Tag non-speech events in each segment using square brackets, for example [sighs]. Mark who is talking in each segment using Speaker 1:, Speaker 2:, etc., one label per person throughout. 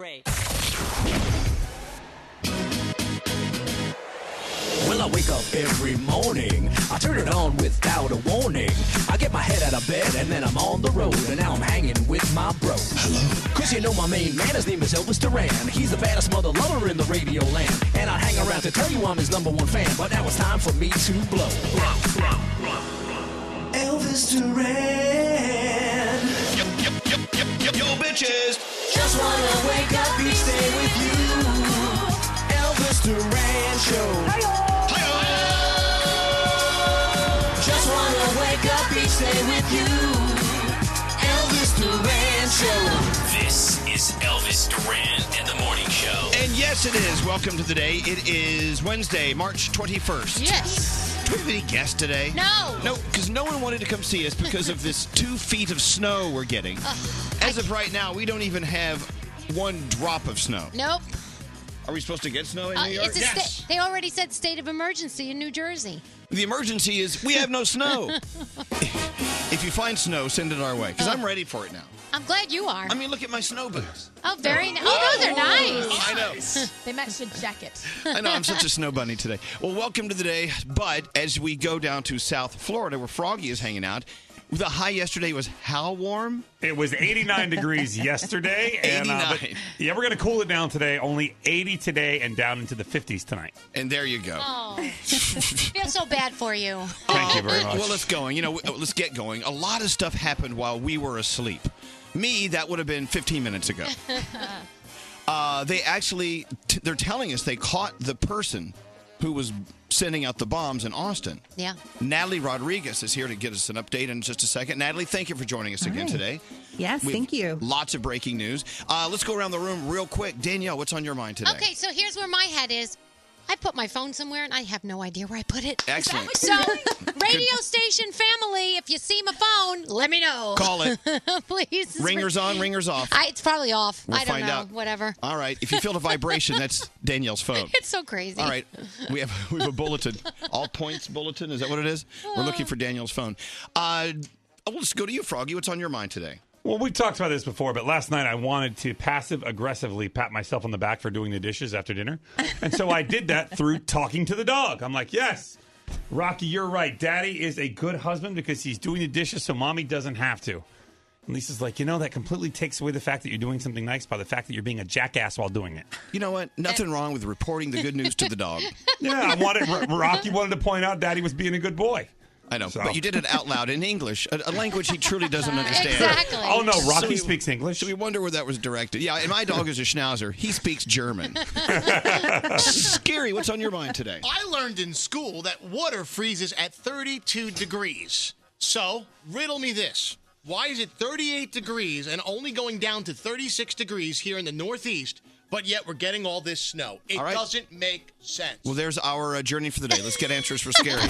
Speaker 1: Ray.
Speaker 2: Well, I wake up every morning. I turn it on without a warning. I get my head out of bed and then I'm on the road. And now I'm hanging with my bro. Hello. Cause you know my main man, his name is Elvis Duran. He's the baddest mother lover in the radio land. And I hang around to tell you I'm his number one fan. But now it's time for me to blow. Elvis Duran.
Speaker 3: Yo, bitches!
Speaker 2: Just wanna wake up each day with you. Elvis Duran Show. Just wanna wake up each day with you. Elvis Duran Show.
Speaker 4: This is Elvis Duran and the Morning Show.
Speaker 3: And yes, it is. Welcome to the day. It is Wednesday, March 21st.
Speaker 5: Yes.
Speaker 3: Do we have any guests today?
Speaker 5: No.
Speaker 3: No, because no one wanted to come see us because of
Speaker 5: [laughs]
Speaker 3: this two feet of snow we're getting.
Speaker 5: Uh,
Speaker 3: As of right now, we don't even have one drop of snow.
Speaker 5: Nope.
Speaker 3: Are we supposed to get snow in
Speaker 5: Uh,
Speaker 3: New York?
Speaker 5: it's a sta- they already said state of emergency in New Jersey.
Speaker 3: The emergency is we have no snow. if you find snow, send it our way
Speaker 5: Uh.
Speaker 3: because I'm ready for it now.
Speaker 5: [laughs] I'm glad you are.
Speaker 3: I mean, look at my snow boots.
Speaker 5: oh, very nice. Oh, those are nice.
Speaker 3: I know.
Speaker 6: [laughs] they match the jacket.
Speaker 3: I know, I'm
Speaker 6: [laughs]
Speaker 3: such a snow bunny today. Well, welcome to the day. But as we go down to South Florida where Froggy is hanging out, the high yesterday was how warm?
Speaker 7: It was
Speaker 3: [laughs]
Speaker 7: 89 degrees yesterday. And, uh, but-
Speaker 3: 89.
Speaker 7: yeah, we're going to cool it down today. Only 80 today and down into the 50s tonight.
Speaker 3: And there you go.
Speaker 5: Oh, [laughs] I feel so bad for you. [laughs]
Speaker 7: Thank you very much.
Speaker 3: Well, let's go. You know, w- uh, let's get going. A lot of stuff happened while we were asleep. Me, that would have been 15 minutes ago. Uh, they actually, t- they're telling us they caught the person who was sending out the bombs in Austin.
Speaker 5: Yeah.
Speaker 3: Natalie Rodriguez is here to get us an update in just a second. Natalie, thank you for joining us again
Speaker 8: right.
Speaker 3: today.
Speaker 8: Yes,
Speaker 3: We have
Speaker 8: thank you.
Speaker 3: Lots of breaking news. Uh, let's go around the room real quick. Danielle, what's on your mind today?
Speaker 5: Okay, so here's where my head is. I put my phone somewhere and I have no idea where I put it.
Speaker 3: Excellent.
Speaker 5: [laughs] So, radio station family, if you see my phone, let me know.
Speaker 3: Call it.
Speaker 5: [laughs] Please.
Speaker 3: Ringers on, ringers off.
Speaker 5: I, it's probably off.
Speaker 3: We'll
Speaker 5: I don't
Speaker 3: find
Speaker 5: know.
Speaker 3: out.
Speaker 5: Whatever. [laughs]
Speaker 3: All right. If you feel the vibration, that's Danielle's phone.
Speaker 5: It's so crazy.
Speaker 3: All right, we have we have a bulletin, all points bulletin. Is that what it is? We're looking for Daniel's phone. Uh, we'll just go to you, Froggy. What's on your mind today?
Speaker 7: Well, we've talked about this before, but last night I wanted to passive aggressively pat myself on the back for doing the dishes after dinner. And so I did that through talking to the dog. I'm like, yes, Rocky, you're right. Daddy is a good husband because he's doing the dishes so mommy doesn't have to. And Lisa's like, you know, that completely takes away the fact that you're doing something nice by the fact that you're being a jackass while doing
Speaker 3: [laughs]
Speaker 7: it.
Speaker 3: You know what? Nothing wrong with reporting the good news to the dog.
Speaker 7: [laughs] Yeah,
Speaker 3: [laughs]
Speaker 7: I wanted R- Rocky wanted to point out Daddy was being a good boy.
Speaker 3: I know,
Speaker 7: So-
Speaker 3: but you did it out loud in English, a, a language he truly doesn't understand.
Speaker 5: Exactly.
Speaker 7: Oh no, Rocky
Speaker 3: So-
Speaker 7: speaks English.
Speaker 3: So we wonder where that was directed. Yeah, and my dog is a schnauzer. He speaks German. [laughs] Scary. What's on your mind today?
Speaker 9: I learned in school that water freezes at 32 degrees. So, riddle me this. Why is it 38 degrees and only going down to 36 degrees here in the Northeast, but yet we're getting all this snow? It
Speaker 3: All right.
Speaker 9: doesn't make sense.
Speaker 3: Well, there's our uh, journey for the day. Let's get answers for scary.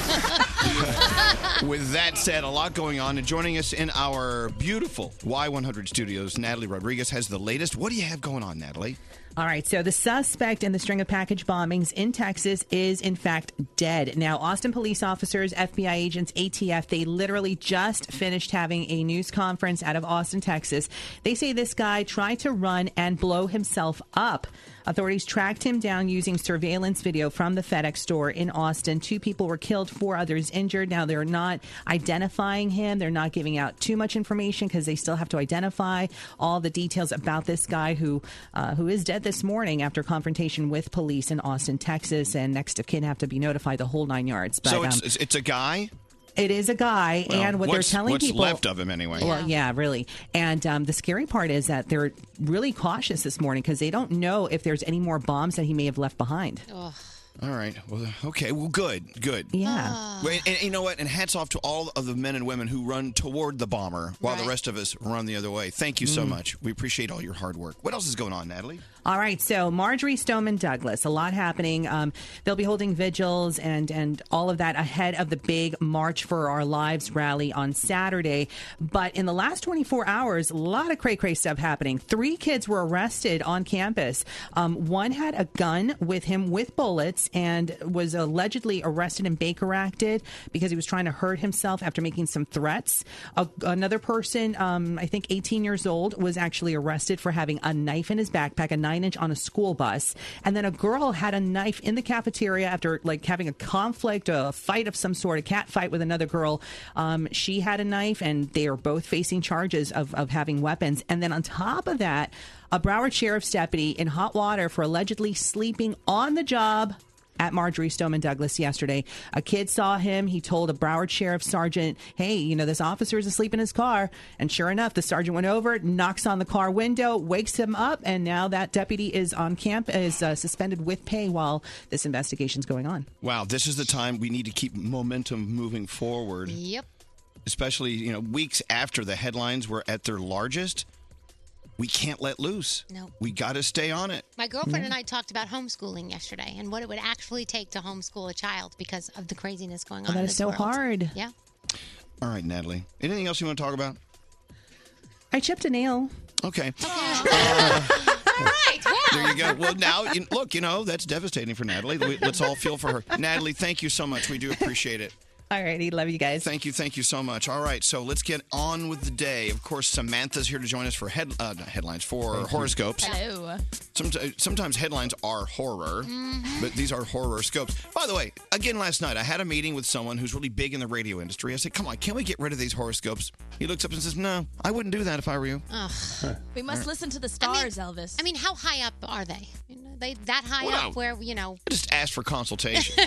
Speaker 3: With that said, a lot going on. And joining us in our beautiful Y100 studios, Natalie Rodriguez has the latest. What do you have going on, Natalie?
Speaker 8: All right, so the suspect in the string of package bombings in Texas is in fact dead. Now, Austin police officers, FBI agents, ATF, they literally just finished having a news conference out of Austin, Texas. They say this guy tried to run and blow himself up. Authorities tracked him down using surveillance video from the FedEx store in Austin. Two people were killed, four others injured. Now, they're not identifying him. They're not giving out too much information because they still have to identify all the details about this guy who uh, who is dead this morning after confrontation with police in Austin, Texas, and next of kin have to be notified the whole nine yards. But
Speaker 3: so it's,
Speaker 8: um,
Speaker 3: it's it's a guy.
Speaker 8: it is a guy,
Speaker 3: Well,
Speaker 8: and what they're
Speaker 3: what's-
Speaker 8: telling
Speaker 3: what's
Speaker 8: people
Speaker 3: left of him anyway.
Speaker 8: well, yeah, really. And um, the scary part is that they're really cautious this morning because they don't know if there's any more bombs that he may have left behind.
Speaker 3: All right. Well, okay. Well, good. Good.
Speaker 8: Yeah.
Speaker 5: Ah.
Speaker 3: Wait, and, and you know what? And hats off to all of the men and women who run toward the bomber while the
Speaker 5: Right.
Speaker 3: rest of us run the other way. Thank you
Speaker 8: Mm.
Speaker 3: so much. We appreciate all your hard work. What else is going on, Natalie?
Speaker 8: All right, so Marjorie Stoneman Douglas, a lot happening. Um, they'll be holding vigils and and all of that ahead of the big March for Our Lives rally on Saturday. But in the last 24 hours, a lot of cray cray stuff happening. Three kids were arrested on campus. Um, one had a gun with him with bullets. States and was allegedly arrested and Baker acted because he was trying to hurt himself after making some threats. A, another person, um, I think 18 years old, was actually arrested for having a knife in his backpack, a nine inch on a school bus. And then a girl had a knife in the cafeteria after like having a conflict, a fight of some sort, a cat fight with another girl. Um, she had a knife and they are both facing charges of, of having weapons. And then on top of that, a Broward sheriff's deputy in hot water for allegedly sleeping on the job at Marjorie Stoneman Douglas yesterday. A kid saw him. He told a Broward sheriff sergeant, "Hey, you know this officer is asleep in his car." And sure enough, the sergeant went over, knocks on the car window, wakes him up, and now that deputy is on camp is uh, suspended with pay while this investigation's going on.
Speaker 3: Wow, this is the time we need to keep momentum moving forward.
Speaker 5: Yep.
Speaker 3: Especially, you know, weeks after the headlines were at their largest. We can't let loose.
Speaker 5: No.
Speaker 3: We got to stay on it.
Speaker 5: My girlfriend
Speaker 8: Mm-hmm.
Speaker 5: and I talked about homeschooling yesterday and what it would actually take to homeschool a child because of the craziness going on.
Speaker 8: Oh, that
Speaker 5: in
Speaker 8: is
Speaker 5: this
Speaker 8: so
Speaker 5: world.
Speaker 8: hard.
Speaker 5: Yeah.
Speaker 3: All right, Natalie. Anything else you want to talk about?
Speaker 8: I chipped a nail.
Speaker 3: Okay.
Speaker 5: All right.
Speaker 3: There you go. Well, now, you, look, you know, that's devastating for Natalie. We- Let's all feel for her. Natalie, thank you so much. We do appreciate it.
Speaker 8: All righty, love you guys.
Speaker 3: Thank you, thank you so much. All right, so let's get on with the day. Of course, Samantha's here to join us for head, uh, not headlines for horoscopes.
Speaker 6: Hello.
Speaker 3: Somet- sometimes headlines are horror,
Speaker 6: Mm-hmm.
Speaker 3: but these are horoscopes. By the way, again last night I had a meeting with someone who's really big in the radio industry. I said, "Come on, can we get rid of these horoscopes?" He looks up and says, "No, I wouldn't do that if I were you."
Speaker 6: We must listen to the stars, Elvis.
Speaker 5: I mean, how high up are they? You know, they that high
Speaker 3: Well,
Speaker 5: up where you know.
Speaker 3: I just asked for
Speaker 5: [laughs]
Speaker 3: consultation.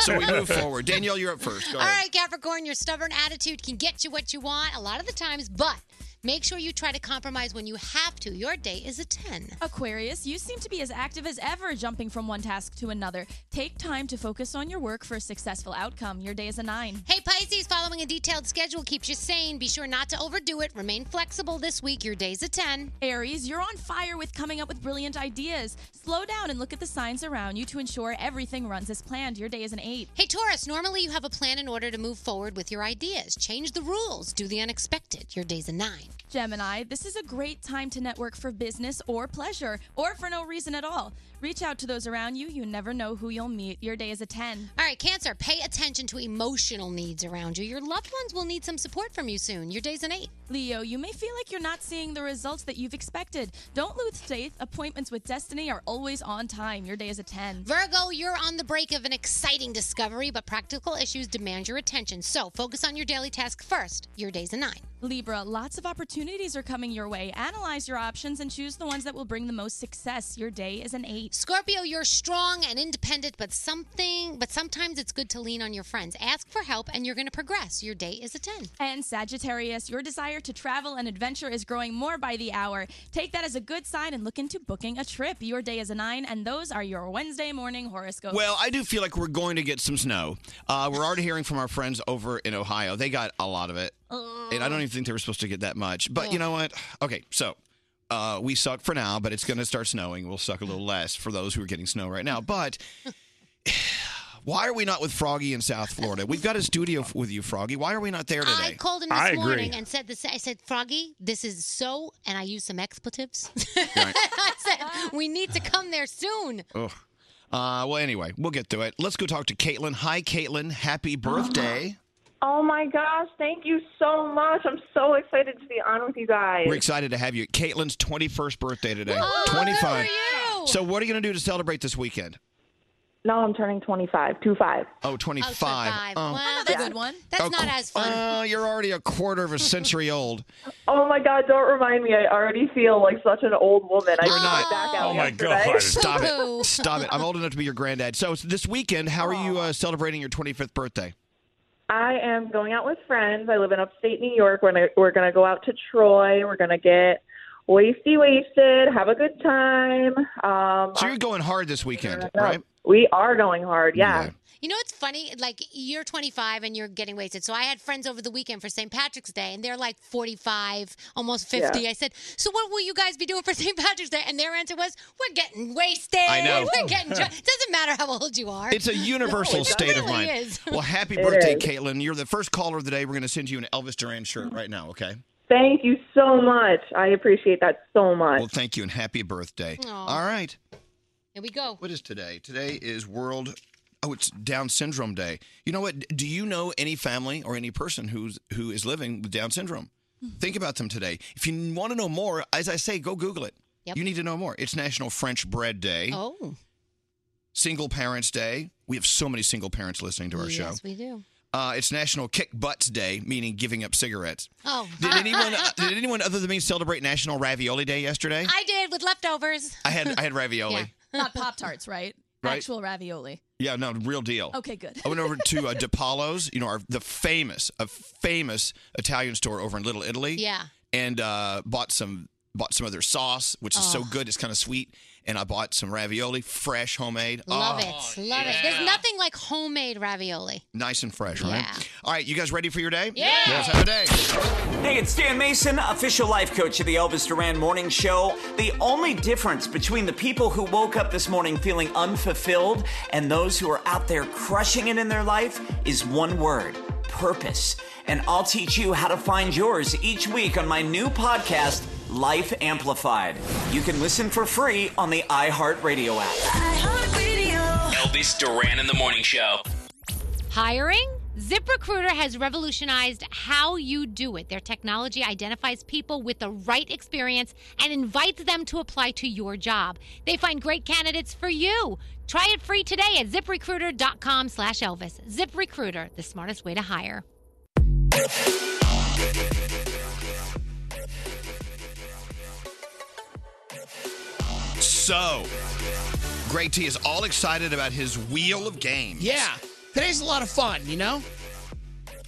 Speaker 3: so we move forward. Danielle, you're up first. Go
Speaker 5: All
Speaker 3: ahead.
Speaker 5: right, Capricorn, your stubborn attitude can get you what you want a lot of the times, but make sure you try to compromise when you have to. Your day is a ten.
Speaker 6: Aquarius, you seem to be as active as ever, jumping from one task to another. Take time to focus on your work for a successful outcome. Your day is a nine.
Speaker 5: Hey Pisces, following a detailed schedule keeps you sane. Be sure not to overdo it. Remain flexible this week. Your day's a 10.
Speaker 6: Aries, you're on fire with coming up with brilliant ideas. Slow down and look at the signs around you to ensure everything runs as planned. Your day is an eight.
Speaker 5: Hey Taurus, normally you have a plan in order to move forward with your ideas. Change the rules, do the unexpected. Your day's a 9.
Speaker 6: Gemini, this is a great time to network for business or pleasure, or for no reason at all. Reach out to those around you. You never know who you'll meet. Your day is a 10.
Speaker 5: All right, Cancer, pay attention to emotional needs around you. Your loved ones will need some support from you soon. Your day's an 8.
Speaker 6: Leo, you may feel like you're not seeing the results that you've expected. Don't lose faith. Appointments with destiny are always on time. Your day is a 10.
Speaker 5: Virgo, you're on the break of an exciting discovery, but practical issues demand your attention. So focus on your daily task first. Your day's a 9.
Speaker 6: Libra, lots of opportunities are coming your way. Analyze your options and choose the ones that will bring the most success. Your day is an 8.
Speaker 5: Scorpio, you're strong and independent, but something but sometimes it's good to lean on your friends. Ask for help and you're going to progress. Your day is a 10.
Speaker 6: And Sagittarius, your desire to travel and adventure is growing more by the hour. Take that as a good sign and look into booking a trip. Your day is a 9, and those are your Wednesday morning horoscopes.
Speaker 3: Well, I do feel like we're going to get some snow. Uh, we're already hearing from our friends over in Ohio. They got a lot of it. And I don't even think they were supposed to get that much. But you know what? Okay, so uh, we suck for now, but it's going to start snowing. We'll suck a little less for those who are getting snow right now. But [sighs] why are we not with Froggy in South Florida? We've got a studio f- with you, Froggy. Why are we not there
Speaker 5: I
Speaker 3: today?
Speaker 5: called him this
Speaker 4: I agree.
Speaker 5: morning and said this. I said, Froggy, this is so, and I used some expletives. [laughs] I said, we need to come there soon.
Speaker 3: Ugh. Uh, well, anyway, we'll get through it. Let's go talk to Caitlin. Hi, Caitlin. Happy birthday.
Speaker 10: Oh my gosh, thank you so much. I'm so excited to be on with you guys.
Speaker 3: We're excited to have you. Caitlin's 21st birthday today.
Speaker 5: Oh, good
Speaker 3: 25.
Speaker 5: for you.
Speaker 3: So, what are you going to do to celebrate this weekend?
Speaker 10: No, I'm turning 25, 25.
Speaker 3: Oh, 25.
Speaker 5: Oh, so five.
Speaker 3: Oh.
Speaker 5: Wow,
Speaker 6: Another good one.
Speaker 5: That's
Speaker 3: Oh,
Speaker 5: not
Speaker 3: qu-
Speaker 5: as fun.
Speaker 3: Oh, you're already a quarter of a century old.
Speaker 10: [laughs] Oh my god, don't remind me. I already feel like such an old woman. I
Speaker 3: You're not.
Speaker 10: put it back out
Speaker 4: Oh, my
Speaker 10: yesterday.
Speaker 5: [laughs]
Speaker 4: God.
Speaker 3: Stop
Speaker 5: Boo.
Speaker 3: it. Stop it. I'm old enough to be your granddad. So, this weekend, how are you uh, celebrating your 25th birthday?
Speaker 10: I am going out with friends. I live in upstate New York. We're gonna, we're gonna go out to Troy. We're gonna get wasty wasted, have a good time. Um,
Speaker 3: So, you're going hard this weekend,
Speaker 10: no,
Speaker 3: right?
Speaker 10: We are going hard. Yeah.
Speaker 5: You know what's funny? Like, you're 25 and you're getting wasted. So I had friends over the weekend for St. Patrick's Day, and they're like 45, almost 50.
Speaker 10: Yeah.
Speaker 5: I said, so what will you guys be doing for [laughs] St. Patrick's Day? And their answer was, we're getting wasted.
Speaker 3: I know.
Speaker 5: We're getting drunk. doesn't matter how old you are. [laughs]
Speaker 3: It's a universal
Speaker 5: it
Speaker 3: state of
Speaker 5: really
Speaker 3: mind.
Speaker 5: is. [laughs]
Speaker 3: Well, happy birthday,
Speaker 10: is.
Speaker 3: Caitlin. You're the first caller of the day. We're going to send you an Elvis Duran shirt right now, okay?
Speaker 10: Thank you so much. I appreciate that so much.
Speaker 3: Well, thank you and happy birthday. All right.
Speaker 5: Here we go.
Speaker 3: What is today? Today is World. Oh, it's Down Syndrome Day. You know what? Do you know any family or any person who's who is living with Down syndrome?
Speaker 5: Hmm.
Speaker 3: Think about them today. If you want to know more, as I say, go Google it.
Speaker 5: Yep.
Speaker 3: You need to know more. It's National French Bread Day.
Speaker 5: Oh,
Speaker 3: Single Parents Day. We have so many single parents listening to our show.
Speaker 5: yes, we do.
Speaker 3: Uh, it's National Kick Butts Day, meaning giving up cigarettes.
Speaker 5: Oh,
Speaker 3: Did anyone uh, did anyone other than me celebrate National Ravioli Day yesterday?
Speaker 5: I did with leftovers.
Speaker 3: I had I had ravioli.
Speaker 6: [laughs] Not Pop Tarts, right?
Speaker 3: Right.
Speaker 6: Actual ravioli.
Speaker 3: Yeah, no, real deal.
Speaker 6: Okay, good.
Speaker 3: I went over to uh, DiPaolo's, you know, our, the famous, a famous Italian store over in Little Italy.
Speaker 5: Yeah.
Speaker 3: And uh, bought some bought some of their sauce, which is so
Speaker 5: Oh.
Speaker 3: good, it's kind of sweet. And I bought some ravioli, fresh, homemade.
Speaker 5: Love
Speaker 3: Oh,
Speaker 5: it. Love it. There's nothing like homemade ravioli.
Speaker 3: Nice and fresh, right?
Speaker 5: Yeah.
Speaker 3: All right, you guys ready for your day?
Speaker 5: Yeah.
Speaker 3: Let's have a day.
Speaker 11: Hey, it's Dan Mason, official life coach of the Elvis Duran Morning Show. The only difference between the people who woke up this morning feeling unfulfilled and those who are out there crushing it in their life is one word purpose. And I'll teach you how to find yours each week on my new podcast, Life Amplified. You can listen for free on the iHeartRadio app.
Speaker 2: Elvis Duran in the Morning Show.
Speaker 5: Hiring? ZipRecruiter has revolutionized how you do it. Their technology identifies people with the right experience and invites them to apply to your job. They find great candidates for you. Try it free today at ziprecruiter.com slash Elvis. ZipRecruiter, the smartest way to hire.
Speaker 3: So, Greg T is all excited about his wheel of games.
Speaker 12: Yeah. Today's a lot of fun, you know?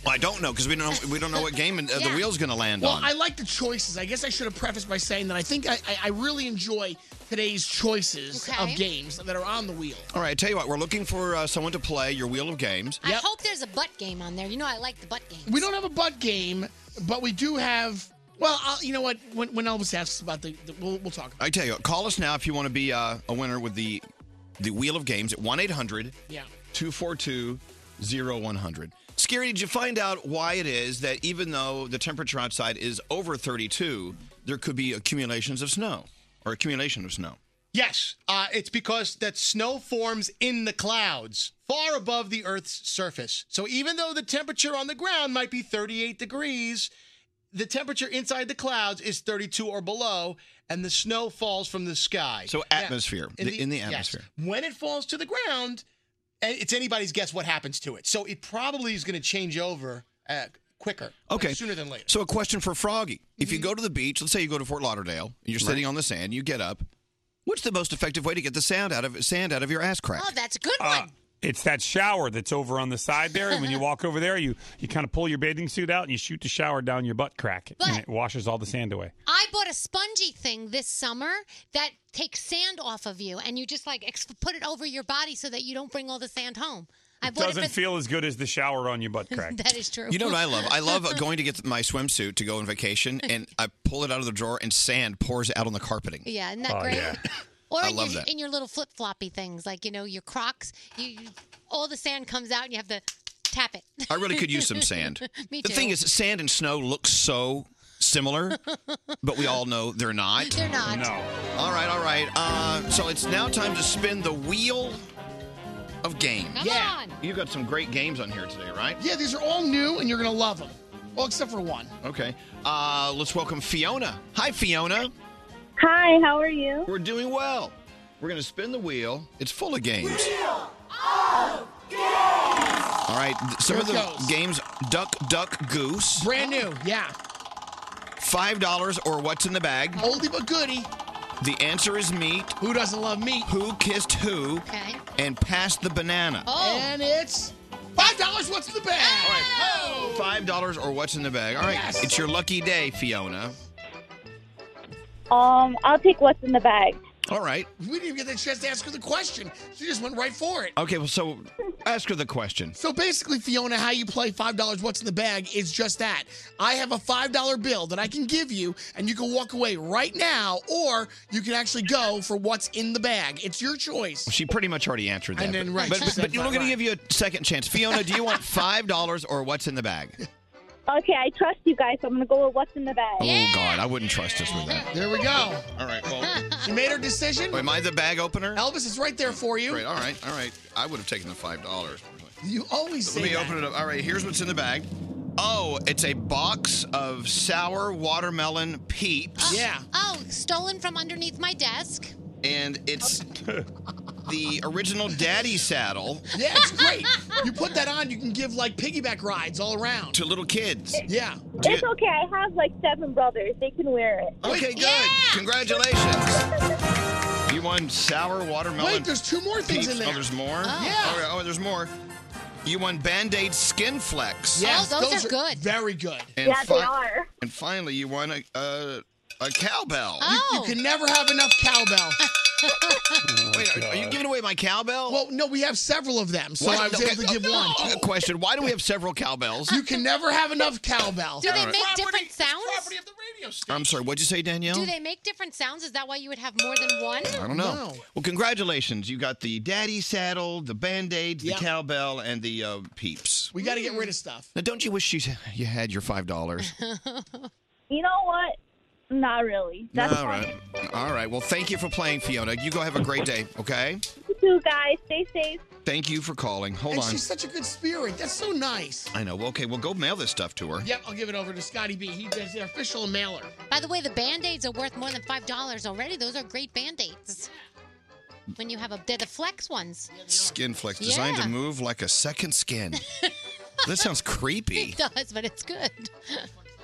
Speaker 3: Well, I don't know because we don't know, we don't know what game uh, the
Speaker 12: Yeah.
Speaker 3: wheel's going to land
Speaker 12: Well,
Speaker 3: on.
Speaker 12: I like the choices. I guess I should have prefaced by saying that I think I, I, I really enjoy today's choices
Speaker 5: Okay.
Speaker 12: of games that are on the wheel.
Speaker 3: All right, I tell you what, we're looking for uh, someone to play your wheel of games.
Speaker 5: I hope there's [laughs] a butt game on there. You know I like the butt game.
Speaker 12: We don't have a butt game, but we do have. Well, I'll, you know what? When, when Elvis asks about the, the we'll, we'll talk.
Speaker 3: I tell you, what, call us now if you want to be uh, a winner with the the wheel of games at 1 800
Speaker 12: Yeah.
Speaker 3: 242 0100. Scary, did you find out why it is that even though the temperature outside is over 32, there could be accumulations of snow or accumulation of snow?
Speaker 9: Yes, uh, it's because that snow forms in the clouds, far above the Earth's surface. So even though the temperature on the ground might be 38 degrees, the temperature inside the clouds is 32 or below, and the snow falls from the sky.
Speaker 3: So
Speaker 9: Now,
Speaker 3: atmosphere, the- in the
Speaker 9: yes.
Speaker 3: atmosphere.
Speaker 9: When it falls to the ground, eh, it's anybody's guess what happens to it. So it probably is going to change over uh, quicker,
Speaker 3: Okay.
Speaker 9: sooner than later. Mm-hmm.
Speaker 3: So, a question for Froggy. If you go to the beach, let's say you go to Fort Lauderdale, and you're sitting on the sand, you get up. What's the most effective way to get the sound out of sand out of your ass crack?
Speaker 5: that's a good
Speaker 7: Uh, it's that shower that's over on the side there, and when you walk over there, you you kind of pull your bathing suit out and you shoot the shower down your butt crack, and
Speaker 5: But-
Speaker 7: it washes all the sand away.
Speaker 5: I bought a spongy thing this summer that takes sand off of you, and you just like ex- put it over your body so that you don't bring all the sand home. I bought
Speaker 7: Doesn't
Speaker 5: it for
Speaker 7: feel as good as the shower on your butt
Speaker 3: [laughs]
Speaker 7: crack.
Speaker 5: [laughs] that is true.
Speaker 3: You know what I love?
Speaker 5: [laughs]
Speaker 3: I love going to get my swimsuit to go on vacation, and I pull it out of the drawer, and sand pours out on the carpeting.
Speaker 5: Yeah, isn't that Oh, great? yeah.
Speaker 4: [laughs]
Speaker 5: Or
Speaker 3: I
Speaker 5: in
Speaker 3: love
Speaker 5: your,
Speaker 3: that.
Speaker 5: in your little flip floppy things, like you know your Crocs. You, you all the sand comes out, and you have to tap it.
Speaker 3: I really could use some
Speaker 4: [laughs]
Speaker 3: sand.
Speaker 5: [laughs] Me
Speaker 3: the
Speaker 5: too.
Speaker 3: thing is, sand and snow look so similar, but we all know they're not.
Speaker 5: They're not. No.
Speaker 3: All right, all right. Uh, so it's now time to spin the wheel of games.
Speaker 12: Come Yeah. on.
Speaker 3: You've got some great games on here today, right?
Speaker 12: Yeah, these are all new, and you're gonna love them. Well, except for one.
Speaker 3: Okay. Uh, let's welcome Fiona. Hi, Fiona.
Speaker 13: Hi, how are you?
Speaker 3: We're doing well. We're going to spin the wheel. It's full of games. All right. th- Some
Speaker 12: Here
Speaker 3: of
Speaker 12: it
Speaker 3: the
Speaker 12: goes.
Speaker 3: games Duck, Duck, Goose.
Speaker 12: Brand new, yeah.
Speaker 3: $5 or What's in the Bag.
Speaker 12: Oldie but goodie.
Speaker 3: The answer is meat.
Speaker 12: Who doesn't love meat?
Speaker 3: Who kissed who?
Speaker 5: Okay.
Speaker 3: And pass the banana.
Speaker 5: Oh.
Speaker 12: And it's five dollars. What's in the bag? All right.
Speaker 3: $5 or What's in the Bag. All right.
Speaker 12: Yes.
Speaker 3: It's your lucky day, Fiona.
Speaker 13: Um, I'll take what's in the bag.
Speaker 3: All right.
Speaker 12: We didn't even get the chance to ask her the question. She just went right for it.
Speaker 3: Okay, well, so ask her the question.
Speaker 12: So basically, Fiona, how you play $5 What's in the Bag is just that. I have a $5 bill that I can give you, and you can walk away right now, or you can actually go for What's in the Bag. It's your choice.
Speaker 3: She pretty much already answered that.
Speaker 12: And then, right,
Speaker 3: But,
Speaker 12: she
Speaker 3: but,
Speaker 12: said
Speaker 3: but we're
Speaker 12: right,
Speaker 3: going to
Speaker 12: right.
Speaker 3: give you a second chance. Fiona, do you want $5 or what's in the bag?
Speaker 13: Okay, I trust you guys, so I'm gonna go with what's in the bag.
Speaker 3: Oh God, I wouldn't trust us with that.
Speaker 12: There we go.
Speaker 3: All right, well,
Speaker 12: She made her decision.
Speaker 3: am I the bag opener?
Speaker 12: Elvis is right there for you.
Speaker 3: Great. All right. All right. I would have taken the five dollars.
Speaker 12: You always
Speaker 3: Let
Speaker 12: say
Speaker 3: me
Speaker 12: that.
Speaker 3: open it up. All right. Here's what's in the bag. Oh, it's a box of sour watermelon peeps.
Speaker 12: Yeah.
Speaker 5: Oh, stolen from underneath my desk.
Speaker 3: And it's the original daddy saddle
Speaker 12: Yeah, it's great. you put that on, you can give like piggyback rides all around.
Speaker 3: to little kids.
Speaker 12: Yeah.
Speaker 13: It's okay. I have like seven brothers. They can wear it.
Speaker 3: Okay, good. Congratulations. You won sour watermelon.
Speaker 12: Wait, there's two more things
Speaker 3: peeps.
Speaker 12: in there.
Speaker 3: Oh, there's more?
Speaker 12: Oh. Yeah.
Speaker 3: All right, Oh, there's more. You won Band Aid Skin Flex.
Speaker 4: Oh,
Speaker 12: Yes, good. Very good.
Speaker 3: fi- And finally, you won a, a, a cowbell.
Speaker 12: You, you can never have enough cowbell.
Speaker 4: Oh.
Speaker 3: Wait, are, are you giving away my cowbell?
Speaker 12: Well, no, we have several of them, so
Speaker 3: Why-
Speaker 12: I was
Speaker 3: okay,
Speaker 12: able to give
Speaker 3: uh,
Speaker 12: one.
Speaker 3: Good question. Why do we have several cowbells?
Speaker 12: You can never have enough cowbell.
Speaker 4: Do they
Speaker 3: All right.
Speaker 4: make different sounds?
Speaker 3: I'm sorry. What'd you say, Danielle?
Speaker 4: Do they make different sounds? Is that why you would have more than one?
Speaker 3: I don't know. Well, congratulations. You got the daddy saddle, the band aids,
Speaker 12: Yep.
Speaker 3: the cowbell, and the uh, peeps.
Speaker 12: We got to get rid of stuff.
Speaker 3: Now, don't you wish you, you had your
Speaker 4: [laughs]
Speaker 3: $5?
Speaker 13: You know what? Not really. That's
Speaker 3: All right. All right. Well, thank you for playing, Fiona. You go have a great day, okay?
Speaker 13: you two guys. Stay safe.
Speaker 3: Thank you for calling. Hold
Speaker 12: and
Speaker 3: on.
Speaker 12: she's such a good spirit. That's so nice.
Speaker 3: I know. Well, Okay, well, go mail this stuff to her.
Speaker 12: Yep, I'll give it over to Scotty B. He does the official mailer.
Speaker 4: By the way, the band-aids are worth more than five dollars already. Those are great band-aids. When you have a they're the flex ones.
Speaker 3: Skin flex designed
Speaker 4: Yeah.
Speaker 3: to move like a second skin.
Speaker 4: [laughs]
Speaker 3: that sounds creepy.
Speaker 4: It does, but it's good.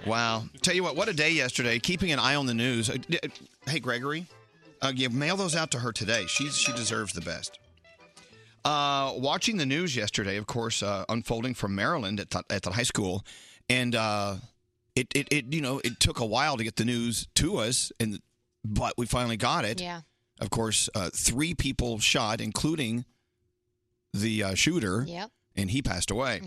Speaker 3: Wow. Tell you what, what a day yesterday. Keeping an eye on the news. Uh, d- uh, Hey, Gregory, uh, yeah, mail those out to her today. She she deserves the best. Uh, watching the news yesterday, of course, uh, unfolding from Maryland at the, at the high school, and uh, it, it it you know it took a while to get the news to us, and but we finally got it.
Speaker 4: Yeah.
Speaker 3: Of course, uh, three people shot, including the uh, shooter.
Speaker 4: Yep. Mm-hmm.
Speaker 3: And he passed away.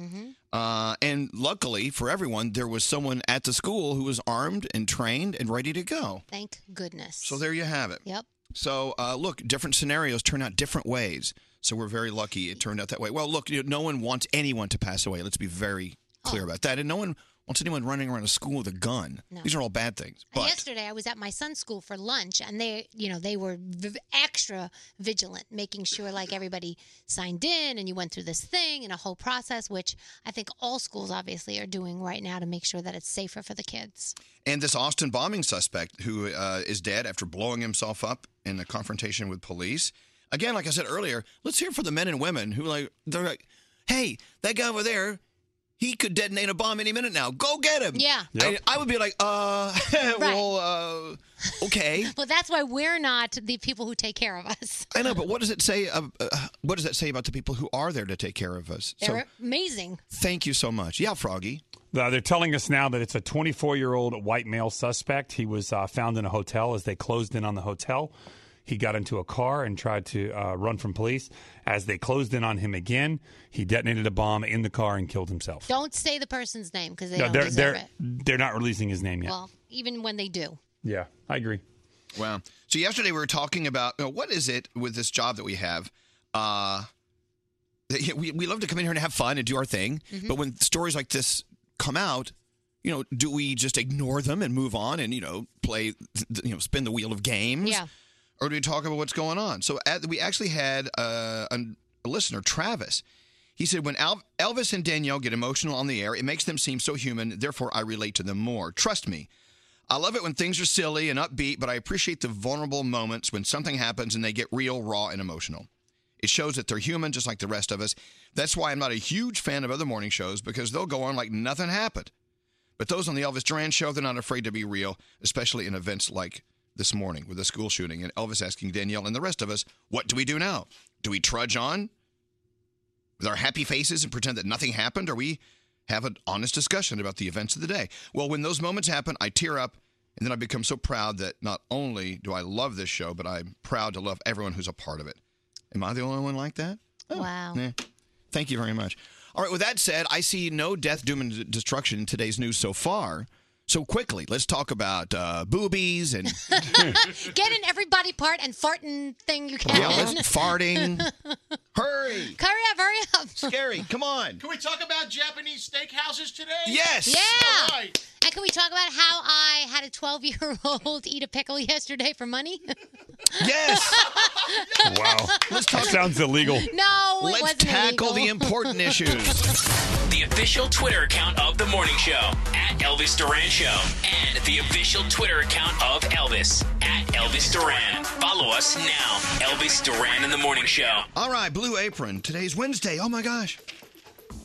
Speaker 3: Uh, and luckily for everyone, there was someone at the school who was armed and trained and ready to go.
Speaker 4: Thank goodness.
Speaker 3: So there you have it.
Speaker 4: Yep.
Speaker 3: So uh, look, different scenarios turn out different ways. So we're very lucky it turned out that way. Well, look, you know, no one wants anyone to pass away. Let's be very clear about that. And no one wants anyone running around a school with a gun.
Speaker 4: Oh. No.
Speaker 3: These are all bad things. But
Speaker 4: Yesterday, I was at my son's school for lunch, and they, you know, they were v- extra vigilant, making sure like everybody signed in and you went through this thing and a whole process, which I think all schools obviously are doing right now to make sure that it's safer for the kids.
Speaker 3: And this Austin bombing suspect who uh, is dead after blowing himself up in a confrontation with police. Again, like I said earlier, let's hear for the men and women who like they're like, "Hey, that guy over there, he could detonate a bomb any minute now. Go get him."
Speaker 4: Yeah.
Speaker 3: And I would be like, "Uh, [laughs] well, uh, okay."
Speaker 4: Well, that's why we're not the people who take care of us.
Speaker 3: I know, but what does it say? Uh, uh, what does that say about the people who are there to take care of us? So,
Speaker 4: They're amazing.
Speaker 3: thank you so much. Yeah, Froggy.
Speaker 7: Uh, they're telling us now that it's a 24 year old white male suspect. He was uh, found in a hotel as they closed in on the hotel. He got into a car and tried to uh, run from police. As they closed in on him again, he detonated a bomb in the car and killed himself.
Speaker 4: Don't say the person's name because they
Speaker 7: No,
Speaker 4: don't
Speaker 7: they're
Speaker 4: deserve
Speaker 7: they're
Speaker 4: it.
Speaker 7: they're not releasing his name yet.
Speaker 4: Well, even when they do. [laughs]
Speaker 7: yeah, I agree.
Speaker 3: Wow. So yesterday we were talking about you know, what is it with this job that we have. Uh, that, yeah, we we love to come in here and have fun and do our thing,
Speaker 14: Mhm.
Speaker 3: but when stories like this come out, you know, do we just ignore them and move on and you know play th- th- you know spin the wheel of games? Yeah. Or do we talk about what's going on? So at, we actually had uh, an- a listener, Travis. He said, when Al- Elvis and Danielle get emotional on the air, it makes them seem so human. Therefore, I relate to them more. Trust me. I love it when things are silly and upbeat, but I appreciate the vulnerable moments when something happens and they get real, raw, and emotional. It shows that they're human just like the rest of us. That's why I'm not a huge fan of other morning shows because they'll go on like nothing happened. But those on the Elvis Duran show, they're not afraid to be real, especially in events like this morning with the school shooting and Elvis asking Danielle and the rest of us, what do we do now? Do we trudge on with our happy faces and pretend that nothing happened? Or we have an honest discussion about the events of the day? Well, when those moments happen, I tear up and then I become so proud that not only do I love this show, but I'm proud to love everyone who's a part of it. Am I the only one like that?
Speaker 4: wow.
Speaker 3: Nah. Thank you very much. All right, with that said, I see no death, doom, and d- destruction in today's news so far. So quickly, let's talk about uh, boobies
Speaker 5: [laughs]
Speaker 3: and
Speaker 5: Get in every body part and farting thing you can.
Speaker 3: Yeah, let's-
Speaker 4: [laughs]
Speaker 3: farting. Hurry!
Speaker 5: Hurry up, hurry up.
Speaker 3: Scary, come on.
Speaker 9: Can we talk about Japanese steakhouses today?
Speaker 3: Yes.
Speaker 5: Yeah.
Speaker 9: All right.
Speaker 5: And can we talk about how I had a 12 year old [laughs] eat a pickle yesterday for money? [laughs]
Speaker 3: Yes.
Speaker 7: Wow. that sounds illegal.
Speaker 5: No, Oh, it
Speaker 2: Let's
Speaker 5: wasn't
Speaker 2: tackle
Speaker 5: illegal.
Speaker 2: the
Speaker 5: [laughs]
Speaker 2: important
Speaker 3: issues.
Speaker 2: The official Twitter account of the morning show at Elvis Duran Show, and the official Twitter account of Elvis at Elvis Duran. Follow us now, Elvis Duran in the morning show.
Speaker 3: All right, Blue Apron. Today's Wednesday. Oh my gosh.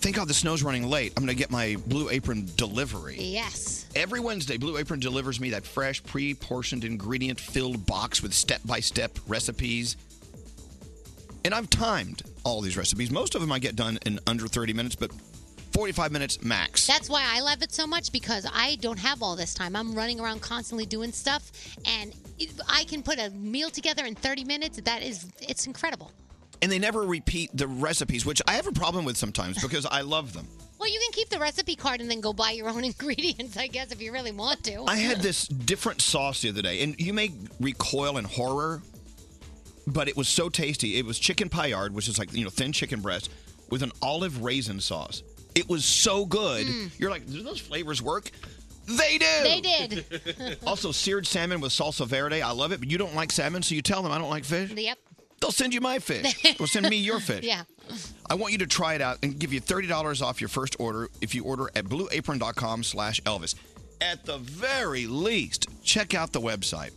Speaker 3: Thank God the snow's running late. I'm going to get my Blue Apron delivery.
Speaker 5: Yes.
Speaker 3: Every Wednesday, Blue Apron delivers me that fresh, pre portioned, ingredient filled box with step by step recipes. And I've timed all these recipes. Most of them I get done in under 30 minutes, but 45 minutes max.
Speaker 5: That's why I love it so much because I don't have all this time. I'm running around constantly doing stuff, and if I can put a meal together in 30 minutes. That is, it's incredible.
Speaker 3: And they never repeat the recipes, which I have a problem with sometimes because I love them.
Speaker 5: Well, you can keep the recipe card and then go buy your own [laughs] ingredients, I guess, if you really want to.
Speaker 3: I had this different sauce the other day, and you may recoil in horror, but it was so tasty. It was chicken paillard, which is like you know thin chicken breast with an olive raisin sauce. It was so good.
Speaker 14: Mm.
Speaker 3: You're like, do those flavors work? They do.
Speaker 14: They
Speaker 13: [laughs]
Speaker 5: did.
Speaker 3: [laughs] also, seared salmon with salsa verde. I love it, but you don't like salmon, so you tell them I don't like fish.
Speaker 5: Yep.
Speaker 3: They'll send you my fish. or send me your fish.
Speaker 5: Yeah.
Speaker 3: I want you to try it out and give you $30 off your first order if you order at blueapron.com slash Elvis. At the very least, check out the website.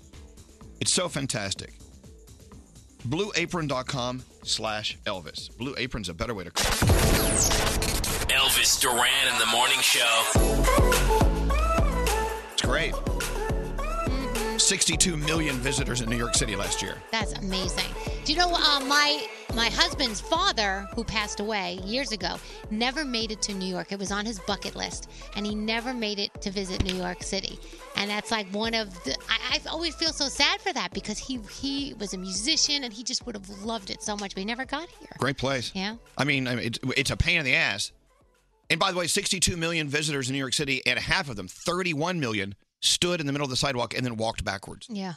Speaker 3: It's so fantastic. Blueapron.com slash Elvis. Blue Apron's a better way to cook.
Speaker 2: Elvis Duran in the morning show.
Speaker 3: It's great. 62 million visitors in New York City last year.
Speaker 5: That's amazing. Do you know uh, my my husband's father, who passed away years ago, never made it to New York. It was on his bucket list, and he never made it to visit New York City. And that's like one of the. I, I always feel so sad for that because he he was a musician and he just would have loved it so much, but he never got here.
Speaker 3: Great place.
Speaker 5: Yeah.
Speaker 3: I mean, I mean, it's, it's a pain in the ass. And by the way, 62 million visitors in New York City, and half of them, 31 million, stood in the middle of the sidewalk and then walked
Speaker 5: [laughs]
Speaker 3: backwards.
Speaker 5: Yeah.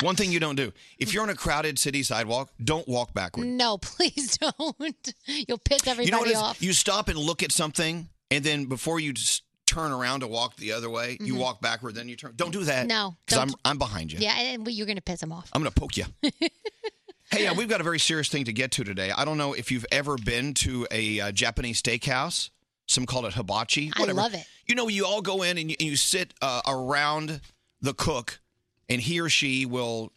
Speaker 3: One thing you don't do if you're on a crowded city sidewalk, don't walk backwards.
Speaker 5: No, [laughs] please don't. You'll piss everybody
Speaker 3: you know what it is? [laughs]
Speaker 5: off.
Speaker 3: You stop and look at something, and then before you just turn around to walk the other way, you
Speaker 5: Mhm.
Speaker 3: walk backward, then you turn. Don't do that.
Speaker 5: No,
Speaker 3: Because I'm,
Speaker 5: don't.
Speaker 3: I'm behind you.
Speaker 5: Yeah, and and you're gonna piss him off.
Speaker 3: I'm going to
Speaker 5: [laughs]
Speaker 3: poke you. hey, uh, we've got a very serious thing to get to today. I don't know if you've ever been to a uh, Japanese steakhouse. Some call it hibachi.
Speaker 5: I
Speaker 3: Whatever.
Speaker 5: love it.
Speaker 3: You know, you all go in and you, and you sit uh, around the cook, and he or she will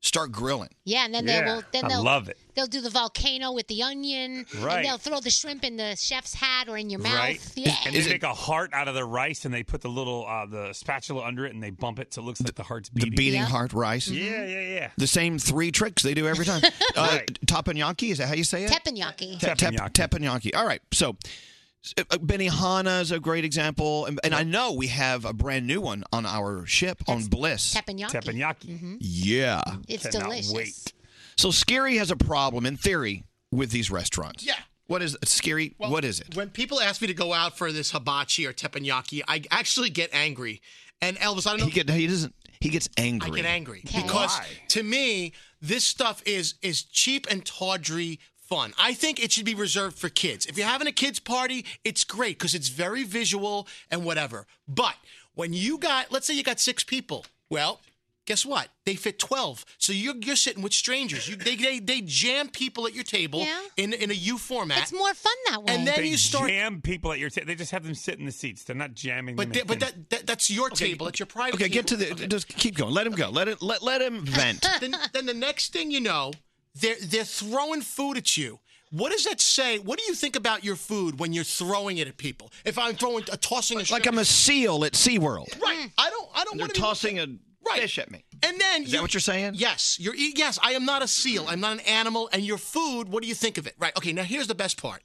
Speaker 3: start grilling.
Speaker 5: Yeah, and then they
Speaker 3: Yeah,
Speaker 5: will. Then
Speaker 3: I
Speaker 5: they'll
Speaker 3: love it.
Speaker 5: They'll do the volcano with the onion,
Speaker 7: Right.
Speaker 5: and they'll throw the shrimp in the chef's hat or in your mouth.
Speaker 7: Right,
Speaker 5: Yeah.
Speaker 7: and they make a heart out of the rice, and they put the little uh, the spatula under it, and they bump it so it looks like the heart's beating.
Speaker 3: The beating heart rice.
Speaker 7: Yeah, yeah, yeah.
Speaker 3: The same three tricks they do every [laughs] time. Uh,
Speaker 7: Right.
Speaker 3: Teppanyaki, is that how you say it?
Speaker 5: Teppanyaki.
Speaker 3: Te- tep- Teppanyaki. All right. So uh, uh, Benihana is a great example. And, and I know we have a brand new one on our ship on Bliss.
Speaker 5: Teppanyaki.
Speaker 9: Mm-hmm.
Speaker 5: Mhm.
Speaker 3: Yeah.
Speaker 5: It's Cannot delicious. wait.
Speaker 3: So Scary has a problem, in theory, with these restaurants.
Speaker 9: Yeah.
Speaker 3: What is Scary? what is it?
Speaker 9: When people ask me to go out for this hibachi or teppanyaki, I actually get angry. And Elvis, I don't know.
Speaker 3: He, get, he doesn't. He gets angry.
Speaker 9: I get angry
Speaker 3: Okay.
Speaker 9: because
Speaker 3: Why?
Speaker 9: to me, this stuff is is cheap and tawdry fun. I think it should be reserved for kids. If you're having a kids party, it's great because it's very visual and whatever. But when you got, let's say you got six people, well. Guess what? They fit twelve, so you're you're sitting with strangers. You, they, they they jam people at your table
Speaker 5: Yeah.
Speaker 9: in in a U format.
Speaker 5: It's more fun that way.
Speaker 9: And then
Speaker 7: they
Speaker 9: you start-
Speaker 7: jam people at your table. They just have them sit in the seats. They're not jamming.
Speaker 9: But
Speaker 7: them
Speaker 9: th- but that, that that's your table. It's your private.
Speaker 3: Okay, get to
Speaker 9: table.
Speaker 3: the. Just keep going. Let him go. Let it. Let let him vent.
Speaker 9: [laughs] then, then the next thing you know, they're they're throwing food at you. What does that say? What do you think about your food when you're throwing it at people? If I'm throwing, uh, tossing a
Speaker 3: Like I'm a seal at SeaWorld.
Speaker 9: right, I don't, I don't
Speaker 3: They're
Speaker 9: want to
Speaker 3: tossing a fish at me.
Speaker 9: And then
Speaker 3: Is that what you're saying?
Speaker 9: Yes, you're. e- Yes, I am not a seal. I'm not an animal. And your food. What do you think of it? Right. Okay. Now here's the best part.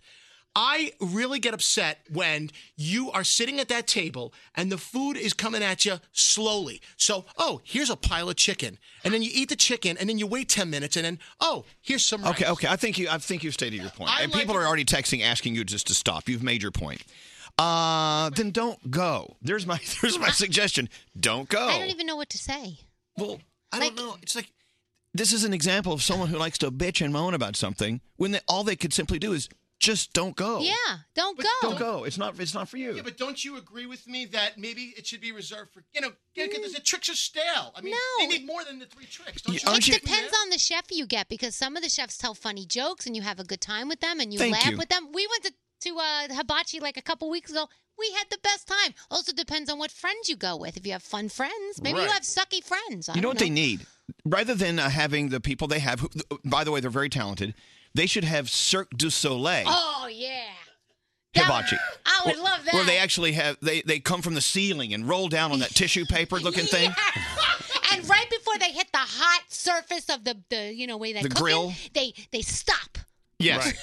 Speaker 9: I really get upset when you are sitting at that table and the food is coming at you slowly. So, oh, here's a pile of chicken, and then you eat the chicken, and then you wait ten minutes, and then oh, here's some.
Speaker 3: Okay, okay. I think you. I think you've stated your point.
Speaker 9: I
Speaker 3: and
Speaker 9: like
Speaker 3: people are already texting, asking you just to stop. You've made your point. uh, then don't go. There's my [laughs] there's my suggestion. Don't go.
Speaker 5: I don't even know what to say.
Speaker 3: Well, I don't know. It's like this is an example of someone who likes to bitch and moan about something when they, all they could simply do is just don't go.
Speaker 5: don't
Speaker 3: But Oh. Don't go. It's not. It's not for you.
Speaker 9: Yeah, but don't you agree with me that maybe it should be reserved for you know? get- get- the tricks are stale. I mean,
Speaker 5: No.
Speaker 9: they need more than the three tricks. Don't
Speaker 3: You-
Speaker 9: you?
Speaker 3: aren't
Speaker 9: agree
Speaker 3: you-
Speaker 9: with me
Speaker 5: Depends on the chef you get because some of the chefs tell funny jokes and you have a good time with them and you
Speaker 3: Thank
Speaker 5: laugh
Speaker 3: you.
Speaker 5: with them. We went to to uh, hibachi like a couple weeks ago. We had the best time. Also depends on what friends you go with. If you have fun friends, maybe
Speaker 3: Right.
Speaker 5: you have sucky friends. I
Speaker 3: you know
Speaker 5: don't
Speaker 3: what they need? Rather than uh, having the people they have, who, by the way, they're very talented. They should have Cirque du Soleil
Speaker 5: Oh yeah,
Speaker 3: hibachi.
Speaker 5: I would
Speaker 3: Where-
Speaker 5: love that.
Speaker 3: Where they actually have they they come from the ceiling and roll down on that tissue paper
Speaker 5: [laughs]
Speaker 3: looking thing.
Speaker 5: and right before they hit the hot surface of the the you know way they
Speaker 3: The
Speaker 5: cook it,
Speaker 3: grill?
Speaker 5: they they stop.
Speaker 9: [laughs]
Speaker 3: Yes.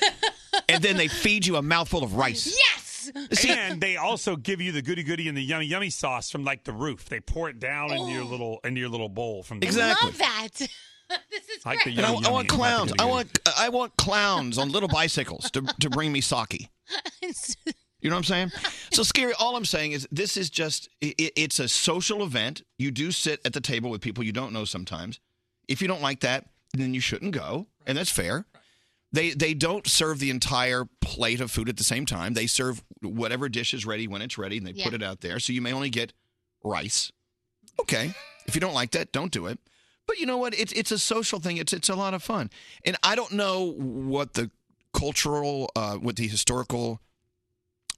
Speaker 3: and then they feed you a mouthful of rice.
Speaker 5: Yes.
Speaker 7: and they also give you the goody goody and the yummy yummy sauce from like the roof. They pour it down into your little into your little bowl from the
Speaker 3: Exactly.
Speaker 5: Oh. Love that. [laughs] this is
Speaker 7: Like the
Speaker 5: great.
Speaker 3: And I,
Speaker 7: yummy,
Speaker 3: I want
Speaker 7: yummy, not
Speaker 3: clowns.
Speaker 7: the
Speaker 3: I
Speaker 7: goody
Speaker 3: want I want clowns on little bicycles to to bring me sake.
Speaker 5: [laughs]
Speaker 3: You know what I'm saying? [laughs] So scary. All I'm saying is this is just i i- it's a social event. You do sit at the table with people you don't know sometimes. If you don't like that, then you shouldn't go, and that's fair. They they don't serve the entire plate of food at the same time. They serve whatever dish is ready when it's ready, and they put
Speaker 15: Yeah.
Speaker 3: it out there. So you may only get rice. Okay, if you don't like that, don't do it. But you know what? It's it's a social thing. It's it's a lot of fun, and I don't know what the cultural, uh, what the historical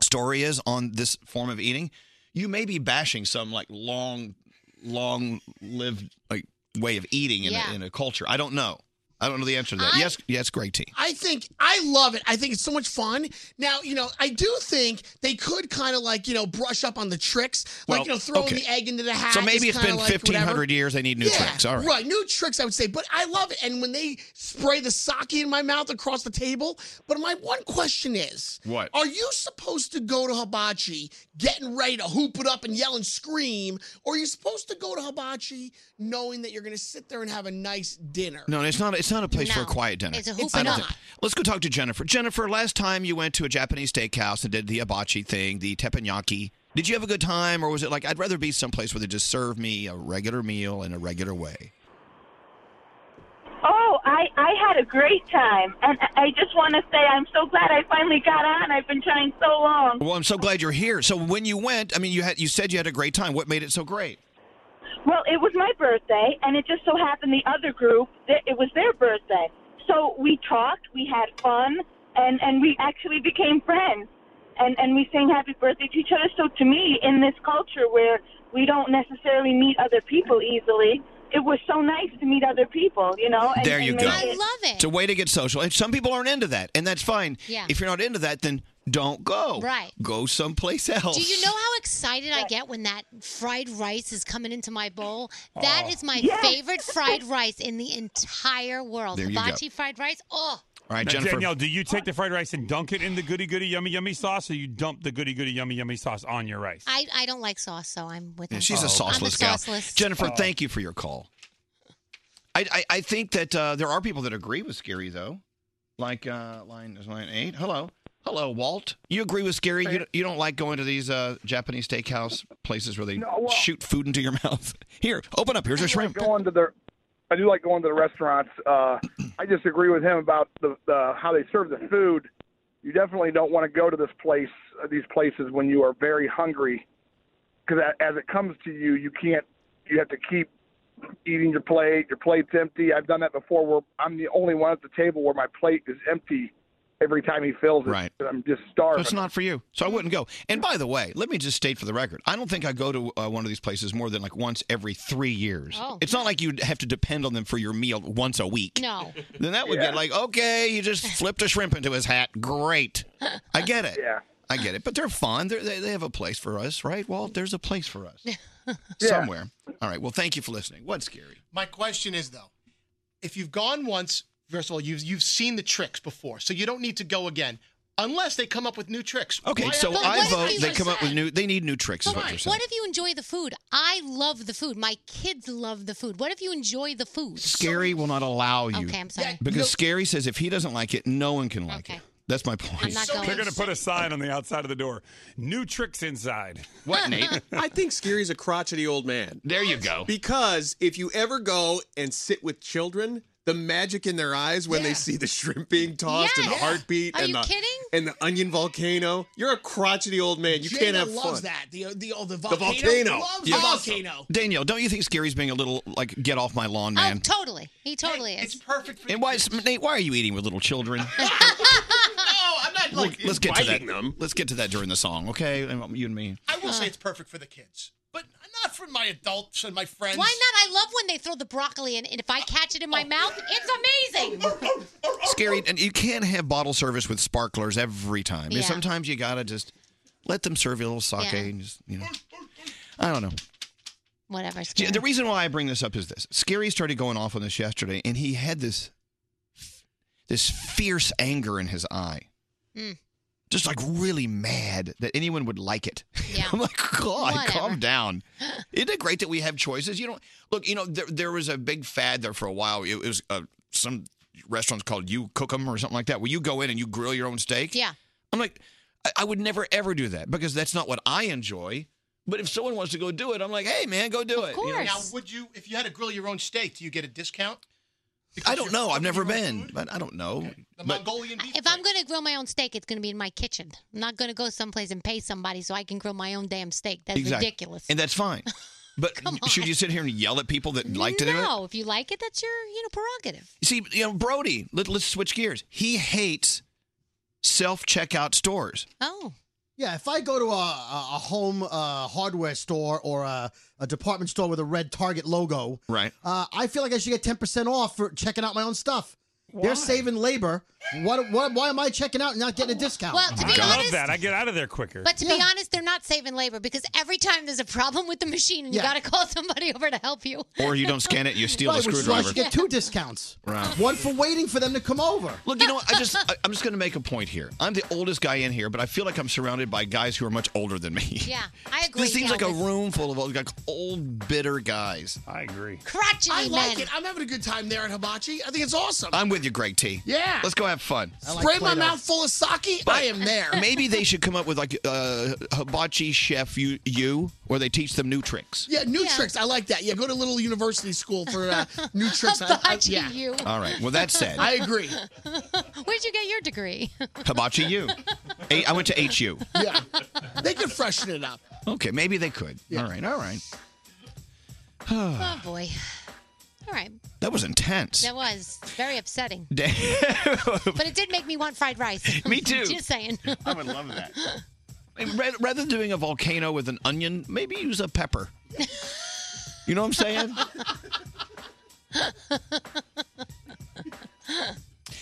Speaker 3: story is on this form of eating, you may be bashing some like long, long lived like way of eating in,
Speaker 12: Yeah.
Speaker 3: a, in a culture. I don't know. I don't know the answer to that.
Speaker 12: I-
Speaker 3: yes, yes, Greg T.
Speaker 12: I think I love it. I think it's so much fun. Now, you know, I do think they could kind of like, you know, brush up on the tricks, like,
Speaker 3: Well,
Speaker 12: you know, throwing
Speaker 3: okay.
Speaker 12: the egg into the hat.
Speaker 3: So maybe
Speaker 12: is
Speaker 3: it's
Speaker 12: kinda
Speaker 3: been
Speaker 12: like
Speaker 3: fifteen
Speaker 12: whatever.
Speaker 3: hundred years. They need new tricks. All right.
Speaker 12: Right, new tricks, I would say. But I love it. And when they spray the sake in my mouth across the table, but my one question is
Speaker 3: What?
Speaker 12: Are you supposed to go to hibachi getting ready to hoop it up and yell and scream? Or are you supposed to go to hibachi knowing that you're going to sit there and have a nice dinner?
Speaker 3: No, it's not. It's not a place for a
Speaker 12: No.
Speaker 3: quiet dinner.
Speaker 12: It's a hoop
Speaker 3: I
Speaker 12: and
Speaker 3: don't
Speaker 12: up.
Speaker 3: think- Let's go talk to Jennifer. Jennifer, last time you went to a Japanese steakhouse and did the hibachi thing, the teppanyaki. Did you have a good time, or was it like I'd rather be someplace where they just serve me a regular meal in a regular way?
Speaker 13: [laughs] Oh, I, I had a great time. And I- I just want to say I'm so glad I finally got on. I've been trying so long.
Speaker 3: Well, I'm so glad you're here. So when you went, I mean, you had you said you had a great time. What made it so great?
Speaker 13: Well, it was my birthday, and it just so happened the other group, th- it was their birthday. So we talked, we had fun, and, and we actually became friends. And, and we sang happy birthday to each other. So to me, in this culture where we don't necessarily meet other people easily, it was so nice to meet other people, you know? And,
Speaker 3: there
Speaker 13: and
Speaker 3: you
Speaker 13: make
Speaker 3: go.
Speaker 13: it-
Speaker 3: It's a way to get social. And some people aren't into that, and that's fine.
Speaker 5: Yeah.
Speaker 3: If you're not into that, then don't go.
Speaker 5: Right.
Speaker 3: Go someplace else.
Speaker 5: Do you know how excited I get when that fried rice is coming into my bowl? That
Speaker 3: Oh.
Speaker 5: is my
Speaker 3: Yes.
Speaker 5: favorite fried rice in the entire world.
Speaker 7: There you go.
Speaker 5: Hibachi fried rice.
Speaker 3: All
Speaker 5: Oh,
Speaker 3: right,
Speaker 7: now,
Speaker 3: Jennifer.
Speaker 7: Danielle, do you take the fried rice and dunk it in the goody goody yummy yummy sauce, or you dump the goody goody yummy yummy sauce on your rice?
Speaker 5: I, I don't like sauce, so I'm with
Speaker 3: Yeah,
Speaker 5: them.
Speaker 3: she's a
Speaker 5: I'm a
Speaker 3: sauceless gal.
Speaker 5: sauceless.
Speaker 3: Jennifer,
Speaker 5: Oh.
Speaker 3: thank you for your call. I I, I think that uh, there are people that agree with Scary though, like uh, line is line eight. Hello, hello, Walt. You agree with Scary? You, you don't like going to these uh, Japanese steakhouse places where they
Speaker 16: No, well-
Speaker 3: shoot food into your [laughs] mouth. Here, open up. Here's a shrimp.
Speaker 16: Going to the, I do like going to the restaurants. Uh, I just agree with him about the, the how they serve the food. You definitely don't want to go to this place, uh, these places, when you are very hungry, because as it comes to you, you can't. You have to keep eating your plate. Your plate's empty. I've done that before. Where I'm the only one at the table where my plate is empty every time he fills it.
Speaker 3: Right.
Speaker 16: I'm just starving.
Speaker 3: So it's not for you. So I wouldn't go. And by the way, let me just state for the record, I don't think I go to uh, one of these places more than like once every three years.
Speaker 5: Oh.
Speaker 3: It's not like you have to depend on them for your meal once a week.
Speaker 5: No.
Speaker 3: Then that would
Speaker 5: Yeah.
Speaker 3: get like, okay, you
Speaker 5: [laughs]
Speaker 3: just flipped a shrimp into his hat. Great. I get it. Yeah. I get it. But they're fun. They're, they, they have a place for us, right? Well, there's a place for us [laughs] somewhere. All right. Well, thank you for listening. What's scary?
Speaker 9: My question is though, if you've gone once, first of all, you've you've seen the tricks before, so you don't need to go again, unless they come up with new tricks.
Speaker 3: Okay,
Speaker 9: Why
Speaker 3: so
Speaker 9: am
Speaker 3: I vote they come up with new, they need new tricks, is
Speaker 5: But
Speaker 3: what you're saying.
Speaker 5: what if you enjoy the food? I love the food. My kids love the food. What if you enjoy the food?
Speaker 3: Scary will not allow you.
Speaker 5: Okay, I'm sorry. Yeah,
Speaker 3: Because
Speaker 5: no-
Speaker 3: Scary says if he doesn't like it, no one can like it. That's my point.
Speaker 5: I'm not going.
Speaker 7: They're going to put a sign on the outside of the door. New tricks inside.
Speaker 5: What, Nate?
Speaker 15: I think Scary's a crotchety old man.
Speaker 3: There you go.
Speaker 15: Because if you ever go and sit with children, the magic in their eyes when they see the shrimp being tossed and the
Speaker 5: Yes.
Speaker 15: heartbeat
Speaker 5: Are
Speaker 15: and
Speaker 5: you
Speaker 15: the
Speaker 5: kidding?
Speaker 15: and the onion volcano, you're a crotchety old man. You
Speaker 12: Jada
Speaker 15: can't have
Speaker 12: loves
Speaker 15: fun.
Speaker 12: that. The the oh, the
Speaker 15: The
Speaker 12: volcano.
Speaker 15: volcano.
Speaker 12: Loves
Speaker 3: Yeah.
Speaker 12: the volcano.
Speaker 3: Danielle, don't you think Scary's being a little like get off my
Speaker 5: Oh,
Speaker 3: lawn, man?
Speaker 5: Totally. He totally is. It's
Speaker 15: perfect for
Speaker 3: [laughs] and why, is, Nate? Why are you eating with little children?
Speaker 12: no, [laughs] I'm not
Speaker 3: We'll- let's get to that.
Speaker 12: inviting
Speaker 3: Let's get to that during the song, okay? And You and me.
Speaker 12: I will say it's perfect for the kids, but not for my adults and my
Speaker 5: Why
Speaker 12: friends.
Speaker 5: not? I love when they throw the broccoli in, and if I catch it in my mouth, it's amazing.
Speaker 3: Scary, and you can't have bottle service with sparklers every time. And
Speaker 5: Yeah.
Speaker 3: sometimes you gotta just let them serve you a little sake
Speaker 5: Yeah.
Speaker 3: and just you know. I don't know.
Speaker 5: Whatever.
Speaker 3: J-
Speaker 5: Scary.
Speaker 3: The reason why I bring this up is this: Scary started going off on this yesterday, and he had this this fierce anger in his eye,
Speaker 5: Mm.
Speaker 3: just like really mad that anyone would like it. [laughs]
Speaker 5: Yeah.
Speaker 3: I'm like, God,
Speaker 5: Whatever.
Speaker 3: calm
Speaker 5: [gasps]
Speaker 3: down. Isn't it great that we have choices? You don't look. You know, there, there was a big fad there for a while. It, was uh, some restaurants called "You Cook 'Em" or something like that, where you go in and you grill your own steak.
Speaker 5: Yeah.
Speaker 3: I'm like, I, I would never ever do that because that's not what I enjoy. But if someone wants to go do it, I'm like, hey man, go do it. you know?
Speaker 9: Now, would you, if you had to grill your own steak, do you get a discount?
Speaker 3: I don't know. I've never been, but I don't know.
Speaker 9: The
Speaker 3: But
Speaker 9: Mongolian beef.
Speaker 5: If I'm going to grill my own steak, it's going to be in my kitchen. I'm not going to go someplace and pay somebody so I can grill my own damn steak. That's
Speaker 3: Exactly.
Speaker 5: ridiculous.
Speaker 3: and that's
Speaker 5: [laughs]
Speaker 3: fine. But should you sit here and yell at people that like to do it?
Speaker 5: no, if you like it, that's your you know prerogative.
Speaker 3: See, you know, Brody, let, let's switch gears. He hates self-checkout stores.
Speaker 5: Oh.
Speaker 17: Yeah, if I go to a, a, a home uh, hardware store or a, a department store with a red Target logo,
Speaker 3: Right.
Speaker 17: uh, I feel like I should get 10% off for checking out my own stuff. They're saving labor. What, what? Why am I checking out and not getting a discount?
Speaker 5: Well, to be
Speaker 7: I
Speaker 5: honest-
Speaker 7: love that. I get out of there quicker.
Speaker 5: But to be honest, they're not saving labor because every time there's a problem with the machine, and you
Speaker 17: Yeah.
Speaker 5: got to call somebody [laughs] over to help you.
Speaker 3: Or you don't scan it, you steal
Speaker 17: [laughs] right,
Speaker 3: a
Speaker 17: which is why I
Speaker 3: screwdriver.
Speaker 17: should get two discounts.
Speaker 3: Right.
Speaker 17: One for waiting for them to come over.
Speaker 3: Look, you know, what? I just I, I'm just going to make a point here. I'm the oldest guy in here, but I feel like I'm surrounded by guys who are much older than me. [laughs]
Speaker 5: Yeah, I agree.
Speaker 3: This seems like a
Speaker 5: Elvis.
Speaker 3: room full of old, like old bitter guys. I agree.
Speaker 5: Crotchety
Speaker 12: I like
Speaker 5: men.
Speaker 12: it. I'm having a good time there at Hibachi. I think it's awesome.
Speaker 3: I'm with you, Greg T.
Speaker 12: Yeah.
Speaker 3: Let's go have fun.
Speaker 12: Spray my mouth full of sake. I am there.
Speaker 3: [laughs] Maybe they should come up with like uh, hibachi chef you, you, where they teach them new tricks.
Speaker 12: [laughs] Yeah, new tricks. I like that. Yeah, go to little university school for uh,
Speaker 5: [laughs]
Speaker 12: new tricks. I, I,
Speaker 5: Hibachi
Speaker 12: yeah.
Speaker 5: you.
Speaker 3: All right. Well, that's said.
Speaker 12: I agree.
Speaker 5: [laughs] Where'd you get your degree?
Speaker 3: Hibachi
Speaker 5: [laughs]
Speaker 3: you. A- I went to HU.
Speaker 12: Yeah. [laughs] They could freshen it up.
Speaker 3: Okay, maybe they could. All right, all right. [sighs]
Speaker 5: oh boy. All right.
Speaker 3: that was intense.
Speaker 5: That was very
Speaker 3: [laughs]
Speaker 5: upsetting.
Speaker 3: Da-
Speaker 5: But it did make me want fried
Speaker 3: [laughs]
Speaker 5: rice. [laughs]
Speaker 3: Me too. [laughs]
Speaker 5: Just saying.
Speaker 3: Oh, I would love that. Ra- Rather than doing a volcano with an onion, maybe use a
Speaker 5: [laughs]
Speaker 3: pepper. You know what I'm
Speaker 11: [laughs]
Speaker 3: saying?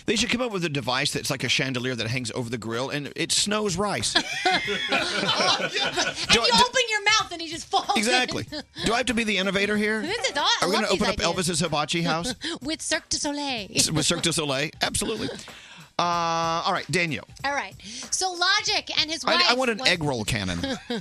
Speaker 3: They should come up with a device that's like a chandelier that hangs over the grill and it snows
Speaker 5: [laughs]
Speaker 3: rice.
Speaker 5: and you open your mouth and he just falls. in. [laughs]
Speaker 3: Exactly. Do I have to be the innovator here?
Speaker 5: This is aw- I
Speaker 3: Are we
Speaker 5: love
Speaker 3: going to open up
Speaker 5: these ideas.
Speaker 3: Elvis's
Speaker 5: [laughs]
Speaker 3: hibachi house
Speaker 5: with Cirque du Soleil.
Speaker 3: with Cirque du Soleil? Absolutely. Uh, all right, Daniel.
Speaker 5: [laughs] All right. So Logic and his wife.
Speaker 3: I, I want an
Speaker 5: was-
Speaker 3: egg roll
Speaker 5: [laughs]
Speaker 3: cannon.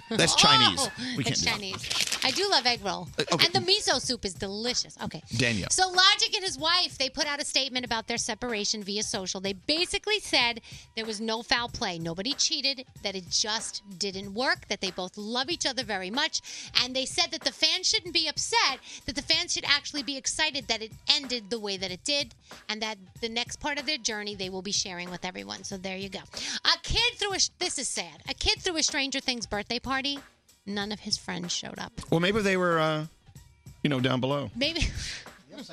Speaker 3: That's Chinese.
Speaker 5: Oh,
Speaker 3: We can't
Speaker 5: that's
Speaker 3: do that.
Speaker 5: Chinese. I do love egg roll.
Speaker 3: Uh, okay.
Speaker 5: And the miso soup is delicious. Okay.
Speaker 3: Danielle.
Speaker 5: So Logic and his wife, they put out a statement about their separation via social. They basically said there was no foul play. Nobody cheated, that it just didn't work, that they both love each other very much, and they said that the fans shouldn't be upset, that the fans should actually be excited that it ended the way that it did, and that the next part of their journey they will be sharing with everyone. So there you go. A kid threw a this is sad. A kid threw a Stranger Things birthday party. None of his friends showed up.
Speaker 3: Well, maybe they were, uh, you know, down below.
Speaker 5: Maybe. [laughs]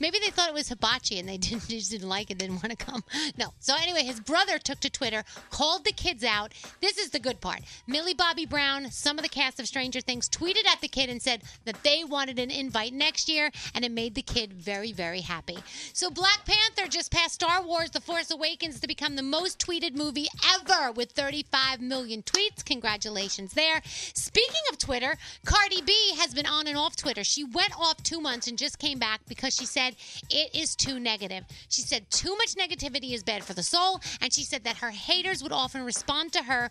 Speaker 5: Maybe they thought it was hibachi and they didn't, just didn't like it, didn't want to come. No. So, anyway, his brother took to Twitter, called the kids out. This is the good part. Millie Bobby Brown, some of the cast of Stranger Things, tweeted at the kid and said that they wanted an invite next year, and it made the kid very, very happy. So, Black Panther just passed Star Wars The Force Awakens to become the most tweeted movie ever with 35 million tweets. Congratulations there. Speaking of Twitter, Cardi B has been on and off Twitter. She went off two months and just came back back because she said it is too negative. She said too much negativity is bad for the soul, and she said that her haters would often respond to her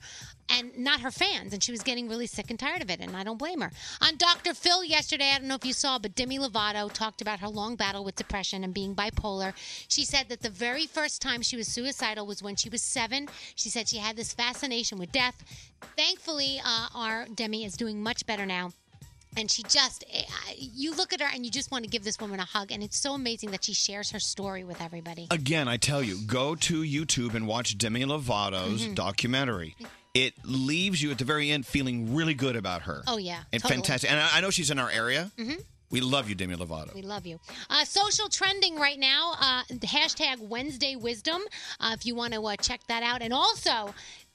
Speaker 5: and not her fans, and she was getting really sick and tired of it, and I don't blame her. On Dr. Phil yesterday, I don't know if you saw, but Demi Lovato talked about her long battle with depression and being bipolar. She said that the very first time she was suicidal was when she was seven. She said she had this fascination with death. Thankfully, uh, our Demi is doing much better now and she just eh, I- you look at her and you just want to give this woman a hug and it's so amazing that she shares her story with everybody
Speaker 3: Again, I tell you, go to YouTube and watch Demi Lovato's
Speaker 5: Mhm.
Speaker 3: documentary. It leaves you at the very end feeling really good about her.
Speaker 5: oh yeah
Speaker 3: and
Speaker 5: totally.
Speaker 3: fantastic. And I, I know she's in our area.
Speaker 5: Mhm.
Speaker 3: We love you, Demi Lovato.
Speaker 5: We love you. Uh, social trending right now, uh, hashtag Wednesday Wisdom, uh, if you want to uh, check that out. And also,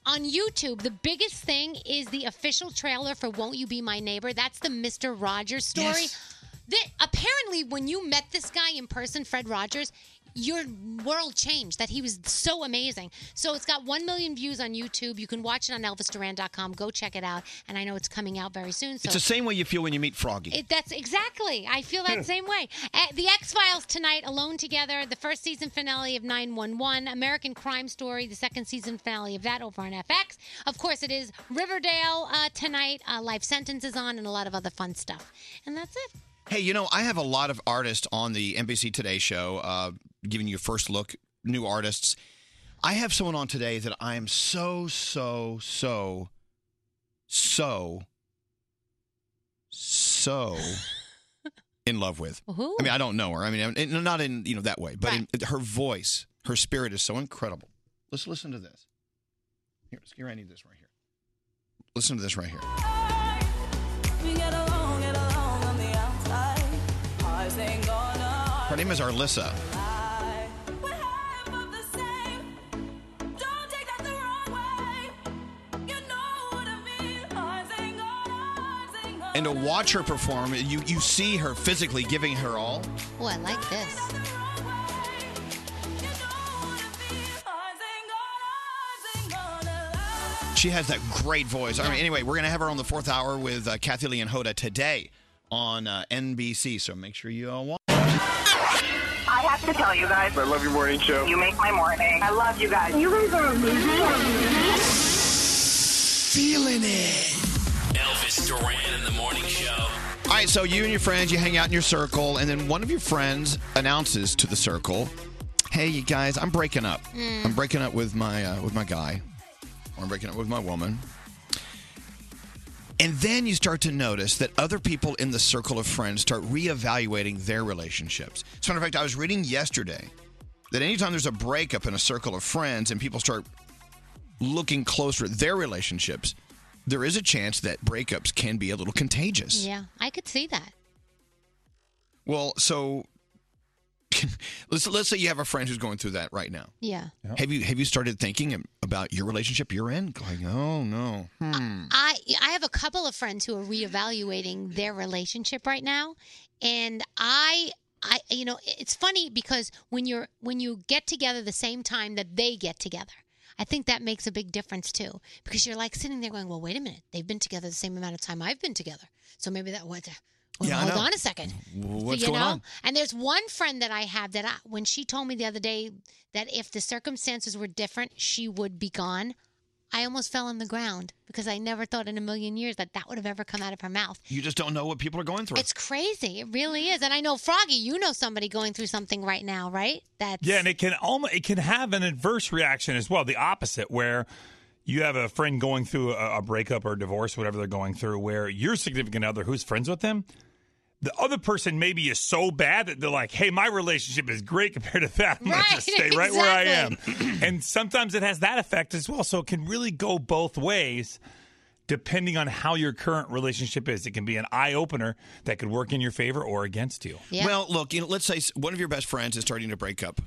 Speaker 5: on YouTube, the biggest thing is the official trailer for Won't You Be My Neighbor. That's the Mr. Rogers story.
Speaker 18: Yes.
Speaker 5: That, apparently, when you met this guy in person, Fred Rogers, your world changed, that he was so amazing. So it's got 1 million views on YouTube. You can watch it on elvisduran.com. Go check it out. And I know it's coming out very soon. So
Speaker 3: It's the same way you feel when you meet Froggy.
Speaker 5: it, that's exactly. I feel that same way. Uh, the X Files tonight, Alone Together, the first season finale of 911, American Crime Story, the second season finale of that over on FX. Of course, it is Riverdale uh, tonight, uh, Life Sentence is on, and a lot of other fun stuff. And that's it.
Speaker 3: Hey, you know, I have a lot of artists on the NBC Today show, uh, giving you a first look, new artists. I have someone on today that I am so, so, so, so, so in love with.
Speaker 5: Who?
Speaker 3: I mean, I don't know her. I mean, in- not in you know that way, but in, her voice, her spirit is so incredible. Let's listen to this. Here, here, I need this right here. Listen to this right here.
Speaker 18: We get along, get along on the outside. Ours ain't gonna
Speaker 3: Her name is Arlissa.
Speaker 18: lie. We're high above the same. Don't take that the wrong way. You know what I mean. Ours ain't gonna, ours ain't gonna
Speaker 3: And to watch her perform, you, you see her physically giving her all.
Speaker 5: Oh, I like this.
Speaker 3: She has that great voice. I mean, anyway, we're going to have her on the fourth hour with uh, Kathy Lee and Hoda today on uh, NBC. So make sure you all watch.
Speaker 18: I have to tell you guys.
Speaker 3: I love your morning show.
Speaker 18: You make my morning. I love you guys. You guys are
Speaker 3: Feeling it.
Speaker 2: Elvis Duran in the morning show.
Speaker 3: All right, so you and your friends, you hang out in your circle, and then one of your friends announces to the circle, "Hey, you guys, I'm breaking up.
Speaker 18: Mm.
Speaker 3: I'm breaking up with my uh, with my guy, or I'm breaking up with my woman." And then you start to notice that other people in the circle of friends start reevaluating their relationships. As a matter of fact, I was reading yesterday that anytime there's a breakup in a circle of friends and people start looking closer at their relationships, there is a chance that breakups can be a little contagious.
Speaker 5: Yeah, I could see that.
Speaker 3: Well, so [laughs] let's let's say you have a friend who's going through that right now.
Speaker 5: Yeah.
Speaker 3: Have you have you started thinking about your relationship you're in? Going, oh no, hmm.
Speaker 5: I I have a couple of friends who are reevaluating their relationship right now, and I I you know it's funny because when you're when you get together the same time that they get together. I think that makes a big difference too, because you're like sitting there going, "Well, wait a minute. They've been together the same amount of time I've been together, so maybe that what? Well,
Speaker 18: Yeah, I
Speaker 5: hold
Speaker 18: know.
Speaker 5: on a second.
Speaker 18: What's
Speaker 5: you
Speaker 18: going
Speaker 5: know?
Speaker 18: on?
Speaker 5: And there's one friend that I have that I, when she told me the other day that if the circumstances were different, she would be gone. I almost fell on the ground because I never thought in a million years that that would have ever come out of her mouth.
Speaker 3: you just don't know what people are going through.
Speaker 5: It's crazy. It really is. And I know Froggy, you know somebody going through something right now, right? That
Speaker 7: Yeah, and it can almost it can have an adverse reaction as well, the opposite where you have a friend going through a, a breakup or divorce, whatever they're going through, where your significant other who's friends with them, the other person maybe is so bad that they're like, "Hey, my relationship is great compared to that. I'm gonna
Speaker 18: Right,
Speaker 7: just stay right where I am." and sometimes it has that effect as well. So it can really go both ways. Depending on how your current relationship is, it can be an eye opener that could work in your favor or against you.
Speaker 3: Well, look, you know, let's say s- one of your best friends is starting to break up,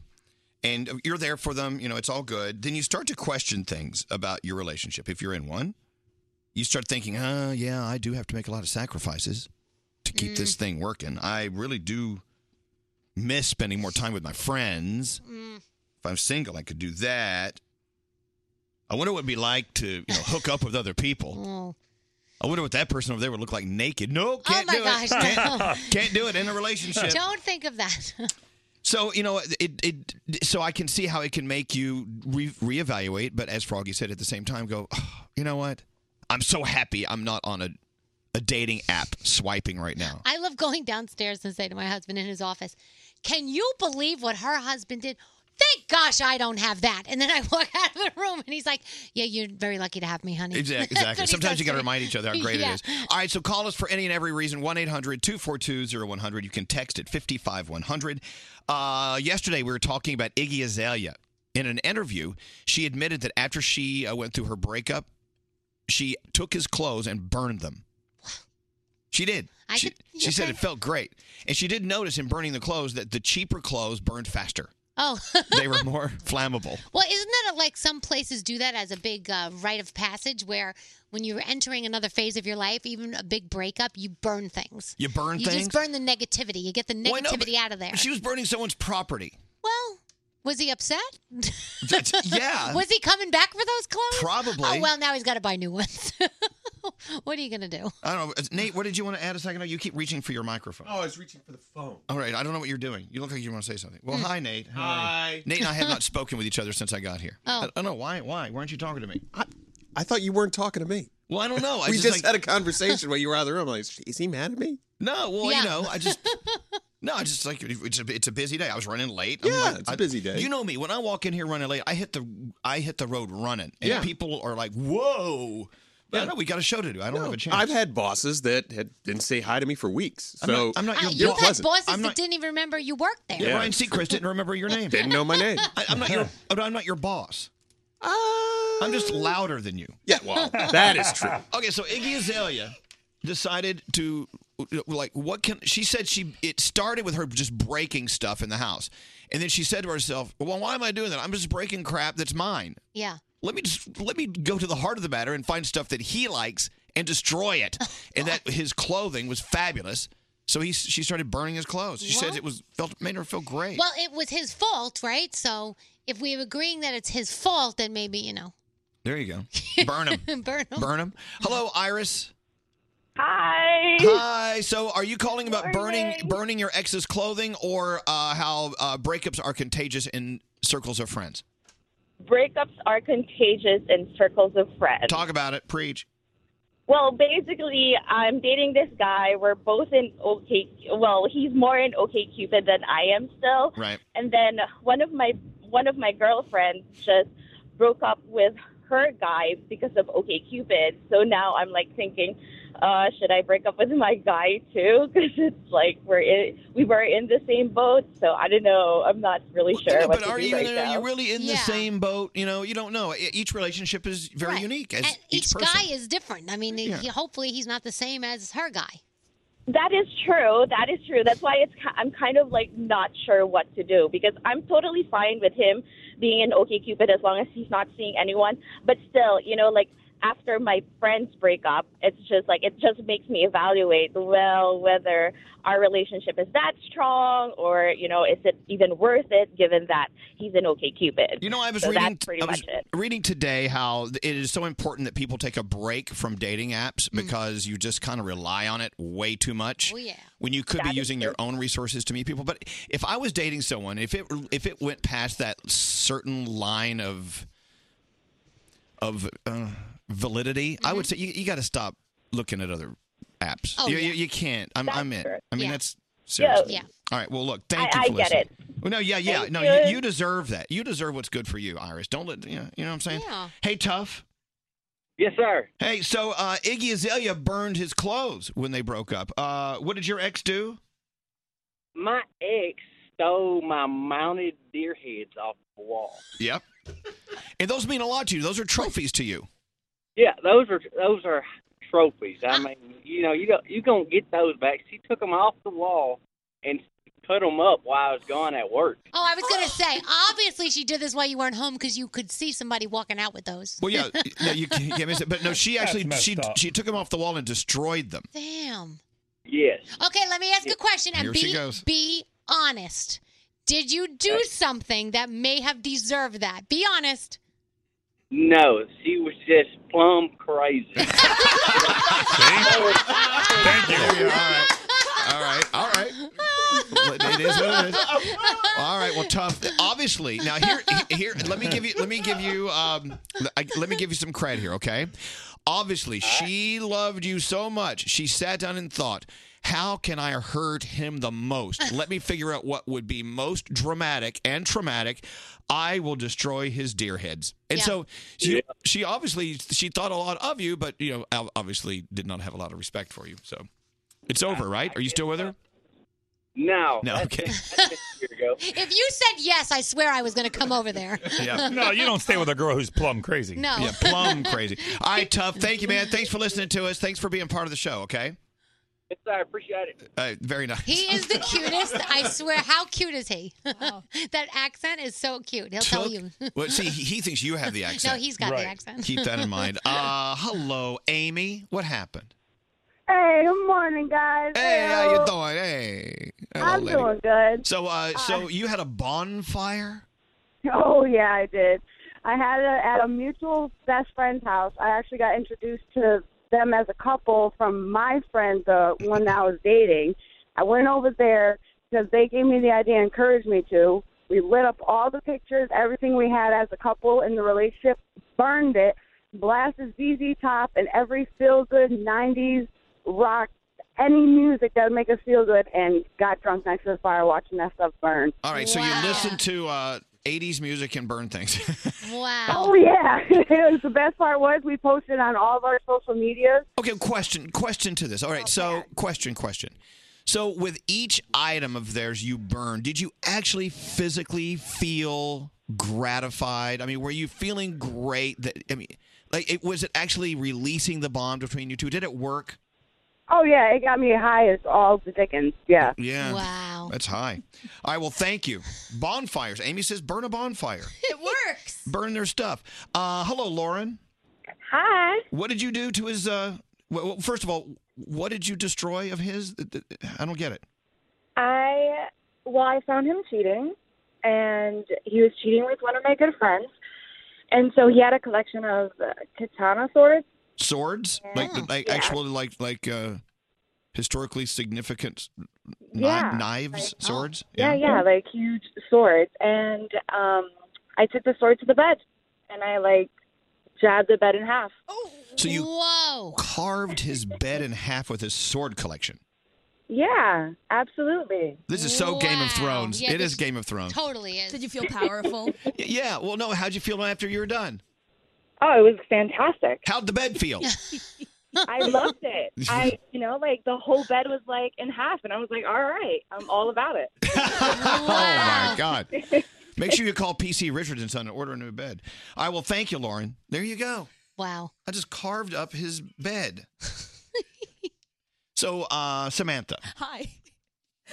Speaker 3: and you're there for them. You know, it's all good. Then you start to question things about your relationship if you're in one. You start thinking, "Uh, yeah, I do have to make a lot of sacrifices to keep this thing working. I really do miss spending more time with my friends."
Speaker 18: Mm.
Speaker 3: if I'm single, I could do
Speaker 5: [laughs]
Speaker 3: that. I wonder what it'd be like to you know hook up with other people. I wonder what that person over there would look like naked. No,
Speaker 5: Oh
Speaker 3: can't
Speaker 5: my
Speaker 3: do
Speaker 5: gosh,
Speaker 3: it.
Speaker 5: [laughs] no.
Speaker 3: Can't, can't do it in a relationship.
Speaker 5: Don't think of that. [laughs]
Speaker 3: So you know, it, it. So I can see how it can make you re- reevaluate, but as Froggy said, at the same time, go. "Oh, you know what? I'm so happy I'm not on a, a dating app swiping right now.
Speaker 5: I love going downstairs and say to my husband in his office, "Can you believe what her husband did?" Thank gosh I don't have that. And then I walk [laughs] out of the room and he's like, "Yeah, you're very lucky to have me, [laughs] honey."
Speaker 3: Exactly.
Speaker 5: That's
Speaker 3: exactly.
Speaker 5: what he
Speaker 3: Sometimes
Speaker 5: says
Speaker 3: you got to
Speaker 5: me.
Speaker 3: remind each other how great
Speaker 5: Yeah.
Speaker 3: it is. All right, so call us for any and every reason 1 800 242 0100. You can text at 55100. Uh, yesterday, we were talking about Iggy Azalea. In an interview, she admitted that after she uh, went through her breakup, she took his clothes and burned them. She did. she she said it felt great. And she did notice in burning the clothes that the cheaper clothes burned faster,
Speaker 5: Oh.
Speaker 3: they were more flammable.
Speaker 5: [laughs] Well, isn't that like some places do that as a big uh, rite of passage where when you're entering another phase of your life, even a big breakup, you burn things.
Speaker 3: You burn
Speaker 5: you
Speaker 3: things.
Speaker 5: just burn the negativity. You get the
Speaker 3: Well, I know, but
Speaker 5: negativity out of there.
Speaker 3: She was burning someone's property.
Speaker 5: Well, was he upset?
Speaker 3: That's, yeah.
Speaker 5: [laughs] was he coming back for those clothes?
Speaker 3: Probably.
Speaker 5: Oh well, now he's got to buy new ones. [laughs] what are you gonna do?
Speaker 3: I don't know. Nate, what did you want to add a second ago? You keep reaching for your microphone.
Speaker 15: Oh, I was reaching for the phone.
Speaker 3: All right. I don't know what you're doing. You look like you want to say something.
Speaker 15: Hmm.
Speaker 3: Well, hi, Nate. How are you?
Speaker 15: Hi.
Speaker 3: Nate
Speaker 15: [laughs]
Speaker 3: and I have not spoken with each other since I got here.
Speaker 15: Oh.
Speaker 3: I I don't know. Why? Why? Why aren't you talking to me?
Speaker 15: I thought you weren't talking to me.
Speaker 3: Well, I
Speaker 15: [laughs]
Speaker 3: don't know. I
Speaker 15: we
Speaker 3: just,
Speaker 15: just,
Speaker 3: like-
Speaker 15: had a conversation while you were out of the room. I'm like, is he mad at me?
Speaker 3: [laughs] No. Well,
Speaker 15: Yeah.
Speaker 3: you know, I
Speaker 5: [laughs]
Speaker 3: just. No, I just like it's a, it's a busy day. I was running late. I'm
Speaker 15: Yeah,
Speaker 3: like-
Speaker 15: it's a
Speaker 3: I-
Speaker 15: busy day.
Speaker 3: You know me. When I walk in here running late, I hit the I hit the road running, and
Speaker 15: Yeah.
Speaker 3: people are like, "Whoa!" But I know we got a show to do. I don't have a chance.
Speaker 15: I've had bosses that had, didn't say hi to me for weeks.
Speaker 3: I'm not-
Speaker 15: So
Speaker 3: I'm not your
Speaker 5: You've had
Speaker 15: pleasant.
Speaker 5: bosses that didn't even remember you worked there.
Speaker 3: Yeah, Ryan Seacrest didn't remember your name.
Speaker 15: Didn't know my name.
Speaker 3: [laughs]
Speaker 15: Uh,
Speaker 3: I,
Speaker 15: [laughs]
Speaker 3: I'm not your. I'm not your boss. I'm just louder than you.
Speaker 15: Yeah, well, that is true.
Speaker 3: [laughs] Okay, so Iggy Azalea decided to like what can she said she it started with her just breaking stuff in the house, and then she said to herself, "Well, why am I doing that? I'm just breaking crap that's mine.
Speaker 5: Yeah.
Speaker 3: Let me just let me go to the heart of the matter and find stuff that he likes and destroy
Speaker 5: [laughs]
Speaker 3: it. and that his clothing was fabulous." So he, she started burning his clothes. She said
Speaker 5: Well-
Speaker 3: it was felt made her feel great.
Speaker 5: Well, it was his fault, right? So if we're agreeing that it's his fault, then maybe you know,
Speaker 3: there you
Speaker 5: [laughs]
Speaker 3: go. Burn him.
Speaker 5: burn him.
Speaker 3: Burn him. Hello, Iris.
Speaker 13: Hi.
Speaker 3: Hi. So, are you calling about burning burning your ex's clothing, or uh, how uh, breakups are contagious in circles of friends?
Speaker 13: Breakups are contagious in circles of friends.
Speaker 3: Talk about it. Preach.
Speaker 13: Well, basically, I'm dating this guy. We're both in OK. Well, he's more in OK Cupid than I am still.
Speaker 3: Right.
Speaker 13: And then one of my one of my girlfriends just broke up with her guy because of OK Cupid. So now I'm like thinking, uh, should I break up with my guy too? [laughs] Because it's like we're in, we were in the same boat. So I don't know. I'm not really sure. what
Speaker 3: but
Speaker 13: to
Speaker 3: are
Speaker 13: do
Speaker 3: you
Speaker 13: right
Speaker 3: are
Speaker 13: now.
Speaker 3: you really in the same boat? You know, you don't know. E- Each relationship is very unique. As each,
Speaker 5: Each
Speaker 3: person.
Speaker 5: guy is different. I mean, he-
Speaker 3: Yeah.
Speaker 5: he, hopefully he's not the same as her guy.
Speaker 13: That is true. That is true. That's why it's ki- I'm kind of like not sure what to do because I'm totally fine with him being in OkCupid as long as he's not seeing anyone. But still, you know, like after my friends break up, it's just like it just makes me evaluate well whether our relationship is that strong or you know is it even worth it given that he's in OkCupid.
Speaker 3: You know, I was
Speaker 13: so
Speaker 3: reading.
Speaker 13: That's pretty
Speaker 3: I was
Speaker 13: much it.
Speaker 3: reading today how th- it is so important that people take a break from dating
Speaker 13: Mm.
Speaker 3: apps because you just kind of rely on it way too much.
Speaker 5: Oh, yeah.
Speaker 3: When you could be using your own resources to meet people. But if I was dating someone, if it if it went past that certain line of of uh, validity, I
Speaker 13: Mm-hmm.
Speaker 3: would say you, you got to stop looking at other apps.
Speaker 13: Oh,
Speaker 3: you,
Speaker 13: yeah.
Speaker 3: you, you can't. I'm, I'm
Speaker 13: That's
Speaker 3: it.
Speaker 13: true.
Speaker 3: I mean,
Speaker 13: Yeah.
Speaker 3: that's
Speaker 13: Yeah.
Speaker 3: serious.
Speaker 13: Yeah.
Speaker 3: All right. Well, look. Thank
Speaker 13: I-
Speaker 3: you. For
Speaker 13: I get
Speaker 3: listening.
Speaker 13: it.
Speaker 3: Well, no, yeah, yeah.
Speaker 13: Thank
Speaker 3: no,
Speaker 13: you.
Speaker 3: you. you deserve that. You deserve what's good for you, Iris. Don't let you know, you know what I'm saying.
Speaker 13: Yeah.
Speaker 3: Hey, tough.
Speaker 19: Yes, sir.
Speaker 3: Hey, so uh, Iggy Azalea burned his clothes when they broke up. Uh, what did your ex do?
Speaker 19: My ex stole my mounted deer heads off the wall.
Speaker 3: Yep. and those mean a lot to you. Those are trophies to you.
Speaker 19: Yeah, those are those are trophies. I mean, you know, you don't you gonna get those back. She took them off the wall and put them up while I was gone at work.
Speaker 5: Oh, I was gonna say, obviously she did this while you weren't home because you could see somebody walking out with those.
Speaker 3: Well, yeah,
Speaker 5: [laughs]
Speaker 19: [laughs]
Speaker 3: yeah you can't can't miss it. But no, she actually she she took them off the wall and destroyed them.
Speaker 5: Damn.
Speaker 19: Yes.
Speaker 5: Okay, let me ask a question and
Speaker 3: Here
Speaker 5: be
Speaker 3: she goes.
Speaker 5: be honest. Did you do something that may have deserved that? Be honest.
Speaker 19: No, she was just plumb crazy.
Speaker 3: Thank you. All right. All right. All
Speaker 19: [laughs]
Speaker 3: right. It is what it is.
Speaker 5: [laughs]
Speaker 3: All right. Well, tough. Obviously, now here, here. Let me give you. Let me give you. Um, I- let me give you some credit here. Okay. Obviously, she loved you so much. She sat down and thought, "How can I hurt him the most? Let me figure out what would be most dramatic and traumatic. I will destroy his deer heads." And so she, she obviously she thought a lot of you, but you know, ob- obviously did not have a lot of respect for you. So. It's over, right? Are you still with her?
Speaker 19: No.
Speaker 3: No, okay.
Speaker 5: If you said yes, I swear I was going to come over there. [laughs]
Speaker 20: No, you don't stay with a girl who's plumb crazy.
Speaker 5: No.
Speaker 3: Yeah, plumb crazy.
Speaker 5: [laughs]
Speaker 3: All right, tough. Thank you, man. Thanks for listening to us. Thanks for being part of the show, okay?
Speaker 19: I appreciate it.
Speaker 3: Uh, very nice.
Speaker 5: He is the cutest. I swear. How cute is he? [laughs] that accent is so cute. He'll tell you. [laughs]
Speaker 3: well, see, he, he thinks you have the accent.
Speaker 5: he's got the Right. accent.
Speaker 3: Keep that in
Speaker 5: [laughs]
Speaker 3: mind. Uh, hello, Amy. What happened?
Speaker 10: Hey, good morning, guys.
Speaker 3: Hey, how you doing? Hey. Hello,
Speaker 10: I'm
Speaker 3: lady.
Speaker 10: doing good.
Speaker 3: So, uh, so you had a bonfire?
Speaker 10: [laughs] Oh yeah, I did. I had it at a mutual best friend's house. I actually got introduced to them as a couple from my friend, the one that I was dating. I went over there because they gave me the idea, encouraged me to. We lit up all the pictures, everything we had as a couple in the relationship, burned it, blasted ZZ Top and every feel good '90s rock, any music that would make us feel good, and got drunk next to the fire watching that stuff burn.
Speaker 3: All right, so you listened to uh, 80s music and burn things. [laughs]
Speaker 5: Wow.
Speaker 10: Oh yeah, [laughs] it was the best part was we posted on all of our social medias.
Speaker 3: Okay, question question to this. All right, so question question. So with each item of theirs you burned, did you actually physically feel gratified? I mean, were you feeling great that I mean, like it was it actually releasing the bond between you two? Did it work?
Speaker 10: Oh yeah, it got me high as all the dickens. Yeah.
Speaker 3: Yeah. Wow. That's high. All right, well, thank you. Bonfires. Amy says burn a bonfire.
Speaker 10: It works.
Speaker 3: Burn their stuff. Uh, hello, Lauren.
Speaker 10: Hi.
Speaker 3: What did you do to his uh well, well, first of all, what did you destroy of his? Th- th- I don't get it.
Speaker 10: I well, I found him cheating, and he was cheating with one of my good friends, and so he had a collection of uh, katana swords.
Speaker 3: swords like the, like actual like like uh historically significant kni-
Speaker 10: Yeah, oh.
Speaker 3: knives swords
Speaker 10: Yeah, yeah, like huge swords, and um, I took the sword to the bed, and I like jabbed the bed in half.
Speaker 3: so you
Speaker 5: whoa
Speaker 3: carved his bed in half with his sword collection
Speaker 10: Yeah, absolutely.
Speaker 3: this is so game of thrones
Speaker 10: Yeah,
Speaker 3: it
Speaker 10: this
Speaker 3: is game of thrones
Speaker 5: Totally is.
Speaker 6: Did you feel
Speaker 5: [laughs]
Speaker 6: powerful?
Speaker 3: Y- yeah well no how'd you feel after you were done
Speaker 10: oh it was fantastic
Speaker 3: how'd the bed feel
Speaker 10: I loved
Speaker 3: [laughs]
Speaker 10: it. I, you know, like the whole bed was like in half, and I was like, all right, I'm all about it.
Speaker 3: oh my god make sure you call pc richardson son and order a new bed i will thank you lauren there you go
Speaker 5: wow
Speaker 3: i just carved up his bed so uh samantha
Speaker 6: Hi.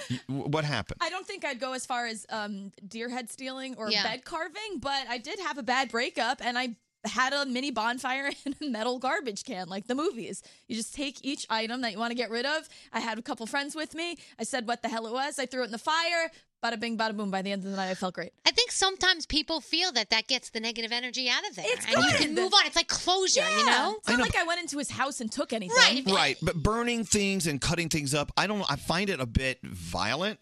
Speaker 3: y- w- what happened
Speaker 6: I don't think I'd go as far as um, deer head stealing or
Speaker 5: Yeah.
Speaker 6: bed carving, but I did have a bad breakup and I had a mini bonfire [laughs] in a metal garbage can, like the movies. You just take each item that you want to get rid of. I had a couple friends with me. I said what the hell it was. I threw it in the fire. Bada bing, bada boom. By the end of the night, I felt great.
Speaker 5: I think sometimes people feel that that gets the negative energy out of there, and you can move on. It's like closure, you know.
Speaker 6: It's not like I went into his house and took anything.
Speaker 3: Right, but burning things and cutting things up, I don't know. I find it a bit violent.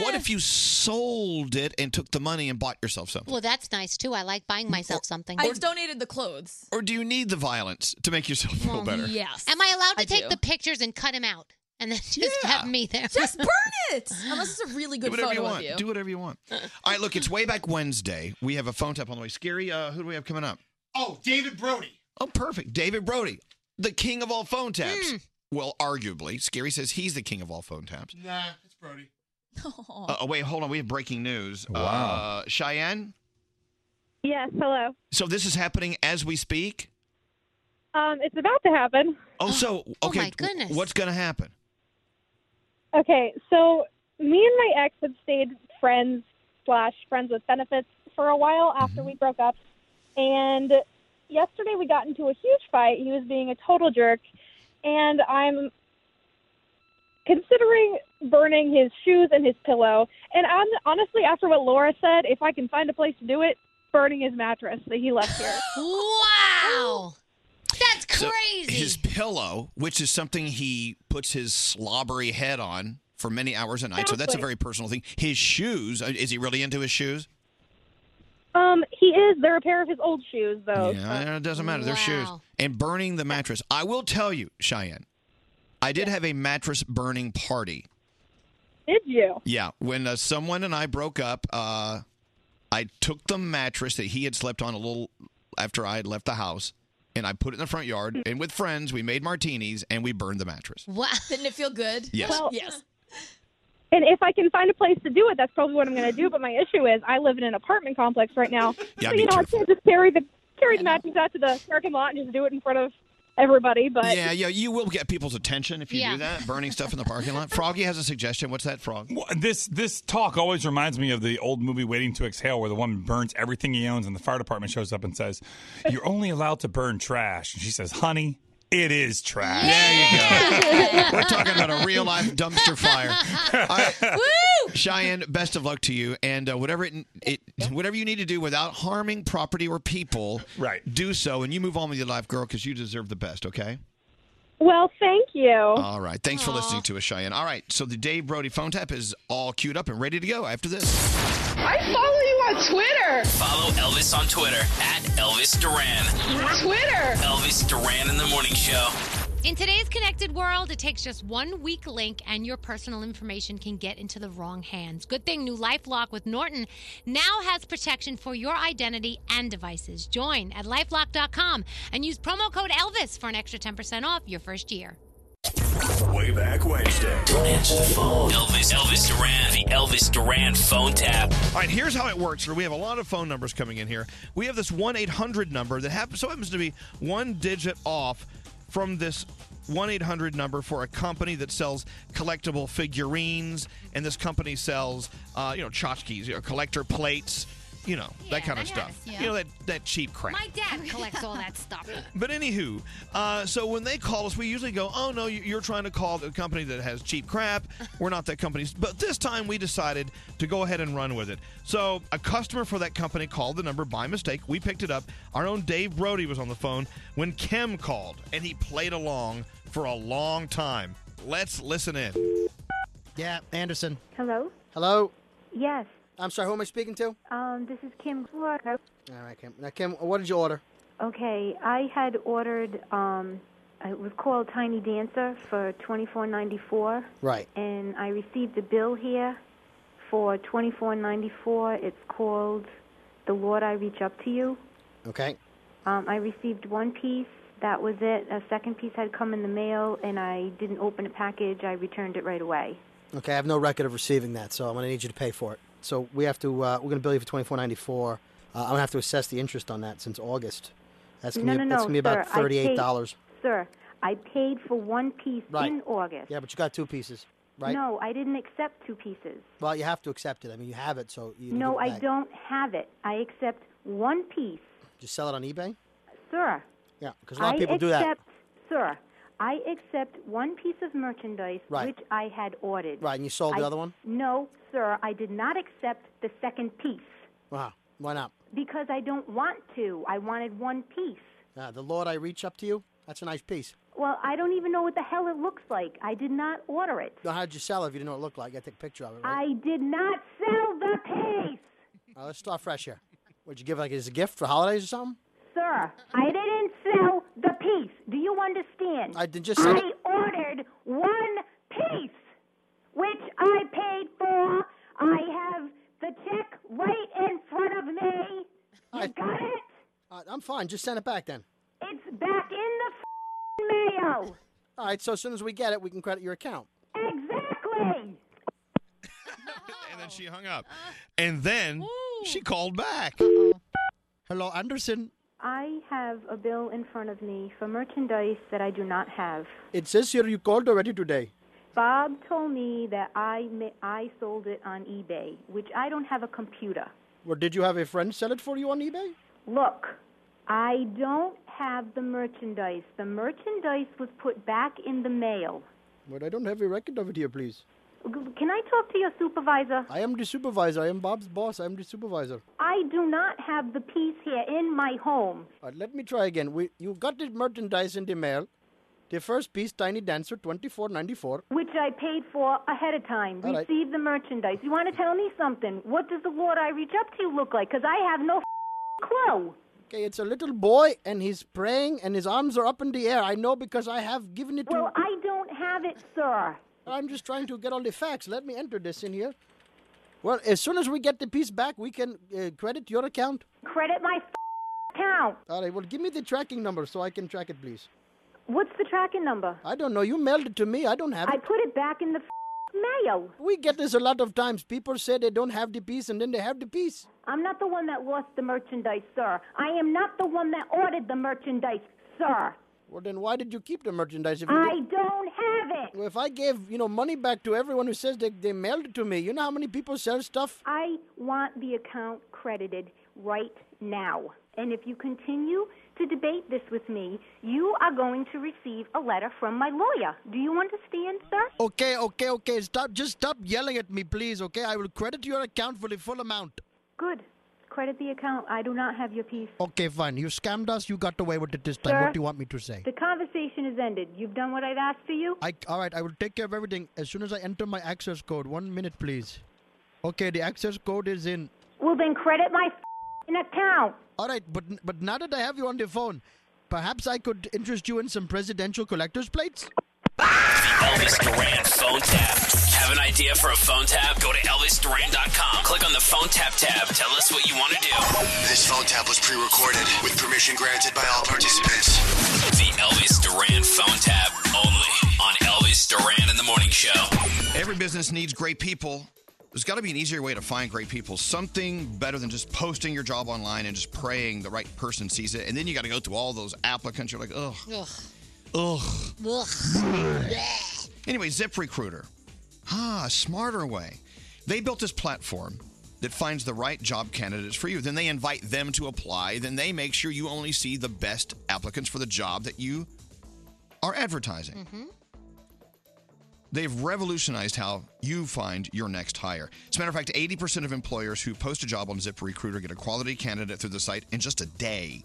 Speaker 3: What if you sold it and took the money and bought yourself something?
Speaker 5: Well, that's nice too. I like buying myself something.
Speaker 6: I donated the clothes.
Speaker 3: Or do you need the violence to make yourself feel better?
Speaker 5: Am I allowed to take
Speaker 6: Oh, do.
Speaker 5: the pictures and cut him out, and then [laughs] just have me there? [laughs]
Speaker 6: Just burn it, unless it's a really
Speaker 3: Do
Speaker 6: good
Speaker 3: whatever
Speaker 6: photo
Speaker 3: you
Speaker 6: of
Speaker 3: want.
Speaker 6: you.
Speaker 3: Do whatever you want. All right, look, it's way back Wednesday. We have a phone tap on the way. Scary, uh, who do we have coming up?
Speaker 9: Oh, David Brody.
Speaker 3: Oh, perfect. David Brody, the king of all phone
Speaker 6: Hmm.
Speaker 3: taps. Well, arguably. Scary says he's the king of all phone taps.
Speaker 9: Nah, it's
Speaker 5: [laughs]
Speaker 9: Brody.
Speaker 3: Uh, oh, wait, hold on. We have breaking news. Wow. Uh, Cheyenne,
Speaker 10: Yes, hello.
Speaker 3: so this is happening as we speak?
Speaker 10: Um, it's about to happen.
Speaker 6: [gasps]
Speaker 3: Oh, so okay.
Speaker 10: my
Speaker 3: w-
Speaker 10: goodness.
Speaker 3: What's going to happen?
Speaker 10: Okay, so me and my ex had stayed friends slash friends with benefits for a while after we broke up, and yesterday we got into a huge fight. He was being a total jerk, and I'm considering burning his shoes and his pillow. And i honestly, after what Laura said, if I can find a place to do it,
Speaker 21: burning his mattress that he left here.
Speaker 22: wow.
Speaker 21: That's
Speaker 3: So his pillow, which is something he puts his slobbery head on for many hours a night. So that's a
Speaker 21: Exactly.
Speaker 3: very personal thing. His shoes. uh, Is he really into his shoes?
Speaker 21: um, he is. They're a pair of his old shoes, though.
Speaker 3: Yeah, it doesn't matter. They're shoes. And burning the mattress. I will tell you, Cheyenne, I did have a mattress burning party.
Speaker 21: Did you?
Speaker 3: Yeah, when uh, someone and I broke up, uh, I took the mattress that he had slept on a little after I had left the house, and I put it in the front yard. And with friends, we made martinis and we burned the mattress.
Speaker 21: [laughs]
Speaker 22: What?
Speaker 23: Didn't it feel good?
Speaker 3: Yes.
Speaker 21: Well-
Speaker 23: yes.
Speaker 21: And if I can find a place to do it, that's probably what I'm going to do. But my issue is I live in an apartment complex right now,
Speaker 3: Yeah,
Speaker 21: so
Speaker 3: be
Speaker 21: you know
Speaker 3: careful.
Speaker 21: I can't just carry the carry the matches out to the parking lot and just do it in front of everybody. But
Speaker 3: yeah, yeah, you will get people's attention if you
Speaker 21: Yeah.
Speaker 3: do that, burning stuff in the parking lot. Froggy has a suggestion. What's that,
Speaker 21: [laughs]
Speaker 3: Frog?
Speaker 7: Well, This this talk always reminds me of the old movie Waiting to Exhale, where the woman burns everything he owns, and the fire department shows up and says, "You're only allowed to burn trash." And she says, "Honey, it is trash."
Speaker 5: [laughs]
Speaker 3: We're talking about a real life dumpster fire. All right. Cheyenne, best of luck to you, and uh, whatever it, it whatever you need to do without harming property or people, right? Do so, and you move on with your life, girl, because you deserve the best. Okay.
Speaker 21: well, thank you.
Speaker 3: All right. Thanks for listening to us, Cheyenne. All right. So the Dave Brody phone tap is all queued up and ready to go after this.
Speaker 24: I follow you on Twitter.
Speaker 2: Follow Elvis on Twitter at Elvis Duran.
Speaker 5: Twitter.
Speaker 2: Elvis Duran in the Morning Show.
Speaker 5: In today's connected world, it takes just one weak link and your personal information can get into the wrong hands. Good thing new LifeLock with Norton now has protection for your identity and devices. Join at lifelock.com and use promo code ELVIS for an extra 10% off your first year.
Speaker 2: Way back Wednesday. Don't answer the phone. Elvis, Elvis Duran, the Elvis Duran phone tap.
Speaker 3: All right, here's how it works. We have a lot of phone numbers coming in here. We have this 1 800 number that happens, so happens to be one digit off from this 1 800 number for a company that sells collectible figurines, and this company sells, uh, you know, tchotchkes, you know, collector plates, you know, that kind of stuff.
Speaker 5: yeah.
Speaker 3: You know, that, that cheap crap.
Speaker 5: My dad collects all
Speaker 6: [laughs]
Speaker 5: that stuff.
Speaker 3: But anywho, uh, so when they call us, we usually go, "Oh no, you- you're trying to call a company that has cheap crap. We're not that company." But this time, we decided to go ahead and run with it. So a customer for that company called the number by mistake. We picked it up. Our own Dave Brody was on the phone when Kim called, and he played along for a long time. Let's listen in.
Speaker 17: Yeah, Anderson.
Speaker 25: Hello?
Speaker 17: Hello.
Speaker 25: Yes.
Speaker 17: I'm sorry. Who am I speaking to?
Speaker 25: Um, this is Kim Flora.
Speaker 17: All right, Kim. Now, Kim, what did you order?
Speaker 25: Okay, I had ordered um it was called Tiny Dancer for twenty four ninety four
Speaker 17: Right.
Speaker 25: and I received a bill here for twenty four ninety four. It's called The Lord I Reach Up to You.
Speaker 17: Okay.
Speaker 25: Um, I received one piece, that was it. A second piece had come in the mail and I didn't open the package, I returned it right away.
Speaker 17: Okay. I have no record of receiving that, so I'm gonna need you to pay for it. So we have to. Uh, we're gonna bill you for twenty four ninety four. Uh, I'm gonna have to assess the interest on that since August. That's gonna
Speaker 25: no,
Speaker 17: be
Speaker 25: no, no,
Speaker 17: that's gonna be about
Speaker 25: sir, I
Speaker 17: thirty eight dollars.
Speaker 25: paid- Sir, I paid for one piece
Speaker 17: Right.
Speaker 25: in August.
Speaker 17: Yeah, but you got two pieces, right?
Speaker 25: No, I didn't accept two pieces.
Speaker 17: Well, you have to accept it. I mean, you have it, so you. can
Speaker 25: no,
Speaker 17: give it
Speaker 25: I
Speaker 17: back.
Speaker 25: don't have it. I accept one piece,
Speaker 17: Did you sell it on eBay?
Speaker 25: sir.
Speaker 17: Yeah, because a lot
Speaker 25: I
Speaker 17: of people do that.
Speaker 25: accept, Sir, I accept one piece of merchandise
Speaker 17: Right.
Speaker 25: which I had ordered.
Speaker 17: Right, and you sold the
Speaker 25: I-
Speaker 17: other one?
Speaker 25: No, sir, I did not accept the second piece
Speaker 17: Wow. Why not?
Speaker 25: because I don't want to. I wanted one piece.
Speaker 17: Yeah, Uh, the Lord I reach up to you. That's a nice piece.
Speaker 25: Well, I don't even know what the hell it looks like. I did not order it.
Speaker 17: Now, how did you sell it if you didn't know what it looked like? I take a picture of it. Right?
Speaker 25: I did not sell the piece,
Speaker 17: All right, let's start fresh here. Would you give it like as a gift for holidays or something?
Speaker 25: sir. I didn't sell the piece. Do you understand?
Speaker 17: I did just say.
Speaker 25: I ordered one piece, which I paid for. I have the check right in front of me. You got it?
Speaker 17: All right, Uh, I'm fine. Just send it back then.
Speaker 25: It's back in the f***ing mail.
Speaker 17: All right. So as soon as we get it, we can credit your account.
Speaker 25: Exactly.
Speaker 3: And then she hung up, and then Hmm. she called back.
Speaker 25: Uh-uh.
Speaker 17: Hello, Anderson.
Speaker 25: I have a bill in front of me for merchandise that I do not have.
Speaker 17: It says here you called already today.
Speaker 25: Bob told me that I ma- I sold it on eBay, which I don't have a computer.
Speaker 17: Well, did you have a friend sell it for you on eBay?
Speaker 25: Look, I don't have the merchandise. The merchandise was put back in the mail.
Speaker 17: But I don't have a record of it here, please.
Speaker 25: Can I talk to your supervisor?
Speaker 26: I am the supervisor. I am Bob's boss. I am the supervisor.
Speaker 25: I do not have the piece here in my home.
Speaker 26: Uh, let me try again. We, you got the merchandise in the mail. The first piece, Tiny Dancer, twenty four ninety four.
Speaker 25: Which I paid for ahead of time.
Speaker 26: All right.
Speaker 25: Receive the merchandise. You want to tell me something? What does the Lord I reach up to you look like? Because I have no clue.
Speaker 26: Okay, it's a little boy and he's praying and his arms are up in the air. I know because I have given it to. Well,
Speaker 25: I don't have it, sir.
Speaker 26: I'm just trying to get all the facts. Let me enter this in here. Well, as soon as we get the piece back, we can uh, credit your account.
Speaker 25: Credit my account.
Speaker 26: All right. Well, give me the tracking number so I can track it, please.
Speaker 25: What's the tracking number?
Speaker 26: I don't know. You mailed it to me. I don't have it.
Speaker 25: I put it back in the mail.
Speaker 26: We get this a lot of times. People say they don't have the piece and then they have the piece.
Speaker 25: I'm not the one that lost the merchandise, sir. I am not the one that ordered the merchandise, sir.
Speaker 26: Well, then why did you keep the merchandise? If you
Speaker 25: I
Speaker 26: did-
Speaker 25: don't have it.
Speaker 26: Well, if I gave you know money back to everyone who says they, they mailed it to me, you know how many people sell stuff?
Speaker 25: I want the account credited right now. And if you continue to debate this with me, you are going to receive a letter from my lawyer. Do you understand, sir?
Speaker 17: Okay, okay, okay. Stop. Just stop yelling at me, please. Okay, I will credit your account for the full amount.
Speaker 25: Good. Credit the account. I do not have your piece.
Speaker 17: Okay, fine. You scammed us. You got away with it this time.
Speaker 25: Sir.
Speaker 17: What do you want me to say?
Speaker 25: The conversation is ended. You've done what I've asked for you.
Speaker 17: I all right. I will take care of everything as soon as I enter my access code. One minute, please. Okay, the access code is in.
Speaker 25: Well, then credit my account.
Speaker 17: All right, but but now that I have you on the phone, perhaps I could interest you in some presidential collector's plates.
Speaker 2: Elvis Duran phone tap. Have an idea for a phone tap? Go to ElvisDuran.com. Click on the phone tap tab. Tell us what you want to do.
Speaker 6: This phone tap was pre-recorded with permission granted by all participants.
Speaker 2: The Elvis Duran phone tap only on Elvis Duran in the Morning Show.
Speaker 3: Every business needs great people. There's got to be an easier way to find great people. Something better than just posting your job online and just praying the right person sees it. And then you got to go through all those applicants. You're like, ugh,
Speaker 5: Ugh.
Speaker 3: ugh.
Speaker 5: Ugh.
Speaker 3: Anyway, ZipRecruiter. Ah, a smarter way. They built this platform that finds the right job candidates for you. Then they invite them to apply. Then they make sure you only see the best applicants for the job that you are advertising. They've revolutionized how you find your next hire. As a matter of fact, 80% of employers who post a job on ZipRecruiter get a quality candidate through the site in just a day.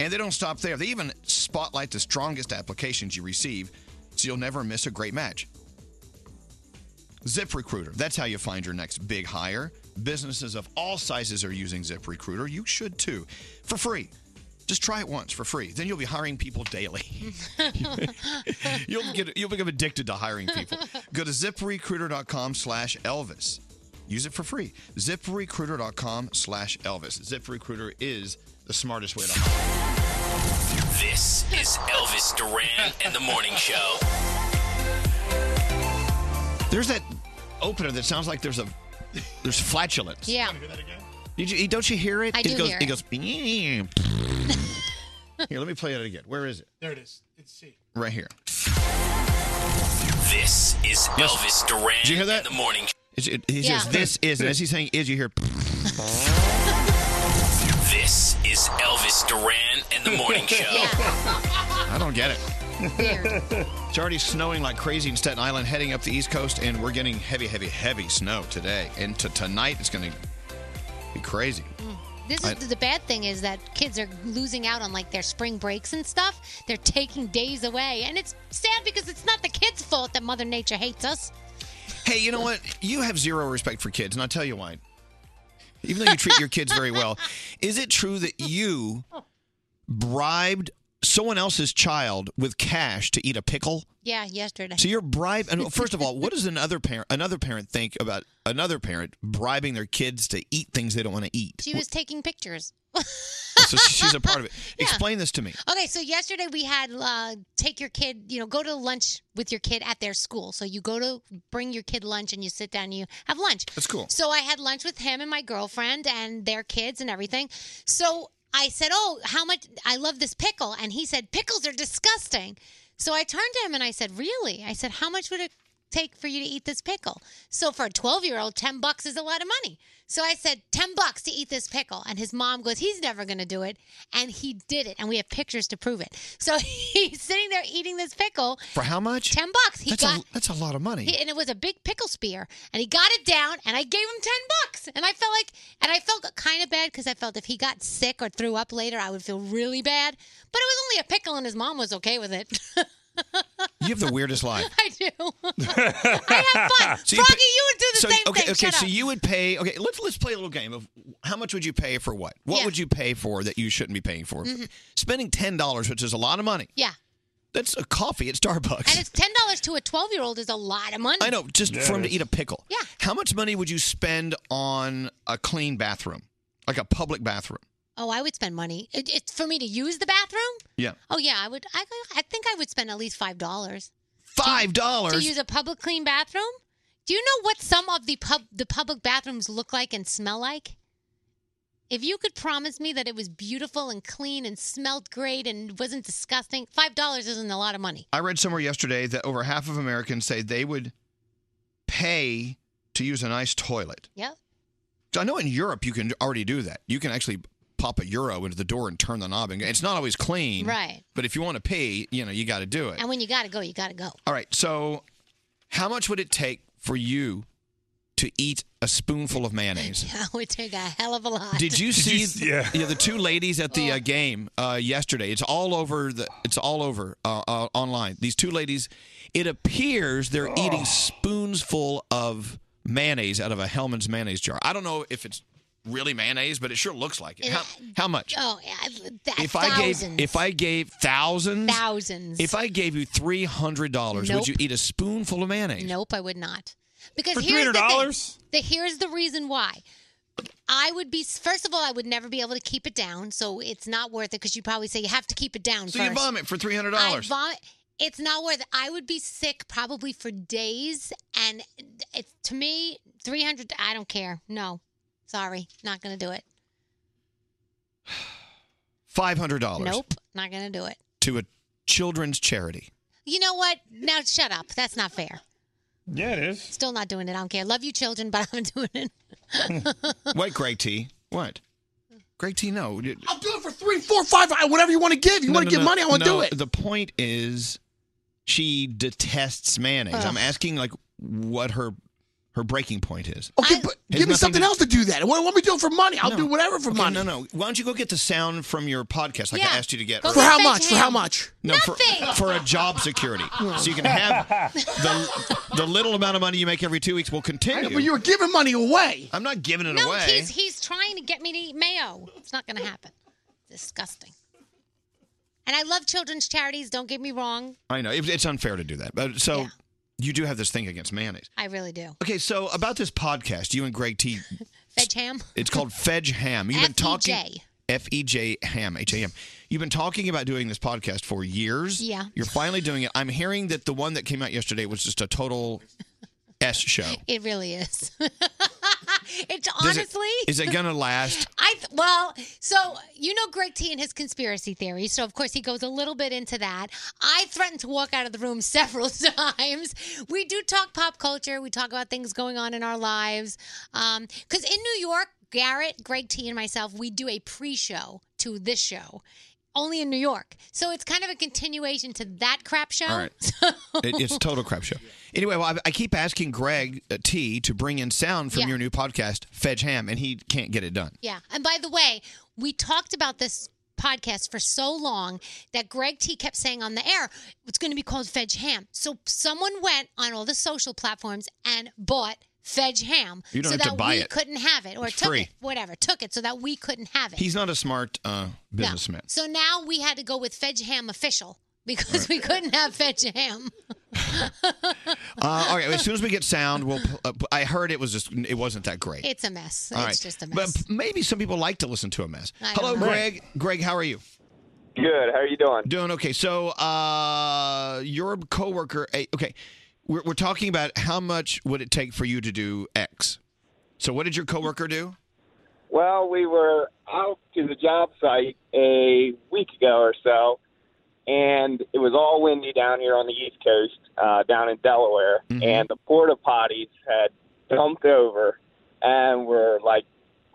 Speaker 3: And they don't stop there. They even spotlight the strongest applications you receive so you'll never miss a great match. ZipRecruiter, that's how you find your next big hire. Businesses of all sizes are using ZipRecruiter. You should too, for free. Just try it once for free. Then you'll be hiring people daily. [laughs] [laughs] you'll get you'll become addicted to hiring people. Go to ziprecruiter.com slash Elvis. Use it for free. Ziprecruiter.com slash Elvis. ZipRecruiter is the smartest way to hire.
Speaker 2: This is Elvis Duran and the Morning Show.
Speaker 3: There's that opener that sounds like there's a there's flatulence.
Speaker 5: Yeah.
Speaker 3: Did you don't you hear it?
Speaker 5: I
Speaker 3: it
Speaker 5: do
Speaker 3: goes
Speaker 5: hear
Speaker 3: it
Speaker 5: it.
Speaker 3: goes [laughs] Here, let me play it again. Where is it?
Speaker 9: There it is. It's C.
Speaker 3: Right here.
Speaker 2: This is Elvis Duran
Speaker 3: Did you hear that?
Speaker 2: and the Morning
Speaker 3: It's- it- he
Speaker 2: Yeah.
Speaker 3: says this is and as he's saying is you
Speaker 5: [laughs]
Speaker 3: hear [laughs]
Speaker 2: This is Elvis Duran and the
Speaker 3: [laughs]
Speaker 2: Morning Show.
Speaker 3: I don't get it. [laughs] it's already snowing like crazy in Staten Island, heading up the East Coast, and we're getting heavy, heavy, heavy snow today. And to tonight, it's going to be crazy.
Speaker 5: This is
Speaker 3: I-
Speaker 5: the bad thing is that kids are losing out on like their spring breaks and stuff. They're taking days away, and it's sad because it's not the kids' fault that Mother Nature hates us.
Speaker 3: Hey, you know what? You have zero respect for kids, and I'll tell you why. Even though you treat your kids very well, is it true that you bribed someone else's child with cash to eat a pickle?
Speaker 5: Yeah, yesterday.
Speaker 3: So you're bribe. and First of all, what does another parent another parent think about another parent bribing their kids to eat things they don't want to eat?
Speaker 5: She was taking pictures.
Speaker 3: [laughs] so she's a part of it. Explain this to me.
Speaker 5: Okay, so yesterday we had uh, take your kid, you know, go to lunch with your kid at their school. So you go to bring your kid lunch and you sit down and you have lunch.
Speaker 27: That's cool.
Speaker 5: So I had lunch with him and my girlfriend and their kids and everything. So I said, Oh, how much? I love this pickle. And he said, Pickles are disgusting. So I turned to him and I said, Really? I said, How much would it take for you to eat this pickle? So for a 12 year old, 10 bucks is a lot of money. So I said, 10 bucks to eat this pickle. And his mom goes, he's never going to do it. And he did it. And we have pictures to prove it. So [laughs] he's sitting there eating this pickle.
Speaker 3: For how much?
Speaker 5: 10 bucks. He
Speaker 3: that's,
Speaker 5: got,
Speaker 3: a, that's a lot of money.
Speaker 5: he- and it was a big pickle spear, and he got it down, and I gave him ten bucks, and I felt like, and I felt kind of bad because I felt if he got sick or threw up later, I would feel really bad. But it was only a pickle, and his mom was okay with it. [laughs]
Speaker 3: you have the weirdest life.
Speaker 5: I do. [laughs]
Speaker 3: I
Speaker 5: have fun.
Speaker 3: [laughs] So
Speaker 5: Froggy,
Speaker 3: pay-
Speaker 5: you would do the
Speaker 3: so,
Speaker 5: same
Speaker 3: okay,
Speaker 5: thing.
Speaker 3: Okay,
Speaker 5: Shut
Speaker 3: so
Speaker 5: up.
Speaker 3: you would pay. Okay, let's let's play a little game of how much would you pay for what? What
Speaker 5: Yeah.
Speaker 3: would you pay for that you shouldn't be paying for?
Speaker 5: Mhm.
Speaker 3: Spending ten dollars, which is a lot of money.
Speaker 5: yeah,
Speaker 3: That's a coffee at Starbucks.
Speaker 5: and it's ten dollars to a twelve-year-old is a lot of money.
Speaker 3: I know, just for him to eat a pickle.
Speaker 5: Yeah.
Speaker 3: How much money would you spend on a clean bathroom, like a public bathroom?
Speaker 5: Oh, I would spend money. It, it's for me to use the bathroom.
Speaker 3: Yeah.
Speaker 5: Oh yeah, I would. I, I think I would spend at least five dollars.
Speaker 3: Five
Speaker 5: to
Speaker 3: dollars.
Speaker 5: use a public clean bathroom. Do you know what some of the pub the public bathrooms look like and smell like? If you could promise me that it was beautiful and clean and smelled great and wasn't disgusting, five dollars isn't a lot of money.
Speaker 3: I read somewhere yesterday that over half of Americans say they would pay to use a nice toilet.
Speaker 5: Yep.
Speaker 3: So I know in Europe you can already do that. You can actually pop a euro into the door and turn the knob, and it's not always clean.
Speaker 5: Right.
Speaker 3: But if you want to pee, you know you got to do it.
Speaker 5: And when you gotta go, you gotta go. [laughs]
Speaker 3: All right. So, how much would it take for you to eat a spoonful of mayonnaise?
Speaker 5: That would take a hell of a lot. [laughs]
Speaker 3: Did you see? yeah. the two ladies at
Speaker 5: Oh.
Speaker 3: the uh, game uh, yesterday. It's all over. The, it's all over uh, uh, online. These two ladies. It appears they're
Speaker 5: Oh.
Speaker 3: eating spoonsful of mayonnaise out of a Hellman's mayonnaise jar. I don't know if it's really mayonnaise, but it sure looks like it. How, how much?
Speaker 5: Oh, I, that,
Speaker 3: if I
Speaker 5: thousands.
Speaker 3: gave if I gave thousands
Speaker 5: thousands.
Speaker 3: if I gave you three hundred dollars,
Speaker 5: Nope.
Speaker 3: would you eat a spoonful of mayonnaise?
Speaker 5: Nope, I would not. Because
Speaker 3: For
Speaker 5: here's the
Speaker 3: $300?
Speaker 5: thing. The, here's the reason why. I would be first of all, I would never be able to keep it down, so it's not worth it. Because you probably say you have to keep it down.
Speaker 3: So you
Speaker 5: first.
Speaker 3: vomit for three hundred
Speaker 5: I
Speaker 3: dollars.
Speaker 5: vomit. It's not worth it. I would be sick probably for days, and it, to me, three hundred. I don't care. No, sorry, not gonna do it.
Speaker 3: Five hundred dollars.
Speaker 5: Nope, not gonna do it.
Speaker 3: To a children's
Speaker 5: [laughs]
Speaker 3: charity.
Speaker 5: You know what? Now shut up. That's not fair.
Speaker 3: Yeah, it is.
Speaker 5: Still not doing it. I don't care. Love you, children, but [laughs] I'm doing it.
Speaker 3: Wait, Greg T.
Speaker 5: [laughs]
Speaker 3: What? Greg T. No. You-
Speaker 12: I'll do it for three, four, five, I- whatever you want to give. You
Speaker 3: No,
Speaker 12: want
Speaker 3: no,
Speaker 12: to give
Speaker 3: no,
Speaker 12: money, I want to
Speaker 3: no,
Speaker 12: do it.
Speaker 3: The point is, she detests mayonnaise. I'm
Speaker 12: Ugh.
Speaker 3: asking like what her her breaking point is.
Speaker 12: Okay, but
Speaker 3: Has
Speaker 12: give me
Speaker 3: nothing
Speaker 12: something
Speaker 3: to-
Speaker 12: else to do that. What, what am I doing for money? I'll
Speaker 3: No.
Speaker 12: do whatever for
Speaker 3: Okay,
Speaker 12: money.
Speaker 3: No, no. Why don't you go get the sound from your podcast, like I asked you to get?
Speaker 12: Go
Speaker 3: earlier?
Speaker 12: For how much? For how much?
Speaker 3: No, for, for a
Speaker 12: [laughs]
Speaker 3: job security, so you can have the the little amount of money you make every two weeks will continue.
Speaker 12: but you were giving money away.
Speaker 3: I'm not giving it
Speaker 5: No,
Speaker 3: away.
Speaker 5: he's he's trying to get me to eat mayo. It's not going to happen. Disgusting. And I love children's charities. Don't get me wrong.
Speaker 3: I know it, it's unfair to do that, but so you do have this thing against mayonnaise.
Speaker 5: I really do.
Speaker 3: Okay, so about this podcast, you and Greg T.
Speaker 5: Veg ham.
Speaker 3: It's
Speaker 5: [laughs]
Speaker 3: called Fedge Ham. You've been talking
Speaker 5: F.E.J..
Speaker 3: F E J Ham H A M. You've been talking about doing this podcast for years.
Speaker 5: Yeah.
Speaker 3: you're finally doing it. I'm hearing that the one that came out yesterday was just a total s show.
Speaker 5: [laughs] It really is. it's
Speaker 3: Does it-
Speaker 5: honestly.
Speaker 3: is it gonna last?
Speaker 5: I th- well, so you know Greg T and his conspiracy theory, so of course he goes a little bit into that. I threatened to walk out of the room [laughs] several times. We do talk pop culture, we talk about things going on in our lives, because in New York, Garrett, Greg T, and myself, we do a pre-show to this show. Only in New York. So it's kind of a continuation to that crap show.
Speaker 3: All right.
Speaker 5: [laughs]
Speaker 3: It, it's a total crap show. Anyway, well, I, I keep asking Greg uh, T to bring in sound from
Speaker 5: Yeah.
Speaker 3: your new podcast, Fedge Ham, and he can't get it done.
Speaker 5: Yeah. And by the way, we talked about this podcast for so long that Greg T kept saying on the air, it's going to be called Fedge Ham. So someone went on all the social platforms and bought Fedge Ham
Speaker 3: You don't
Speaker 5: so
Speaker 3: have to
Speaker 5: that
Speaker 3: buy
Speaker 5: we
Speaker 3: it.
Speaker 5: couldn't have it or
Speaker 3: It's
Speaker 5: took
Speaker 3: free.
Speaker 5: it, whatever, took it so that we couldn't have it.
Speaker 3: He's not a smart uh, businessman.
Speaker 5: so now we had to go with Fedge Ham official because we couldn't have Fedge Ham.
Speaker 3: Uh, all right. As soon as we get sound, we'll. pl- Uh, I heard it was just. It wasn't that great.
Speaker 5: It's a mess.
Speaker 3: All
Speaker 5: it's
Speaker 3: right.
Speaker 5: just
Speaker 3: [laughs]
Speaker 5: a mess.
Speaker 3: But p- maybe some people like to listen to a mess.
Speaker 5: I don't
Speaker 3: Hello,
Speaker 5: know.
Speaker 3: Greg. Greg, how are you?
Speaker 27: Good. How are you doing?
Speaker 3: Doing okay. So, uh, your coworker. eh, Okay, we're, we're talking about how much would it take for you to do X. So, what did your coworker do?
Speaker 27: Well, we were out to the job site a week ago or so,
Speaker 14: and it was all windy down here on the East Coast, uh, down in Delaware, and the porta potties had dumped over and were like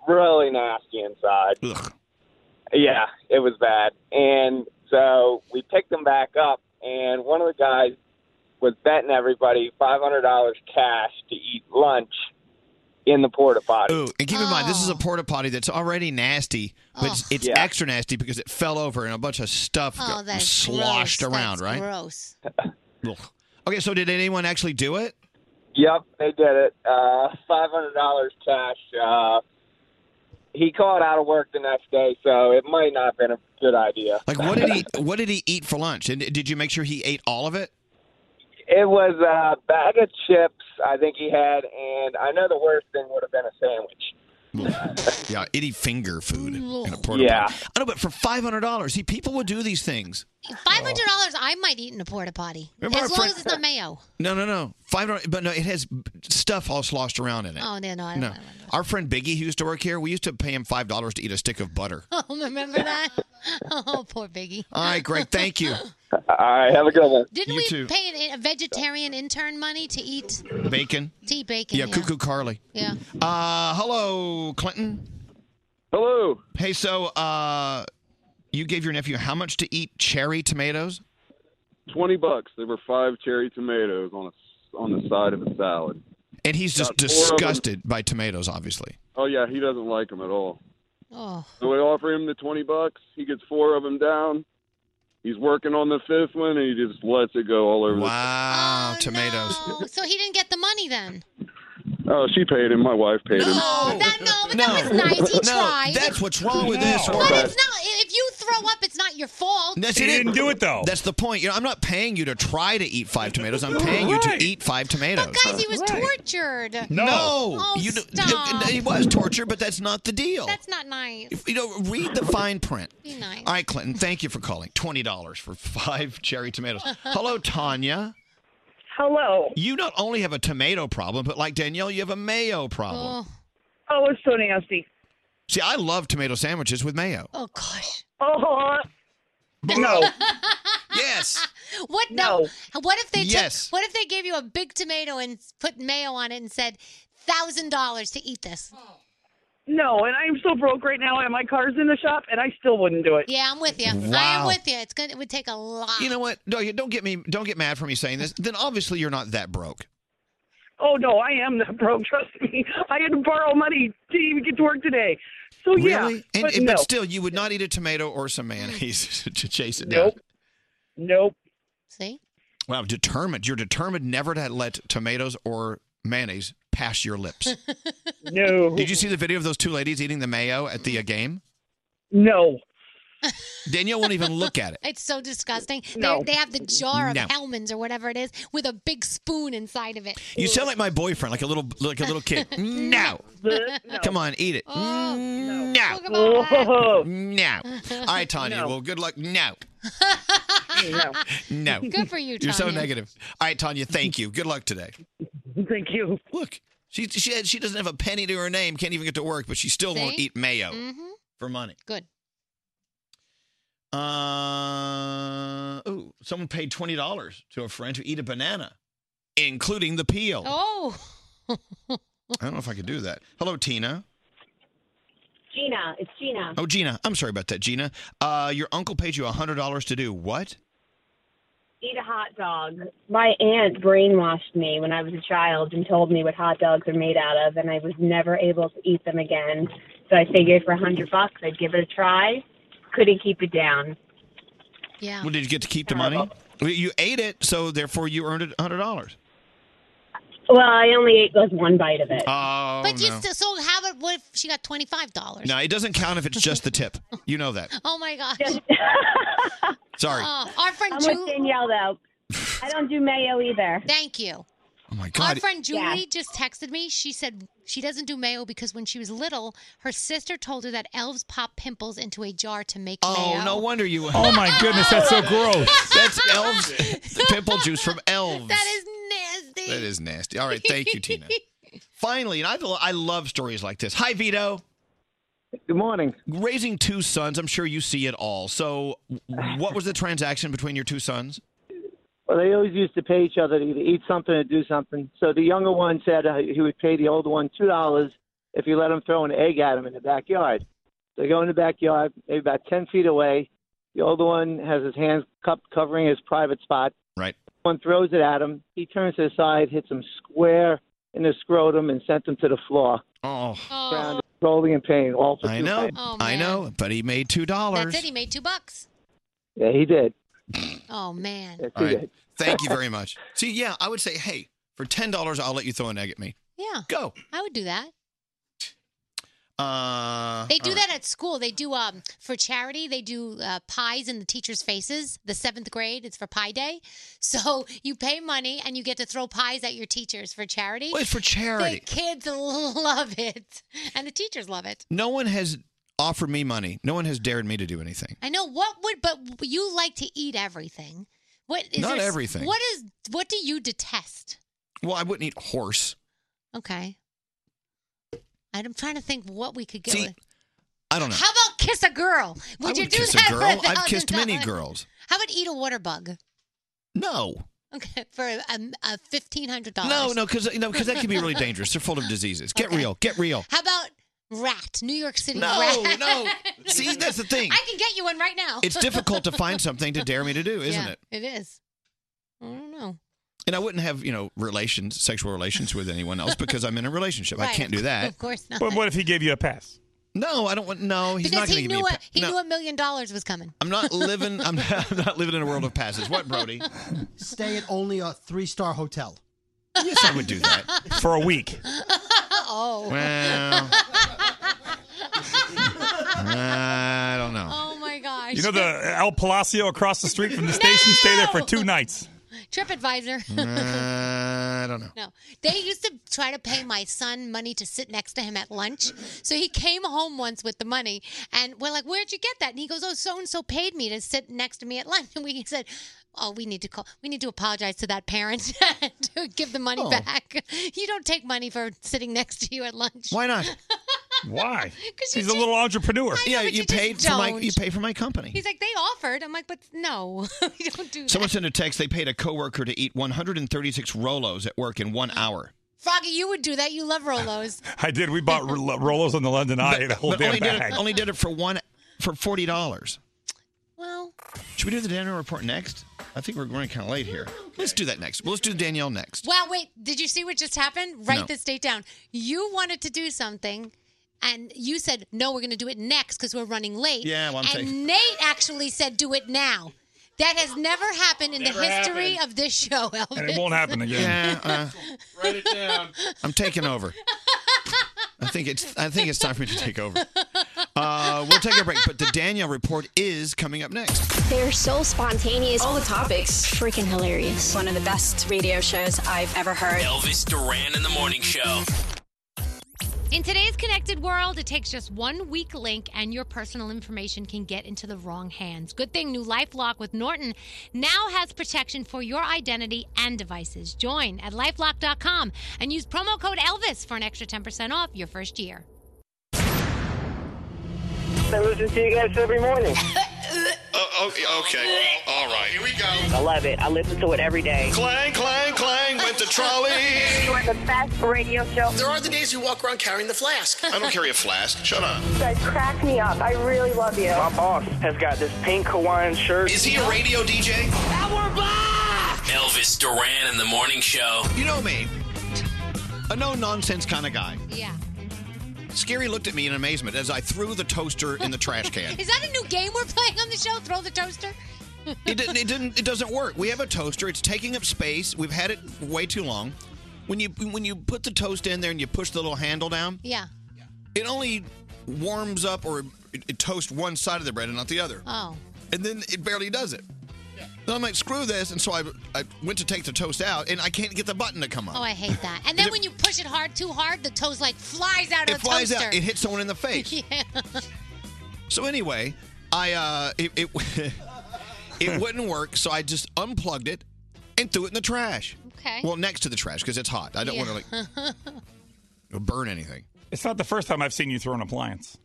Speaker 14: really nasty inside. Yeah, it was bad. And so we picked them back up, and one of the guys was betting everybody $500 cash to eat lunch in the porta potty.
Speaker 3: Ooh, and keep in mind,
Speaker 5: Oh.
Speaker 3: this is a porta potty that's already nasty, but it's, it's extra nasty because it fell over and a bunch of stuff
Speaker 5: Oh,
Speaker 3: got
Speaker 5: that's
Speaker 3: sloshed
Speaker 5: gross.
Speaker 3: around, right?
Speaker 5: That's Gross.
Speaker 3: Ugh. Okay, so did anyone actually do it?
Speaker 14: Yep, they did it. Uh, Five hundred dollars cash. Uh, he called out of work the next day, so it might not have been a good idea.
Speaker 3: Like, what did he what did he eat for lunch? And did you make sure he ate all of it?
Speaker 14: It was a bag of chips, I think he had, and I know the worst thing would have been a sandwich.
Speaker 3: yeah, it'd eat finger food in a porta
Speaker 14: Yeah.
Speaker 3: potty. I know, but for five hundred dollars, see, people will do these things.
Speaker 5: Five hundred dollars, I might eat in a porta potty,
Speaker 3: Oh. Remember
Speaker 5: as
Speaker 3: our
Speaker 5: long
Speaker 3: friend-
Speaker 5: as it's not mayo.
Speaker 3: No, no, no, five dollars. But no, it has stuff all sloshed around in it.
Speaker 5: Oh no, no, I don't.
Speaker 3: no, our friend Biggie, who used to work here, we used to pay him five dollars to eat a stick of butter.
Speaker 5: Oh, remember that? Oh, poor Biggie.
Speaker 3: All right, Greg, thank
Speaker 5: [laughs]
Speaker 3: you.
Speaker 14: All right, have a good one.
Speaker 5: Didn't
Speaker 3: you
Speaker 5: we
Speaker 3: too.
Speaker 5: pay an, a vegetarian intern money to eat
Speaker 3: bacon?
Speaker 5: tea bacon?
Speaker 3: Yeah, Cuckoo Carly.
Speaker 5: Yeah.
Speaker 3: Uh, hello, Clinton.
Speaker 14: Hello.
Speaker 3: Hey, so uh, you gave your nephew how much to eat cherry tomatoes?
Speaker 11: 20 bucks. There were five cherry tomatoes on a, on the side of a salad.
Speaker 3: And he's just
Speaker 11: Got four of 'em.
Speaker 3: disgusted by tomatoes, obviously.
Speaker 11: Oh, yeah, he doesn't like them at all.
Speaker 5: Oh.
Speaker 11: So we offer him the 20 bucks. He gets four of them down. He's working on the fifth one, and he just lets it go all over
Speaker 3: Wow, tomatoes.
Speaker 5: Oh, so he didn't get the money then.
Speaker 11: Oh, she paid him. My wife paid him.
Speaker 5: that no, but
Speaker 3: No.
Speaker 5: that was nice. He
Speaker 3: No,
Speaker 5: tried.
Speaker 3: that's what's wrong with this
Speaker 5: But
Speaker 3: world.
Speaker 5: it's not. If you throw up, it's not your fault.
Speaker 3: That's it. though. That's the point. You know, I'm not paying you to try to eat five tomatoes. I'm paying you to eat five tomatoes.
Speaker 5: Guys, he was
Speaker 3: [laughs]
Speaker 5: tortured.
Speaker 3: no,
Speaker 5: Oh,
Speaker 3: you [laughs] do-
Speaker 5: stop.
Speaker 3: it was torture, but that's not the deal.
Speaker 5: That's not nice.
Speaker 3: you know, read the fine print.
Speaker 5: Be nice.
Speaker 3: All right, Clinton, thank you for calling. Twenty dollars for five [laughs] cherry tomatoes. Hello, Tanya.
Speaker 10: Hello.
Speaker 3: You not only have a tomato problem, but like Danielle, you have a mayo problem.
Speaker 10: Oh, it's so nasty.
Speaker 3: See, I love tomato sandwiches with mayo.
Speaker 5: Oh gosh.
Speaker 10: Oh.
Speaker 3: [laughs] No. yes.
Speaker 5: [laughs] What no? What if they
Speaker 3: Yes.
Speaker 5: took? What if they gave you a big tomato and put mayo on it and said thousand dollars to eat this?
Speaker 10: No, and I am so broke right now, and my car's in the shop, and I still wouldn't do it.
Speaker 5: Yeah, I'm with you. I am
Speaker 3: Wow.
Speaker 5: with you. It's gonna. It would take a lot.
Speaker 3: You know what? No, you don't get me. Don't get mad for me saying this. Then obviously you're not that broke.
Speaker 10: Oh no, I am not broke. [laughs] Trust me, I had to borrow money to even get to work today. So yeah,
Speaker 3: Really? And,
Speaker 10: but
Speaker 3: and-
Speaker 10: no,
Speaker 3: but still, you would not eat a tomato or some mayonnaise [laughs] to chase it down.
Speaker 10: nope.
Speaker 5: See?
Speaker 3: Wow, determined. You're determined never to let tomatoes or mayonnaise pass your lips.
Speaker 10: [laughs] no.
Speaker 3: Did you see the video of those two ladies eating the mayo at the uh, game?
Speaker 10: No.
Speaker 3: Danielle won't even look at it.
Speaker 5: It's so disgusting.
Speaker 3: No.
Speaker 5: They They have the jar of
Speaker 3: No.
Speaker 5: Hellman's or whatever it is with a big spoon inside of it.
Speaker 3: You sound like my boyfriend, like a little like a little
Speaker 10: [laughs]
Speaker 3: kid. No. Come on, eat it.
Speaker 5: Oh.
Speaker 3: Mm. No.
Speaker 10: No.
Speaker 5: [laughs]
Speaker 3: No. All right, Tanya. Well, good luck. No. No.
Speaker 5: Good for you,
Speaker 3: You're so
Speaker 5: Tanya.
Speaker 3: negative. All right, Tanya, thank you. Good luck today.
Speaker 10: Thank you.
Speaker 3: Look, she she she doesn't have a penny to her name, can't even get to work, but she still won't
Speaker 5: See?
Speaker 3: eat mayo
Speaker 5: Mhm.
Speaker 3: for money.
Speaker 5: Good.
Speaker 3: Uh oh, someone paid twenty dollars to a friend to eat a banana, including the peel.
Speaker 5: Oh.
Speaker 3: I don't know if I could do that. Hello, Tina.
Speaker 28: Gina, it's Gina.
Speaker 3: Oh, Gina. I'm sorry about that, Gina. Uh, your uncle paid you hundred dollars to do what?
Speaker 28: Eat a hot dog. My aunt brainwashed me when I was a child and told me what hot dogs are made out of, and I was never able to eat them again. So I figured for a hundred bucks, I'd give it a try. Couldn't keep it down.
Speaker 5: Yeah.
Speaker 3: Well, did you get to keep the money? Well, You ate it, so therefore you earned hundred dollars.
Speaker 28: Well, I only ate like one bite of it.
Speaker 3: Oh
Speaker 5: but you
Speaker 3: no.
Speaker 5: still. So how about what if she got twenty five dollars?
Speaker 3: no, it doesn't count if it's just the tip. You know that.
Speaker 5: Oh my
Speaker 28: [laughs]
Speaker 5: gosh.
Speaker 3: Sorry.
Speaker 5: Oh, our friend
Speaker 28: I'm
Speaker 5: Ju-
Speaker 28: with
Speaker 3: [laughs]
Speaker 28: Danielle though. I don't do mayo either.
Speaker 5: Thank you.
Speaker 3: Oh my
Speaker 5: Our
Speaker 3: God.
Speaker 5: friend Julie
Speaker 28: Yeah.
Speaker 5: just texted me. She said she doesn't do mayo because when she was little, her sister told her that elves pop pimples into a jar to make
Speaker 3: Oh,
Speaker 5: mayo.
Speaker 3: no wonder you.
Speaker 7: Oh my goodness, that's so
Speaker 3: [laughs]
Speaker 7: gross.
Speaker 3: That's elves. Pimple juice from elves.
Speaker 5: That is nasty.
Speaker 3: That is nasty.
Speaker 5: [laughs]
Speaker 3: All right, thank you, Tina. Finally, and I I love stories like this. Hi, Vito. Good morning. Raising two sons, I'm sure you see it all. So, w- what was the transaction between your two sons?
Speaker 13: Well, they always used to pay each other to either eat something or do something. So the younger one said uh, he would pay the older one two dollars if you let him throw an egg at him in the backyard. They go in the backyard, maybe about ten feet away. The older one has his hands cup covering his private spot.
Speaker 3: Right.
Speaker 13: One throws it at him. He turns to the side, hits him square in the scrotum, and sent him to the floor.
Speaker 3: Oh.
Speaker 13: Grounded, rolling in pain. All for
Speaker 3: I
Speaker 13: two
Speaker 3: know,
Speaker 13: cents.
Speaker 3: I
Speaker 5: Uh,
Speaker 3: know, but he made two dollars.
Speaker 5: Oh, That's it. He made two bucks.
Speaker 13: Yeah, he did.
Speaker 5: Oh man.
Speaker 3: All right. Thank you very much. See, yeah, I would say, hey, for ten dollars, I'll let you throw an egg at me.
Speaker 5: Yeah.
Speaker 3: Go.
Speaker 5: I would do that.
Speaker 3: Uh,
Speaker 5: They do
Speaker 3: all right.
Speaker 5: that at school. They do um for charity. They do uh, pies in the teachers' faces. The seventh grade, it's for Pie Day. [laughs] So you pay money and you get to throw pies at your teachers for charity.
Speaker 3: Well, it's for charity.
Speaker 5: The kids love it, and the teachers love it.
Speaker 3: No one has offered me money. No one has dared me to do anything.
Speaker 5: I know what would, but you like to eat everything. What is
Speaker 3: Not
Speaker 5: there-
Speaker 3: everything.
Speaker 5: What is what do you detest?
Speaker 3: Well, I wouldn't eat horse.
Speaker 5: Okay, I'm trying to think what we could get.
Speaker 3: See,
Speaker 5: with.
Speaker 3: I don't know.
Speaker 5: How about kiss a girl? Would,
Speaker 3: I would
Speaker 5: you do
Speaker 3: kiss
Speaker 5: that? [laughs]
Speaker 3: a
Speaker 5: for
Speaker 3: girl. I've kissed
Speaker 5: $1,000?
Speaker 3: many girls.
Speaker 5: How about eat a water bug? [laughs]
Speaker 3: No.
Speaker 5: Okay, for um, uh, fifteen hundred dollars.
Speaker 3: No, no, because no, because that can be really dangerous. They're full of diseases. Get real. Get real.
Speaker 5: [laughs] How about rat? New York City
Speaker 3: No,
Speaker 5: rat. [laughs]
Speaker 3: no. See, that's the thing.
Speaker 5: I can get you one right now.
Speaker 3: It's difficult to
Speaker 5: [laughs]
Speaker 3: find something to dare me to do, isn't
Speaker 5: Yeah,
Speaker 3: it?
Speaker 5: It is. I don't know.
Speaker 3: And I wouldn't have you know relations, sexual relations with anyone else because I'm in a relationship. I
Speaker 5: Right. [laughs]
Speaker 3: can't do that.
Speaker 5: Of course not.
Speaker 7: But what if he gave you a pass?
Speaker 3: No, I don't want. No, he's not going
Speaker 5: because
Speaker 3: to
Speaker 5: he
Speaker 3: give me.
Speaker 5: knew
Speaker 3: A,
Speaker 5: a,
Speaker 3: pa-
Speaker 5: he
Speaker 3: no,
Speaker 5: knew a million dollars was coming. [laughs]
Speaker 3: I'm not living. I'm, [laughs] I'm not living in a world of passes. What, Brody?
Speaker 17: Stay at only a three star hotel.
Speaker 3: Yes, I would do that
Speaker 7: for a week.
Speaker 5: oh.
Speaker 3: Well, I don't know.
Speaker 5: Oh my gosh.
Speaker 7: You know the El Palacio across the street from the station? Stay there for two nights.
Speaker 5: [laughs]
Speaker 3: [laughs]
Speaker 5: TripAdvisor.
Speaker 3: I don't know.
Speaker 5: [laughs] No, they used to try to pay my son money to sit next to him at lunch. So he came home once with the money, and we're like, "Where'd you get that?" And he goes, "Oh, so and so paid me to sit next to me at lunch." [laughs] And we said, "Oh, we need to call. We need to apologize to that parent [laughs] to give the money
Speaker 3: Oh.
Speaker 5: back. [laughs] You don't take money for sitting next to you at lunch.
Speaker 3: Why not?
Speaker 5: [laughs]
Speaker 7: Why?
Speaker 5: Because
Speaker 7: he's a little entrepreneur.
Speaker 3: yeah, you, paid for my
Speaker 5: don't.
Speaker 3: you paid for my company.
Speaker 5: [laughs] He's like, they offered. I'm like, but no, [laughs] we don't do that.
Speaker 3: Someone sent a text. They paid a coworker to eat 136 Rolos at work in one hour.
Speaker 5: Froggy, you would do that. You
Speaker 3: [laughs]
Speaker 5: love Rolos.
Speaker 7: I did. We bought Ro- Rolos on the London Eye, the whole
Speaker 3: But
Speaker 7: damn
Speaker 3: only did,
Speaker 7: bag.
Speaker 3: it, only did it for one for forty dollars.
Speaker 5: Well,
Speaker 3: Should we do the Danielle report next? I think we're running kind of late here. Let's do that next. Well, let's do Danielle next.
Speaker 5: Wow, wait, did you see what just happened? Write
Speaker 3: No.
Speaker 5: this date down. You wanted to do something, and you said, no, we're going to do it next because we're running late.
Speaker 3: Yeah, well, I'm
Speaker 5: And
Speaker 3: saying-
Speaker 5: Nate actually said, do it now. That has never happened in
Speaker 7: Never
Speaker 5: the history of this show, Elvis.
Speaker 7: And it won't happen
Speaker 5: [laughs]
Speaker 7: again.
Speaker 3: Yeah, uh, I'm taking over. I think it's I think it's time for me to take over. Uh, we'll take a break, but the Danielle report is coming up next.
Speaker 15: They're so spontaneous. All the topics. Freaking hilarious. One of the best radio shows I've ever heard.
Speaker 2: Elvis Duran in the morning show.
Speaker 4: In today's connected world, it takes just one weak link and your personal information can get into the wrong hands. Good thing new LifeLock with Norton now has protection for your identity and devices. Join at lifelock.com and use promo code Elvis for an extra 10% off your first year.
Speaker 16: I listen to you guys
Speaker 3: [laughs]
Speaker 16: every morning.
Speaker 3: okay, Oh, okay. All right. Here we go.
Speaker 16: I love it. I listen to it every day.
Speaker 3: Clang, clang, clang with
Speaker 16: [laughs]
Speaker 3: the trolley.
Speaker 16: You are the best radio show.
Speaker 12: There are the days you walk around carrying the flask.
Speaker 16: I
Speaker 12: [laughs]
Speaker 16: don't
Speaker 3: carry a flask. Shut up.
Speaker 16: You guys crack me up. I really love you. My boss has got this pink Hawaiian shirt.
Speaker 3: Is he a radio DJ?
Speaker 16: Our boss!
Speaker 2: Elvis Duran in the morning show.
Speaker 3: You know me, a no nonsense kind of guy.
Speaker 5: Yeah.
Speaker 3: Scary looked at me in amazement as I threw the toaster in the trash
Speaker 5: [laughs]
Speaker 3: can.
Speaker 4: [laughs]
Speaker 5: Is that a new game we're playing on the show? Throw the toaster?
Speaker 3: It didn't. It didn't. It doesn't work. We have a toaster. It's taking up space. We've had it way too long. When you when you put the toast in there and you push the little handle down,
Speaker 5: Yeah.
Speaker 3: it only warms up or it, it toasts one side of the bread and not the other.
Speaker 5: Oh.
Speaker 3: And then it barely does it. Then I'm like, screw this, and so I, I went to take the toast out, and I can't get the button to come up.
Speaker 5: Oh, I hate that. And then when you push it hard, too hard, the toes like flies out of
Speaker 3: it
Speaker 5: the
Speaker 3: flies
Speaker 5: toaster.
Speaker 3: out. It hits someone in the
Speaker 4: [laughs]
Speaker 3: face.
Speaker 5: Yeah.
Speaker 3: So anyway, I uh, it it, [laughs] it wouldn't work, so I just unplugged it and threw it in the trash.
Speaker 5: Okay.
Speaker 3: Well, next to the trash because it's hot. I don't want to like burn anything.
Speaker 7: It's not the first time I've seen you throw an appliance.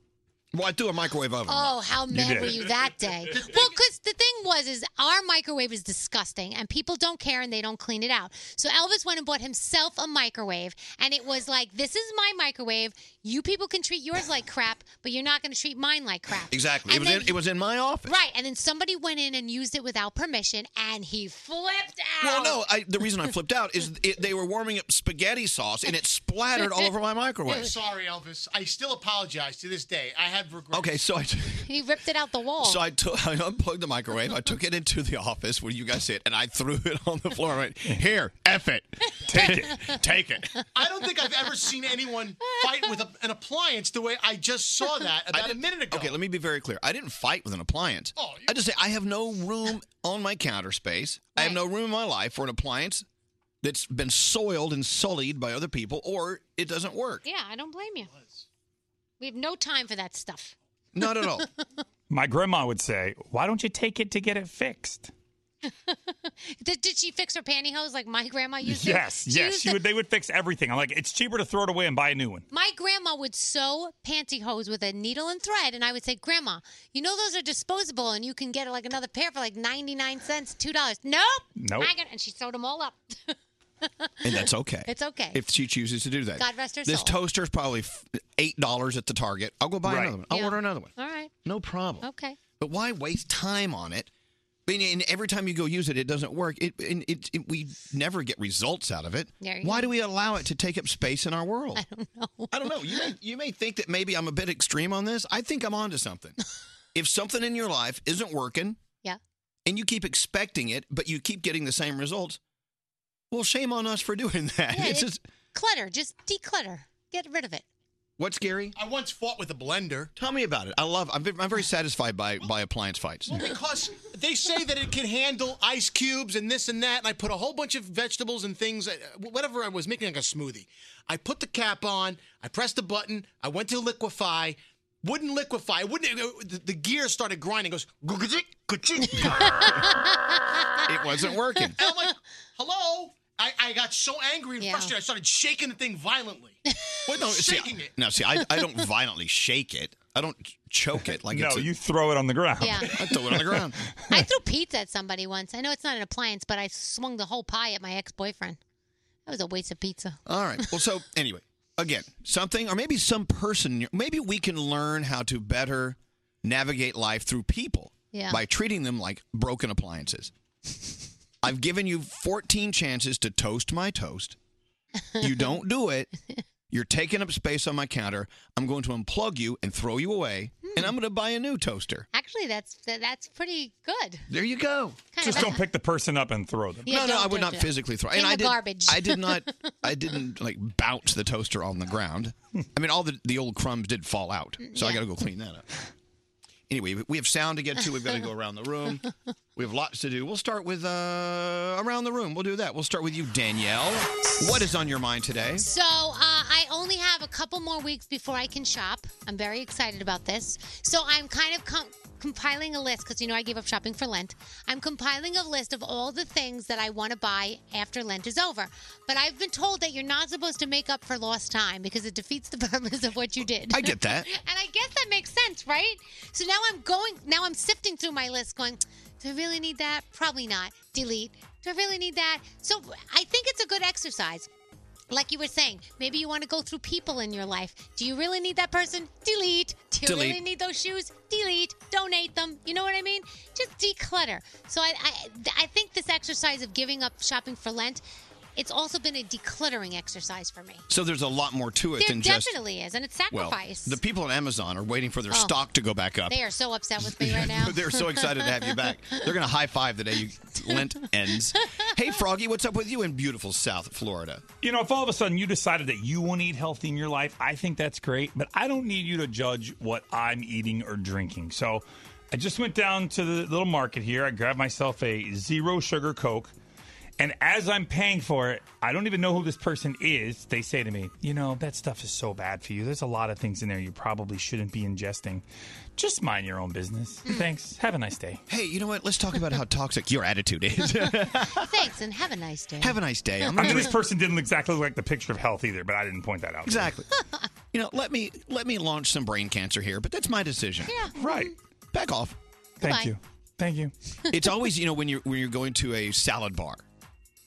Speaker 3: Well, I threw a microwave oven.
Speaker 5: Oh, how
Speaker 3: You
Speaker 5: mad
Speaker 3: did.
Speaker 5: were you that
Speaker 3: [laughs]
Speaker 5: day? Well, because the thing was, is our microwave is disgusting, and people don't care and they don't clean it out. So Elvis went and bought himself a microwave, and it was like, "This is my microwave. You people can treat yours like crap, but you're not going to treat mine like crap."
Speaker 3: Exactly. it
Speaker 5: And
Speaker 3: was
Speaker 5: then-
Speaker 3: in, it was in my office.
Speaker 5: Right, and then somebody went in and used it without permission, and he flipped
Speaker 3: Well,
Speaker 5: out.
Speaker 3: no. I, the reason I flipped out
Speaker 5: [laughs]
Speaker 3: is it, they were warming up spaghetti sauce and it splattered all over my
Speaker 9: I'm [laughs]
Speaker 3: microwave.
Speaker 5: [laughs]
Speaker 9: sorry, Elvis. I still apologize to this day. I have regrets. [laughs]
Speaker 3: Okay, so I
Speaker 5: He ripped it out the wall.
Speaker 3: so I took I unplugged the microwave. I took it into the office where you guys sit, and I threw it on the floor. I went here, f it, take it, take it.
Speaker 9: I don't think I've ever seen anyone fight with a, an appliance the way I just
Speaker 3: [laughs]
Speaker 9: saw that about a minute ago.
Speaker 3: Okay, let me be very clear. I didn't fight with an appliance.
Speaker 5: Oh,
Speaker 3: I just say I have no room on my counter space. I have no room in my life for an appliance that's been soiled and sullied by other people, or it doesn't
Speaker 5: [laughs]
Speaker 3: work.
Speaker 5: Yeah, I don't blame you. We have no time for that stuff.
Speaker 3: Not at all.
Speaker 7: [laughs] My grandma would say, "Why don't you take it to get it fixed?"
Speaker 5: Did, did she fix her pantyhose like my grandma
Speaker 7: [laughs]
Speaker 5: used to?
Speaker 7: Yes,
Speaker 5: She
Speaker 7: yes.
Speaker 5: used
Speaker 7: She
Speaker 5: to-
Speaker 7: would. They would fix everything. I'm like, it's cheaper to throw it away and buy a new one.
Speaker 5: My grandma would sew pantyhose with a needle and thread, and I would say, Grandma, you know those are disposable, and you can get like another pair for like ninety nine cents, two dollars. Nope,
Speaker 3: Nope.
Speaker 5: I got- and she sewed them all up.
Speaker 3: And that's okay.
Speaker 5: It's okay.
Speaker 3: If she chooses to do that.
Speaker 5: God rest her
Speaker 3: This
Speaker 5: soul.
Speaker 3: toaster is probably f- $8 at the Target. I'll go buy
Speaker 7: Right.
Speaker 3: another one. I'll
Speaker 5: Yeah.
Speaker 3: order another one.
Speaker 5: [laughs] all right,
Speaker 3: No problem.
Speaker 5: okay.
Speaker 3: But why waste time on it? I mean, and every time you go use it, it doesn't work. It, and it, it we never get results out of it.
Speaker 5: There you
Speaker 3: Why
Speaker 5: go.
Speaker 3: do we allow it to take up space in our
Speaker 5: [laughs]
Speaker 3: world? I don't know. I don't know. You may, you may think that maybe I'm a bit extreme on this. I think I'm onto
Speaker 5: [laughs]
Speaker 3: something. if something in your life isn't working,
Speaker 5: Yeah.
Speaker 3: and you keep expecting it, but you keep getting the same results, well, shame on us for doing that.
Speaker 5: Yeah,
Speaker 3: it's
Speaker 5: it-
Speaker 3: just
Speaker 5: Clutter, just declutter, get rid
Speaker 3: [laughs]
Speaker 5: of it.
Speaker 3: what's scary.
Speaker 9: I once fought with a blender.
Speaker 3: Tell me about it. I love. I'm, ve- I'm very satisfied by by appliance fights.
Speaker 9: Well, because they say that it can handle ice cubes and this and that, and I put a whole bunch of vegetables and things, uh, whatever I was making like a smoothie. I put the cap on, I pressed the button, I went to liquefy, wouldn't liquefy, it wouldn't. it- the, the gear started grinding. It goes. [laughs] "Guguzik, guguzik."
Speaker 3: It wasn't working.
Speaker 9: [laughs] And I'm like, hello. I, I got so angry and frustrated, I started shaking the thing violently. What
Speaker 3: No, see,
Speaker 9: shaking it?
Speaker 3: Now, see, I, I don't [laughs] violently shake it. I don't ch- choke it like
Speaker 7: no,
Speaker 3: it's. a-
Speaker 7: you throw it on the ground.
Speaker 5: Yeah.
Speaker 3: [laughs] I throw it on the ground.
Speaker 5: I threw pizza at somebody once. I know it's not an appliance, but I swung the whole pie at my ex boyfriend. That was a waste of pizza.
Speaker 3: All right. Well, so anyway, again, something, or maybe some person, maybe we can learn how to better navigate life through people
Speaker 18: Yeah.
Speaker 3: by treating them like broken appliances. I've given you 14 chances to toast my toast. You don't do it. You're taking up space on my counter. I'm going to unplug you and throw you away, and I'm going to buy a new toaster.
Speaker 5: Actually, that's that, that's pretty good.
Speaker 3: There you go.
Speaker 5: Kind
Speaker 7: Just [laughs]
Speaker 5: of-
Speaker 7: don't pick the person up and throw them.
Speaker 3: no,
Speaker 5: Yeah,
Speaker 3: no,
Speaker 5: don't-
Speaker 3: I would
Speaker 5: don't
Speaker 3: not
Speaker 5: do that.
Speaker 3: physically throw.
Speaker 5: In
Speaker 3: I
Speaker 5: the
Speaker 3: did,
Speaker 5: garbage.
Speaker 3: I did
Speaker 5: [laughs]
Speaker 3: not. I didn't like bounce the toaster on the ground. I mean, all the the old crumbs did fall out, so I got to go clean that up. Anyway, we have sound to get to. We've got to go around the room. We have lots to do. We'll start with uh, around the room. We'll do that. We'll start with you, Danielle. What is on your mind today?
Speaker 5: So uh, I only have a couple more weeks before I can shop. I'm very excited about this. So I'm kind of com- compiling a list because you know I gave up shopping for Lent. I'm compiling a list of all the things that I want to buy after Lent is over. But I've been told that you're not supposed to make up for lost time because it defeats the [laughs] purpose of what you did.
Speaker 3: I get that.
Speaker 5: [laughs] And I guess that makes sense, right? So now I'm going, now I'm sifting through my list going, do I really need that? Probably not. Delete. Do I really need that? So I think it's a good exercise. Like you were saying, maybe you want to go through people in your life. Do you really need that person? Delete. Do you
Speaker 18: Delete.
Speaker 5: really need those shoes? Delete. Donate them. You know what I mean? Just declutter. So I, I, I think this exercise of giving up shopping for Lent, it's also been a decluttering exercise for me.
Speaker 3: So there's a lot more to it
Speaker 5: There
Speaker 3: than just
Speaker 5: definitely is, and it's
Speaker 3: well,
Speaker 5: sacrifice.
Speaker 3: the people on Amazon are waiting for their
Speaker 5: Oh.
Speaker 3: stock to go back up.
Speaker 5: They are so upset with me right now.
Speaker 3: [laughs] They're so excited to have you back. They're going to high five the day you Lent ends. Hey, Froggy, what's up with you in beautiful South
Speaker 7: [laughs]
Speaker 3: Florida?
Speaker 7: You know, if all of a sudden you decided that you want to eat healthy in your life, I think that's great, but I don't need you to judge what I'm eating or drinking. So I just went down to the little market here. I grabbed myself a zero sugar Coke And as I'm paying for it, I don't even know who this person is. They say to me, You know, that stuff is so bad for you. There's a lot of things in there you probably shouldn't be ingesting. Just mind your own business. Thanks. Have a nice day.
Speaker 3: Hmm. Hey, you know what? Let's talk about how toxic your attitude
Speaker 7: [laughs]
Speaker 3: is.
Speaker 5: [laughs] Thanks, and have a nice day.
Speaker 3: Have a nice day.
Speaker 7: I
Speaker 5: [laughs]
Speaker 3: I'm
Speaker 7: mean,
Speaker 3: gonna
Speaker 7: this
Speaker 3: drink-
Speaker 7: person didn't exactly look like the picture of health either, but I didn't point that out.
Speaker 3: Exactly. you know, let me let me launch some brain cancer here, but that's my decision.
Speaker 5: Yeah.
Speaker 7: Right.
Speaker 3: Back off.
Speaker 7: Thank you. Thank
Speaker 3: [laughs]
Speaker 7: you.
Speaker 3: it's always you know when you're when you're going to a salad bar,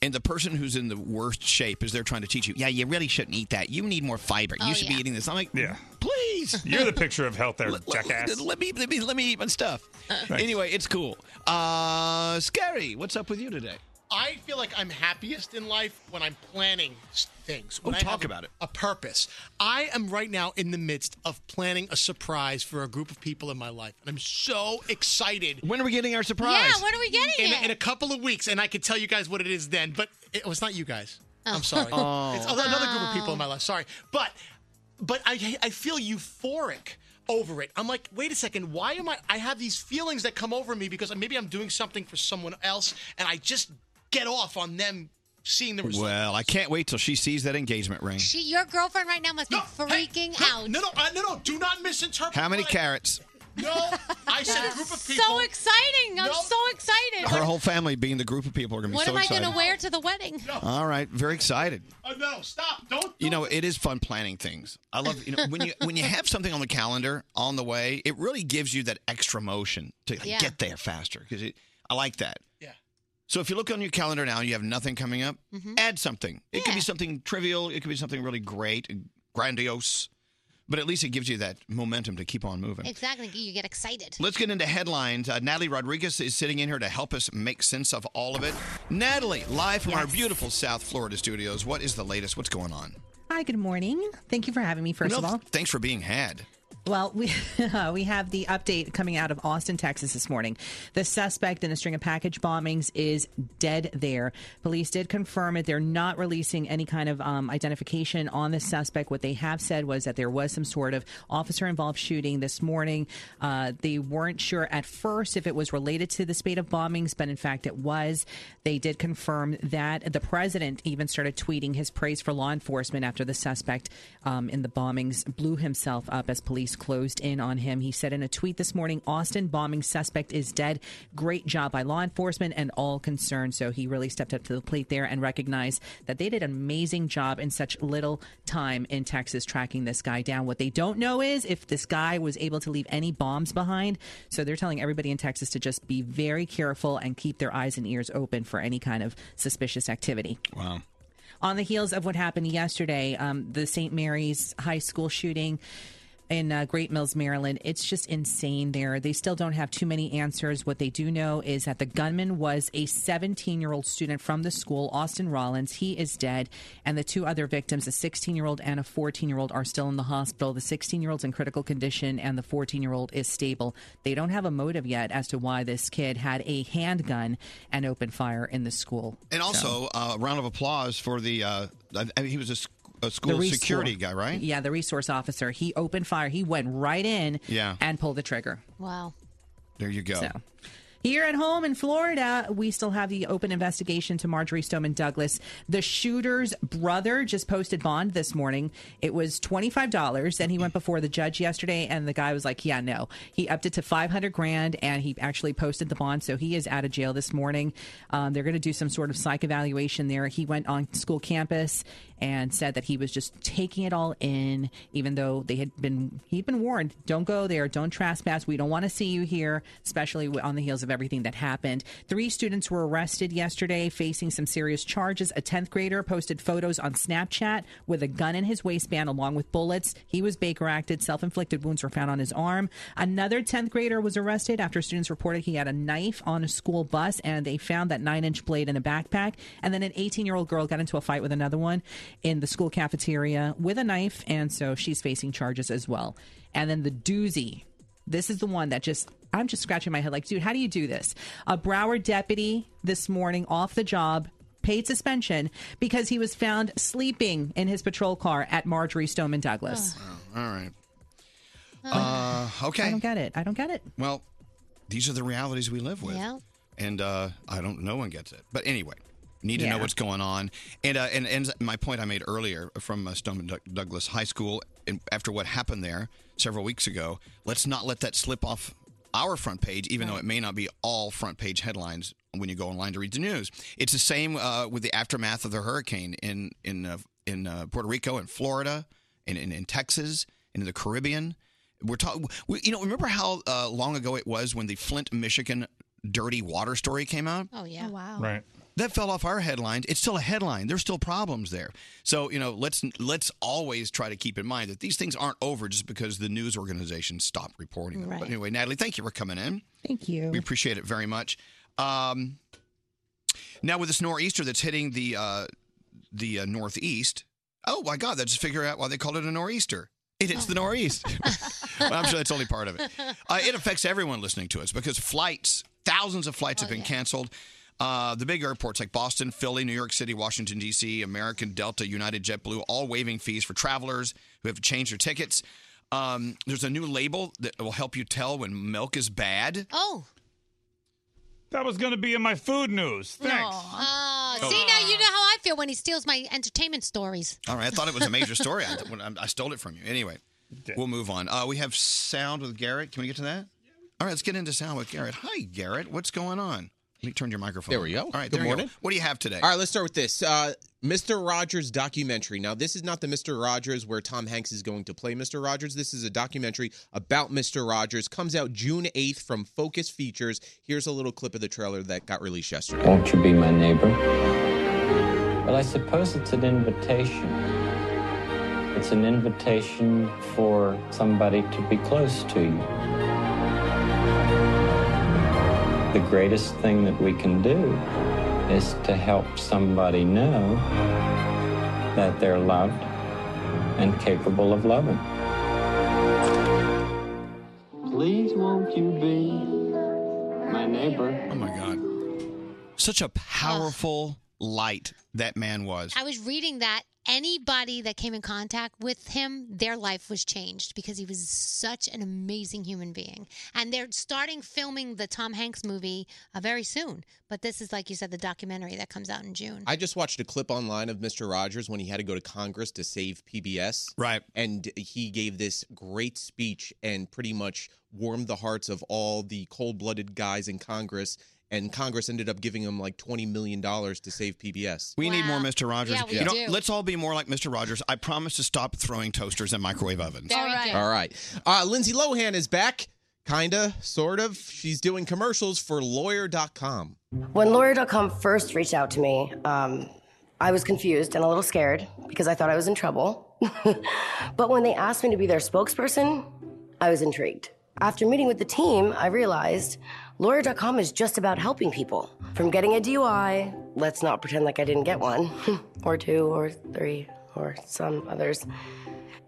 Speaker 3: and the person who's in the worst shape is there trying to teach you. Yeah, you really shouldn't eat that. You need more fiber.
Speaker 7: Oh,
Speaker 3: you should
Speaker 7: yeah.
Speaker 3: be eating this. I'm like,
Speaker 7: yeah.
Speaker 3: Please.
Speaker 7: You're the picture of health there, jackass.
Speaker 3: Let, me let me let me eat my stuff.
Speaker 4: Uh-uh.
Speaker 3: Anyway, it's cool. Uh, scary. What's up with you today?
Speaker 9: I feel like I'm happiest in life when I'm planning s- things. When
Speaker 3: Oh,
Speaker 9: I
Speaker 3: talk
Speaker 9: have
Speaker 3: about it.
Speaker 9: A purpose. I am right now in the midst of planning a surprise for a group of people in my life, and I'm so excited.
Speaker 3: When are we getting our surprise?
Speaker 4: Yeah, when are we getting
Speaker 9: in,
Speaker 4: it?
Speaker 9: In a couple of weeks, and I could tell you guys what it is then. But it was not you guys. I'm
Speaker 3: [laughs]
Speaker 9: sorry.
Speaker 18: Oh.
Speaker 9: It's another another group of people in my life. Sorry, but but I I feel euphoric over it. I'm like, wait a second, why am I? I have these feelings that come over me because maybe I'm doing something for someone else, and I just get off on them seeing the result.
Speaker 3: Well, I can't wait till she sees that engagement ring.
Speaker 4: She, your girlfriend right now must be freaking out.
Speaker 9: No, no, uh, no, no! Do not misinterpret.
Speaker 3: How many
Speaker 9: my-
Speaker 3: carrots?
Speaker 9: No, I said
Speaker 4: That
Speaker 9: a group of
Speaker 4: is
Speaker 9: people.
Speaker 4: So exciting! I'm
Speaker 9: No.
Speaker 4: so excited.
Speaker 3: Her whole family being the group of people are going to be
Speaker 4: what
Speaker 3: so
Speaker 4: am I
Speaker 3: excited.
Speaker 4: going to wear to the wedding?
Speaker 3: All right, very excited.
Speaker 9: Oh no! Stop! Don't.
Speaker 3: You know, it is fun planning things. I love you know when you when you have something on the calendar on the way, it really gives you that extra motion to like,
Speaker 18: Yeah.
Speaker 3: get there faster because I like that.
Speaker 9: Yeah.
Speaker 3: So if you look on your calendar now, and you have nothing coming up. Add something. It could be something trivial. It could be something really great, and grandiose, but at least it gives you that momentum to keep on moving.
Speaker 5: Exactly. You get excited.
Speaker 3: Let's get into headlines. Uh, Natalie Rodriguez is sitting in here to help us make sense of all of it. Natalie, live from our beautiful South Florida studios. What is the latest? What's going on?
Speaker 8: Hi, good morning. Thank you for having me, first
Speaker 3: You know,
Speaker 8: of all.
Speaker 3: thanks for being had.
Speaker 8: Well, we [laughs] uh, we have the update coming out of Austin, Texas this morning. The suspect in a string of package bombings is dead there. Police did confirm it. They're not releasing any kind of um, identification on the suspect. What they have said was that there was some sort of officer involved shooting this morning. Uh, they weren't sure at first if it was related to the spate of bombings, but in fact it was. They did confirm that. The president even started tweeting his praise for law enforcement after the suspect um, in the bombings blew himself up as police closed in on him. He said in a tweet this morning Austin bombing suspect is dead. Great job by law enforcement and all concerned. So he really stepped up to the plate there and recognized that they did an amazing job in such little time in Texas tracking this guy down. What they don't know is if this guy was able to leave any bombs behind. So they're telling everybody in Texas to just be very careful and keep their eyes and ears open for any kind of suspicious activity.
Speaker 3: Wow.
Speaker 8: On the heels of what happened yesterday, um, the St. Mary's High School shooting in uh, Great Mills, Maryland, it's just insane there. They still don't have too many answers. What they do know is that the gunman was a 17 year old student from the school, Austin Rollins. He is dead. And the two other victims, a 16 year old and a 14 year old, are still in the hospital. The 16 year old's in critical condition and the 14 year old is stable. They don't have a motive yet as to why this kid had a handgun and opened fire in the school.
Speaker 3: And also, uh, a round of applause for the. Uh, I I mean, he was a, sc- a school
Speaker 8: resor-
Speaker 3: security guy, right?
Speaker 8: Yeah, the resource officer. He opened fire. He went right in
Speaker 3: Yeah.
Speaker 8: and pulled the trigger.
Speaker 5: Wow.
Speaker 3: There you go.
Speaker 8: Here at home in Florida, we still have the open investigation to Marjorie Stoneman Douglas. The shooter's brother just posted bond this morning. It was $25 and he went before the judge yesterday and the guy was like, "Yeah, no." He upped it to 500 grand and he actually posted the bond, so he is out of jail this morning. Um, they're going to do some sort of psych evaluation there. He went on school campus and said that he was just taking it all in, even though they had been he'd been warned, don't go there, don't trespass, we don't want to see you here, especially on the heels of everything that happened. Three students were arrested yesterday, facing some serious charges. A tenth grader posted photos on Snapchat with a gun in his waistband along with bullets. He was Baker acted. Self inflicted wounds were found on his arm. Another 10th grader was arrested after students reported he had a knife on a school bus and they found that nine inch blade in a backpack. And then an 18 year old girl got into a fight with another one in the school cafeteria with a knife. And so she's facing charges as well. And then the doozy this is the one that just I'm just scratching my head like, dude, how do you do this? A Broward deputy this morning off the job, paid suspension because he was found sleeping in his patrol car at Marjorie Stoneman Douglas.
Speaker 3: All right. Uh,
Speaker 8: I
Speaker 3: okay.
Speaker 8: don't get it. I don't get it.
Speaker 3: Well, these are the realities we live with.
Speaker 8: Yeah.
Speaker 3: And uh, I don't. No one gets it. But anyway, need to know
Speaker 19: Yeah.
Speaker 3: what's going on. And uh, and and my point I made earlier from uh, Stoneman Doug- Douglas High School, and after what happened there several weeks ago, let's not let that slip off our front page, even though it may not be all front page headlines when you go online to read the news. It's the same uh, with the aftermath of the hurricane in in uh, in uh, Puerto Rico and Florida and in, in Texas and in the Caribbean. We're talking, we, you know, remember how uh, long ago it was when the Flint, Michigan dirty water story came out?
Speaker 5: Oh yeah. wow.
Speaker 3: That fell off our headlines. It's still a headline. There's still problems there. So you know, let's let's always try to keep in mind that these things aren't over just because the news organizations stop reporting them.
Speaker 8: Right.
Speaker 3: But anyway, Natalie, thank you for coming in.
Speaker 8: Thank you.
Speaker 3: We appreciate it very much. Um, now with this nor'easter that's hitting the uh, the uh, northeast. Oh my God! I just figured out why they called it a nor'easter. It hits the
Speaker 8: Oh.
Speaker 3: northeast. [laughs] Well, I'm sure that's only part of it.
Speaker 8: [laughs]
Speaker 3: Uh, it affects everyone listening to us because flights, thousands of flights have been canceled. Uh, the big airports like Boston, Philly, New York City, Washington, D.C., American, Delta, United, JetBlue, all waiving fees for travelers who have changed their tickets. Um, there's a new label that will help you tell when milk is bad.
Speaker 5: Oh.
Speaker 7: That was going to be in my food news. Thanks.
Speaker 5: Aw,
Speaker 3: Oh.
Speaker 5: see now you know how I feel when he steals my entertainment stories.
Speaker 3: All right, I thought it was a major story.
Speaker 5: [laughs]
Speaker 3: I, when I, I stole it from you. Anyway, we'll move on. Uh, we have sound with Garrett. Can we get to that? All right, let's get into sound with Garrett. Hi, Garrett. What's going on? Let me turn your microphone.
Speaker 29: There we go.
Speaker 3: All right,
Speaker 29: Good
Speaker 3: there you
Speaker 29: morning.
Speaker 3: What do you have today?
Speaker 29: All right, let's start with this. Uh, Mr. Rogers documentary. Now, this is not the Mr. Rogers where Tom Hanks is going to play Mr. Rogers. This is a documentary about Mr. Rogers. Comes out June 8th from Focus Features. Here's a little clip of the trailer that got released yesterday.
Speaker 30: Won't you be my neighbor? Well, I suppose it's an invitation. It's an invitation for somebody to be close to you. The greatest thing that we can do is to help somebody know that they're loved and capable of loving. Please, won't you be my neighbor?
Speaker 3: Oh my God. Such a powerful light that man was.
Speaker 5: I was reading that anybody that came in contact with him, their life was changed because he was such an amazing human being. And they're starting filming the Tom Hanks movie uh, very soon. But this is, like you said, the documentary that comes out in June.
Speaker 29: I just watched a clip online of Mr. Rogers when he had to go to Congress to save PBS.
Speaker 3: Right.
Speaker 29: And he gave this great speech and pretty much warmed the hearts of all the cold blooded guys in Congress. And Congress ended up giving him like $20 million to save PBS.
Speaker 3: We need more Mr. Rogers.
Speaker 29: Yeah, we
Speaker 3: You know,
Speaker 29: do.
Speaker 3: Let's all be more like Mr. Rogers. I promise to stop throwing toasters and microwave ovens.
Speaker 29: All right. All right. Uh, Lindsay Lohan is back. Kinda, sort of. She's doing commercials for lawyer.com.
Speaker 26: When lawyer.com first reached out to me, um, I was confused and a little scared because I thought I was in trouble. [laughs] but when they asked me to be their spokesperson, I was intrigued. After meeting with the team, I realized lawyer.com is just about helping people. From getting a DUI, let's not pretend like I didn't get one, [laughs] or two, or three, or some others.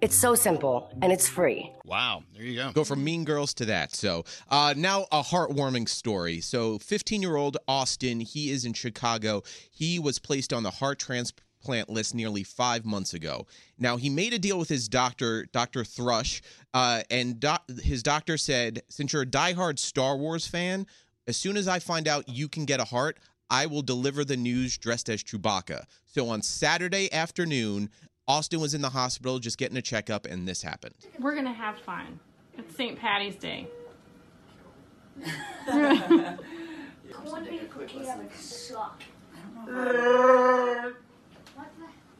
Speaker 26: It's so simple and it's free.
Speaker 3: Wow. There you go.
Speaker 29: Go from mean girls to that. So uh, now a heartwarming story. So 15 year old Austin, he is in Chicago. He was placed on the heart transplant list nearly five months ago. Now he made a deal with his doctor, Dr. Thrush, uh, and doc- his doctor said, Since you're a diehard Star Wars fan, as soon as I find out you can get a heart, I will deliver the news dressed as Chewbacca. So on Saturday afternoon, Austin was in the hospital just getting a checkup, and this happened.
Speaker 21: We're gonna have fun. It's St. Patty's [laughs] Day.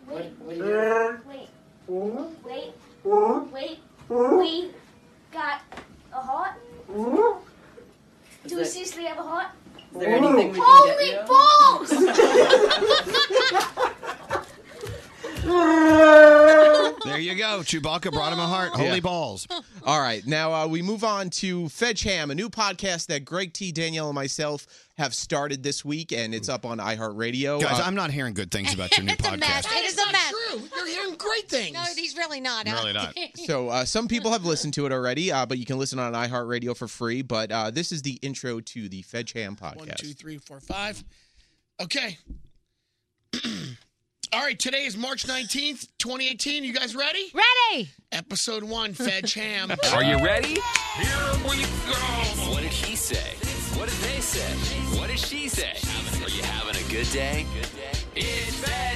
Speaker 18: Wait,
Speaker 26: wait, wait,
Speaker 18: wait, wait, we got a heart? Do we seriously have a heart?
Speaker 26: Is there anything we can
Speaker 18: Holy balls!
Speaker 3: There you go. Chewbacca brought him a heart. Holy balls.
Speaker 29: All right. Now uh, we move on to Fetch Ham, a new podcast that Greg T, Danielle, and myself have started this week, and it's up on iHeartRadio.
Speaker 3: Guys,
Speaker 29: Uh,
Speaker 3: I'm not hearing good things about your
Speaker 5: [laughs]
Speaker 3: new podcast.
Speaker 5: It is a mess.
Speaker 12: True. You're hearing great things.
Speaker 5: No, he's really not.
Speaker 3: Really
Speaker 5: Al. [laughs]
Speaker 3: not.
Speaker 29: so uh, some people have listened to it already, uh, but you can listen on iHeartRadio for free. But uh, this is the intro to the Fetch Ham podcast.
Speaker 12: One, two, three, four, five. Okay. [clears throat] All right, today is March 19th, 2018. You guys ready?
Speaker 5: Ready.
Speaker 12: Episode one,
Speaker 5: [laughs]
Speaker 12: Fetch Ham.
Speaker 2: Are you ready? Here we go. What did he say? What did they say? What did she say? Are you having a good day? Good day.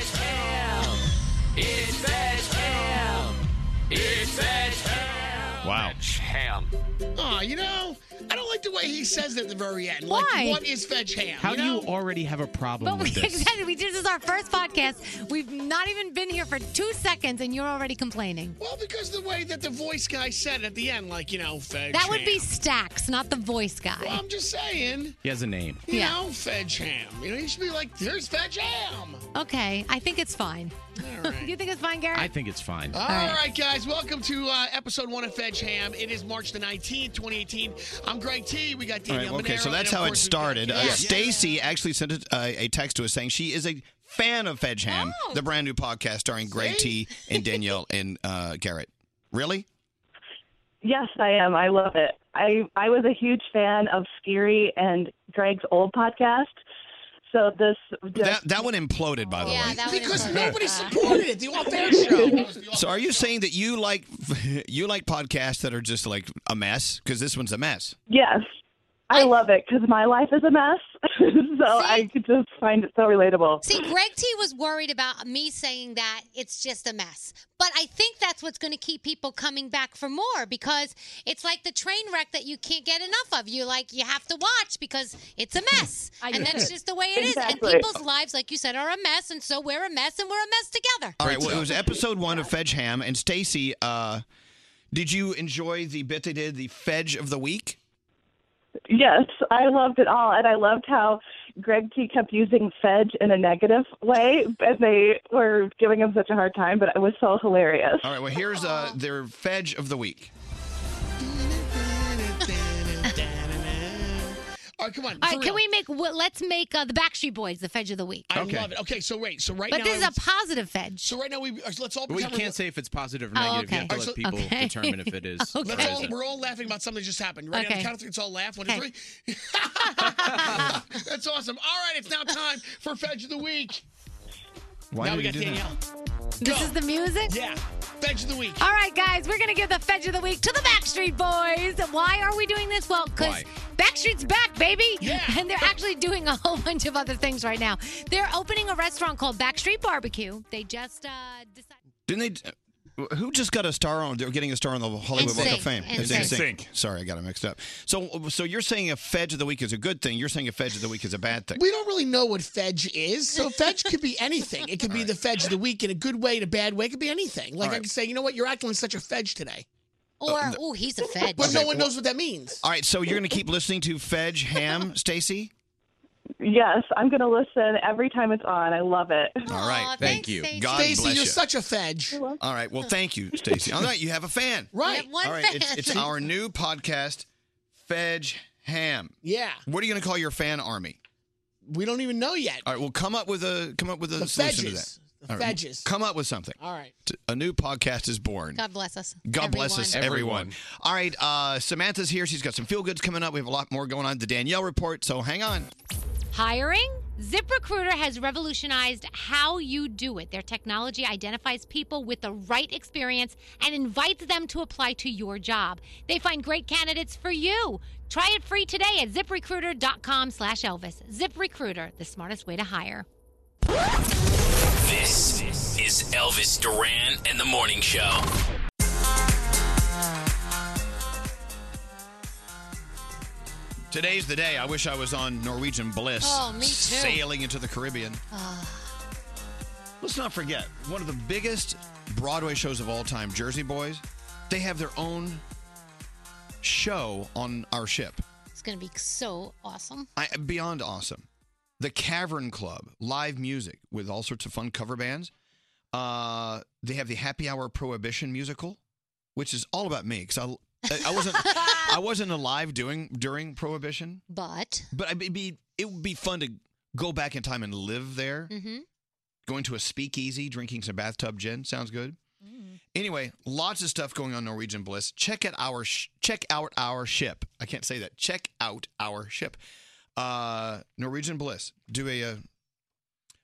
Speaker 12: Nah, you know, I don't like the way he says it at the very end.
Speaker 5: Why?
Speaker 12: Like, what is fetch ham?
Speaker 29: How
Speaker 12: you
Speaker 29: do
Speaker 12: know?
Speaker 29: you already have a problem
Speaker 5: But we
Speaker 29: with this?
Speaker 5: exactly we did this is our first podcast. We've not even been here for two seconds, and you're already complaining.
Speaker 12: Well, because the way that the voice guy said it at the end, like, you know, fetch
Speaker 5: That would be
Speaker 12: ham.
Speaker 5: Stacks, not the voice guy.
Speaker 12: Well, I'm just saying,
Speaker 29: He has a name.
Speaker 12: you know, fetch ham. You know, you should be like, there's fetch ham.
Speaker 5: Okay, I think it's fine. [laughs] you think it's fine, Garrett?
Speaker 29: I think it's fine.
Speaker 12: All right. guys, welcome to uh, episode one of Fetch Ham. It is March the 19th, 2018. I'm Greg T. We got
Speaker 3: All
Speaker 12: Danielle
Speaker 3: right, okay, so
Speaker 12: Monero,
Speaker 3: that's
Speaker 12: and of
Speaker 3: how it
Speaker 12: course we've
Speaker 3: started.
Speaker 12: got-
Speaker 3: Uh,
Speaker 12: Yeah.
Speaker 3: Stacy actually sent a, uh, a text to us saying she is a fan of Fedge Ham, the brand new podcast starring Greg T [laughs] and Danielle and uh, Garrett. Really?
Speaker 10: Yes, I am. I love it. I I was a huge fan of Scary and Greg's old podcast. So this
Speaker 3: That that one imploded, by the way.
Speaker 12: Because nobody supported it. The off-air show.
Speaker 3: So are you saying that you like [laughs] you like podcasts that are just like a mess? Because this one's a mess.
Speaker 10: yes, I love it because my life is a mess. [laughs] so I could just find it so relatable.
Speaker 5: See,
Speaker 10: Greg.
Speaker 5: Greg T was worried about me saying that it's just a mess. But I think that's what's going to keep people coming back for more because it's like the train wreck that you can't get enough of. You like you have to watch because it's a mess. and that's just the way it is.
Speaker 3: Exactly.
Speaker 5: And people's lives like you said are a mess and so we're a mess and we're a mess together.
Speaker 3: All right. Well, it was episode one of Fedge Ham, and Stacy, uh, did you enjoy the bit they did, the Fedge of the week?
Speaker 10: Yes, I loved it all, and I loved how Greg T kept using Fedge in a negative way, and they were giving him such a hard time. But it was so hilarious.
Speaker 3: All right. Well, here's uh, their Fedge of the week.
Speaker 12: All right, come on.
Speaker 5: All
Speaker 12: for
Speaker 5: right,
Speaker 12: real.
Speaker 5: can we make well, let's make uh, the Backstreet Boys the fedge of the week.
Speaker 12: I love it. Okay, so wait, so right
Speaker 5: but
Speaker 12: now.
Speaker 5: this is
Speaker 12: I
Speaker 5: a positive fedge.
Speaker 12: So right now we uh, let's all
Speaker 29: But we
Speaker 12: pretend we're-
Speaker 29: can't say if it's positive or
Speaker 5: Oh,
Speaker 29: negative. You have to
Speaker 5: okay.
Speaker 29: let
Speaker 5: All right,
Speaker 29: people
Speaker 5: so- okay.
Speaker 29: determine if it is.
Speaker 5: [laughs] Okay.
Speaker 29: or
Speaker 12: Let's all,
Speaker 29: isn't.
Speaker 12: we're all laughing about something that just happened. Right on
Speaker 29: Okay.
Speaker 12: the count of three, it's all laugh. One, two,
Speaker 29: Okay.
Speaker 12: three. [laughs] That's awesome. All right, it's now time for Fedge of the Week.
Speaker 3: Why
Speaker 12: now
Speaker 3: did
Speaker 12: we
Speaker 3: you
Speaker 12: got
Speaker 3: do that?
Speaker 12: Danielle.
Speaker 5: This is the music?
Speaker 12: Yeah. Fedge of the Week.
Speaker 5: All right, guys, we're going to give the Fedge of the Week to the Backstreet Boys. Why are we doing this? Well,
Speaker 31: Why?
Speaker 5: because Backstreet's back, baby. [laughs] And they're actually doing a whole bunch of other things right now. They're opening a restaurant called Backstreet Barbecue. They just uh, decided.
Speaker 3: Didn't they? Who just got a star on? They're getting a star on the Hollywood Walk of
Speaker 5: NSYNC,
Speaker 3: Fame.
Speaker 5: NSYNC.
Speaker 3: NSYNC. Sorry, I got it mixed up. So, so you're saying a fedge of the week is a good thing. You're saying a fedge of the week is a bad thing.
Speaker 12: We don't really know what fedge is, so fedge could be anything. It could be the fedge of the week in a good way, in a bad way. It could be anything. Like
Speaker 3: All
Speaker 12: I
Speaker 3: right.
Speaker 12: could say, you know what, you're acting like such a fedge today. Uh,
Speaker 5: Or, oh, he's a fedge.
Speaker 12: But
Speaker 3: Okay,
Speaker 12: no one
Speaker 3: well-
Speaker 12: knows what that means.
Speaker 3: All right. So you're going to keep listening to Fedge
Speaker 12: [laughs]
Speaker 3: Ham, Stacy.
Speaker 10: Yes, I'm going to listen every time it's on. I love it.
Speaker 3: All right.
Speaker 12: thanks,
Speaker 3: God
Speaker 12: Stacy,
Speaker 3: bless
Speaker 12: you're
Speaker 3: you.
Speaker 12: such a fedge.
Speaker 3: All right. Well, thank you, Stacy. All right. You have a fan.
Speaker 12: [laughs] Right. We have one
Speaker 3: All right. It's,
Speaker 12: fan.
Speaker 3: it's our new podcast, Fedge Ham.
Speaker 12: Yeah.
Speaker 3: What are you going to call your fan army?
Speaker 12: We don't even know yet.
Speaker 3: All right. Well, come up with a come up with a
Speaker 12: The
Speaker 3: solution
Speaker 12: Fedges.
Speaker 3: to that.
Speaker 12: The
Speaker 3: All right,
Speaker 12: Fedges.
Speaker 3: Come up with something.
Speaker 12: All right.
Speaker 3: T- A new podcast is born.
Speaker 5: God bless us.
Speaker 3: God bless us,
Speaker 5: Everyone.
Speaker 3: everyone. All right, uh, Samantha's here. She's got some feel goods coming up. We have a lot more going on. The Danielle report. So hang on.
Speaker 5: Hiring? ZipRecruiter has revolutionized how you do it. Their technology identifies people with the right experience and invites them to apply to your job. They find great candidates for you. Try it free today at ziprecruiter.com slash Elvis. ZipRecruiter, the smartest way to hire.
Speaker 2: This is Elvis Duran and the Morning Show.
Speaker 3: Today's the day. I wish I was on Norwegian Bliss.
Speaker 5: Oh, me too.
Speaker 3: Sailing into the Caribbean. Let's not forget one of the biggest Broadway shows of all time, Jersey Boys. They have their own show on our ship.
Speaker 5: It's going to be so awesome.
Speaker 3: I, beyond awesome. The Cavern Club, live music with all sorts of fun cover bands. Uh, they have the Happy Hour Prohibition musical, which is all about me because I, I- I wasn't
Speaker 5: [laughs]
Speaker 3: I wasn't alive doing during Prohibition.
Speaker 5: But
Speaker 3: but it'd be it would be fun to go back in time and live there.
Speaker 5: Mm-hmm.
Speaker 3: Going to a speakeasy, drinking some bathtub gin sounds good. Anyway, lots of stuff going on Norwegian Bliss. Check out our sh- check out our ship. I can't say that. Check out our ship. Uh, Norwegian Bliss. Do a, a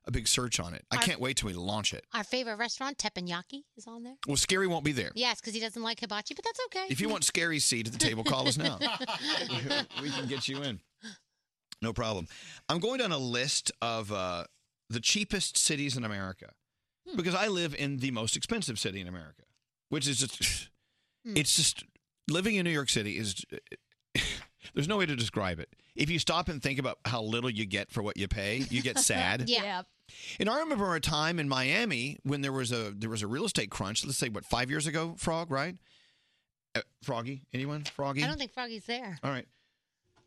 Speaker 3: a big search on it. I can't wait till we launch it.
Speaker 5: Our favorite restaurant, Teppanyaki, is on there.
Speaker 3: Well, Scary won't be there.
Speaker 5: Yes, because he doesn't like hibachi, but that's okay.
Speaker 3: If you
Speaker 5: [laughs]
Speaker 3: want Scary's seat at the table, call us now. [laughs] we can get you in. No problem. I'm going down a list of uh, the cheapest cities in America
Speaker 5: Hmm. Hmm.
Speaker 3: because I live in the most expensive city in America, which is just, it's just living in New York City is [laughs] there's no way to describe it. If you stop and think about how little you get for what you pay, you get
Speaker 5: [laughs]
Speaker 3: sad.
Speaker 18: yeah.
Speaker 3: And I remember a time in Miami when there was a there was a real estate crunch. Let's say what five years ago, Frog, right? Uh, Froggy, anyone? Froggy.
Speaker 5: I don't think Froggy's there.
Speaker 3: All right.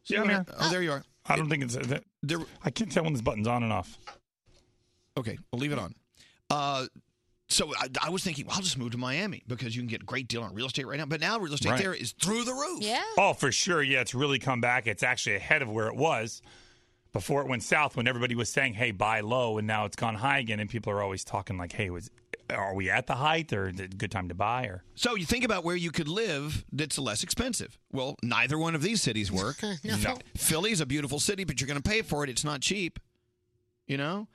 Speaker 3: See, I'm here. Oh, there you are.
Speaker 7: I don't think it's uh, that. I can't tell when this button's on and off.
Speaker 3: Okay, we'll leave it on. Uh, so I, I was thinking, well, I'll just move to Miami because you can get a great deal on real estate right now. But now real estate
Speaker 7: Right.
Speaker 3: there is through the roof.
Speaker 5: Yeah.
Speaker 7: Oh, for sure. Yeah, it's really come back. It's actually ahead of where it was before it went south when everybody was saying, hey, buy low. And now it's gone high again. And people are always talking like, hey, was are we at the height or is it a good time to buy? Or
Speaker 3: So you think about where you could live that's less expensive. Well, neither one of these cities work. [laughs]
Speaker 7: No. No.
Speaker 3: Philly's a beautiful city, but you're going to pay for it. It's not cheap. You know?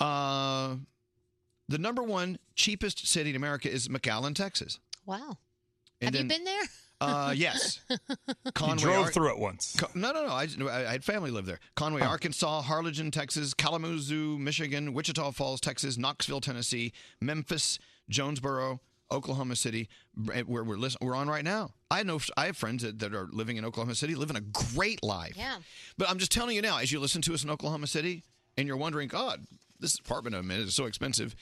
Speaker 3: Uh, the number one cheapest city in America is McAllen, Texas.
Speaker 5: Wow.
Speaker 3: And
Speaker 5: Have
Speaker 3: then-
Speaker 5: you been there? [laughs]
Speaker 3: Uh,
Speaker 7: [laughs]
Speaker 3: yes. Conway,
Speaker 7: drove
Speaker 3: Ar-
Speaker 7: through it once. Oh.
Speaker 3: Co- no, no, no. I, I I had family live there. Conway, Arkansas, Harlingen, Texas, Kalamazoo, Michigan, Wichita Falls, Texas, Knoxville, Tennessee, Memphis, Jonesboro, Oklahoma City, br- where we're listen- we're on right now. I know I have friends that, that are living in Oklahoma City, living a great life.
Speaker 5: Yeah.
Speaker 3: But I'm just telling you now, as you listen to us in Oklahoma City, and you're wondering, God, this apartment I'm in is so expensive.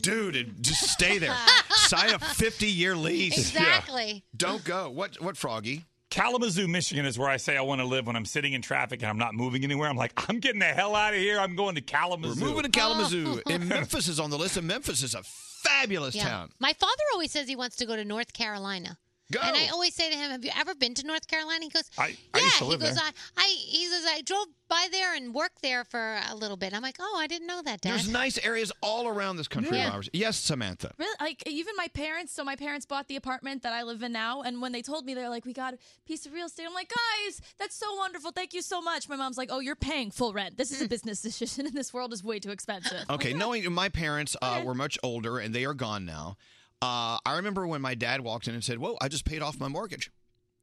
Speaker 3: Dude, it- just stay there. Sign a 50 year lease.
Speaker 5: Exactly.
Speaker 3: Don't go. What? What? Froggy?
Speaker 7: Kalamazoo, Michigan is where I say I want to live when I'm sitting in traffic and I'm not moving anywhere. I'm like, I'm getting the hell out of here. I'm going to Kalamazoo.
Speaker 3: We're moving to Kalamazoo.
Speaker 5: Oh.
Speaker 3: and Memphis is on the list, and Memphis is a fabulous town.
Speaker 5: My father always says he wants to go to North Carolina.
Speaker 3: Go.
Speaker 5: And I always say to him, "Have you ever been to North Carolina?" He goes,
Speaker 7: I,
Speaker 5: "Yeah."
Speaker 7: I used to
Speaker 5: he
Speaker 7: live
Speaker 5: goes,
Speaker 7: there.
Speaker 5: I, "I." He says, "I drove by there and worked there for a little bit." I'm like, "Oh, I didn't know that, Dad."
Speaker 3: There's nice areas all around this country.
Speaker 5: Yeah.
Speaker 3: Bowers. Yes, Samantha.
Speaker 6: Really, like even my parents. So my parents bought the apartment that I live in now, and when they told me, they're like, "We got a piece of real estate." I'm like, "Guys, that's so wonderful! Thank you so much." My mom's like, "Oh, you're paying full rent. This is a business decision, [laughs] and this world is way too expensive."
Speaker 3: [laughs]
Speaker 6: [laughs]
Speaker 3: Okay, knowing my parents uh, were much older and they are gone now. Uh, I remember when my dad walked in and said, "Whoa, I just paid off my mortgage."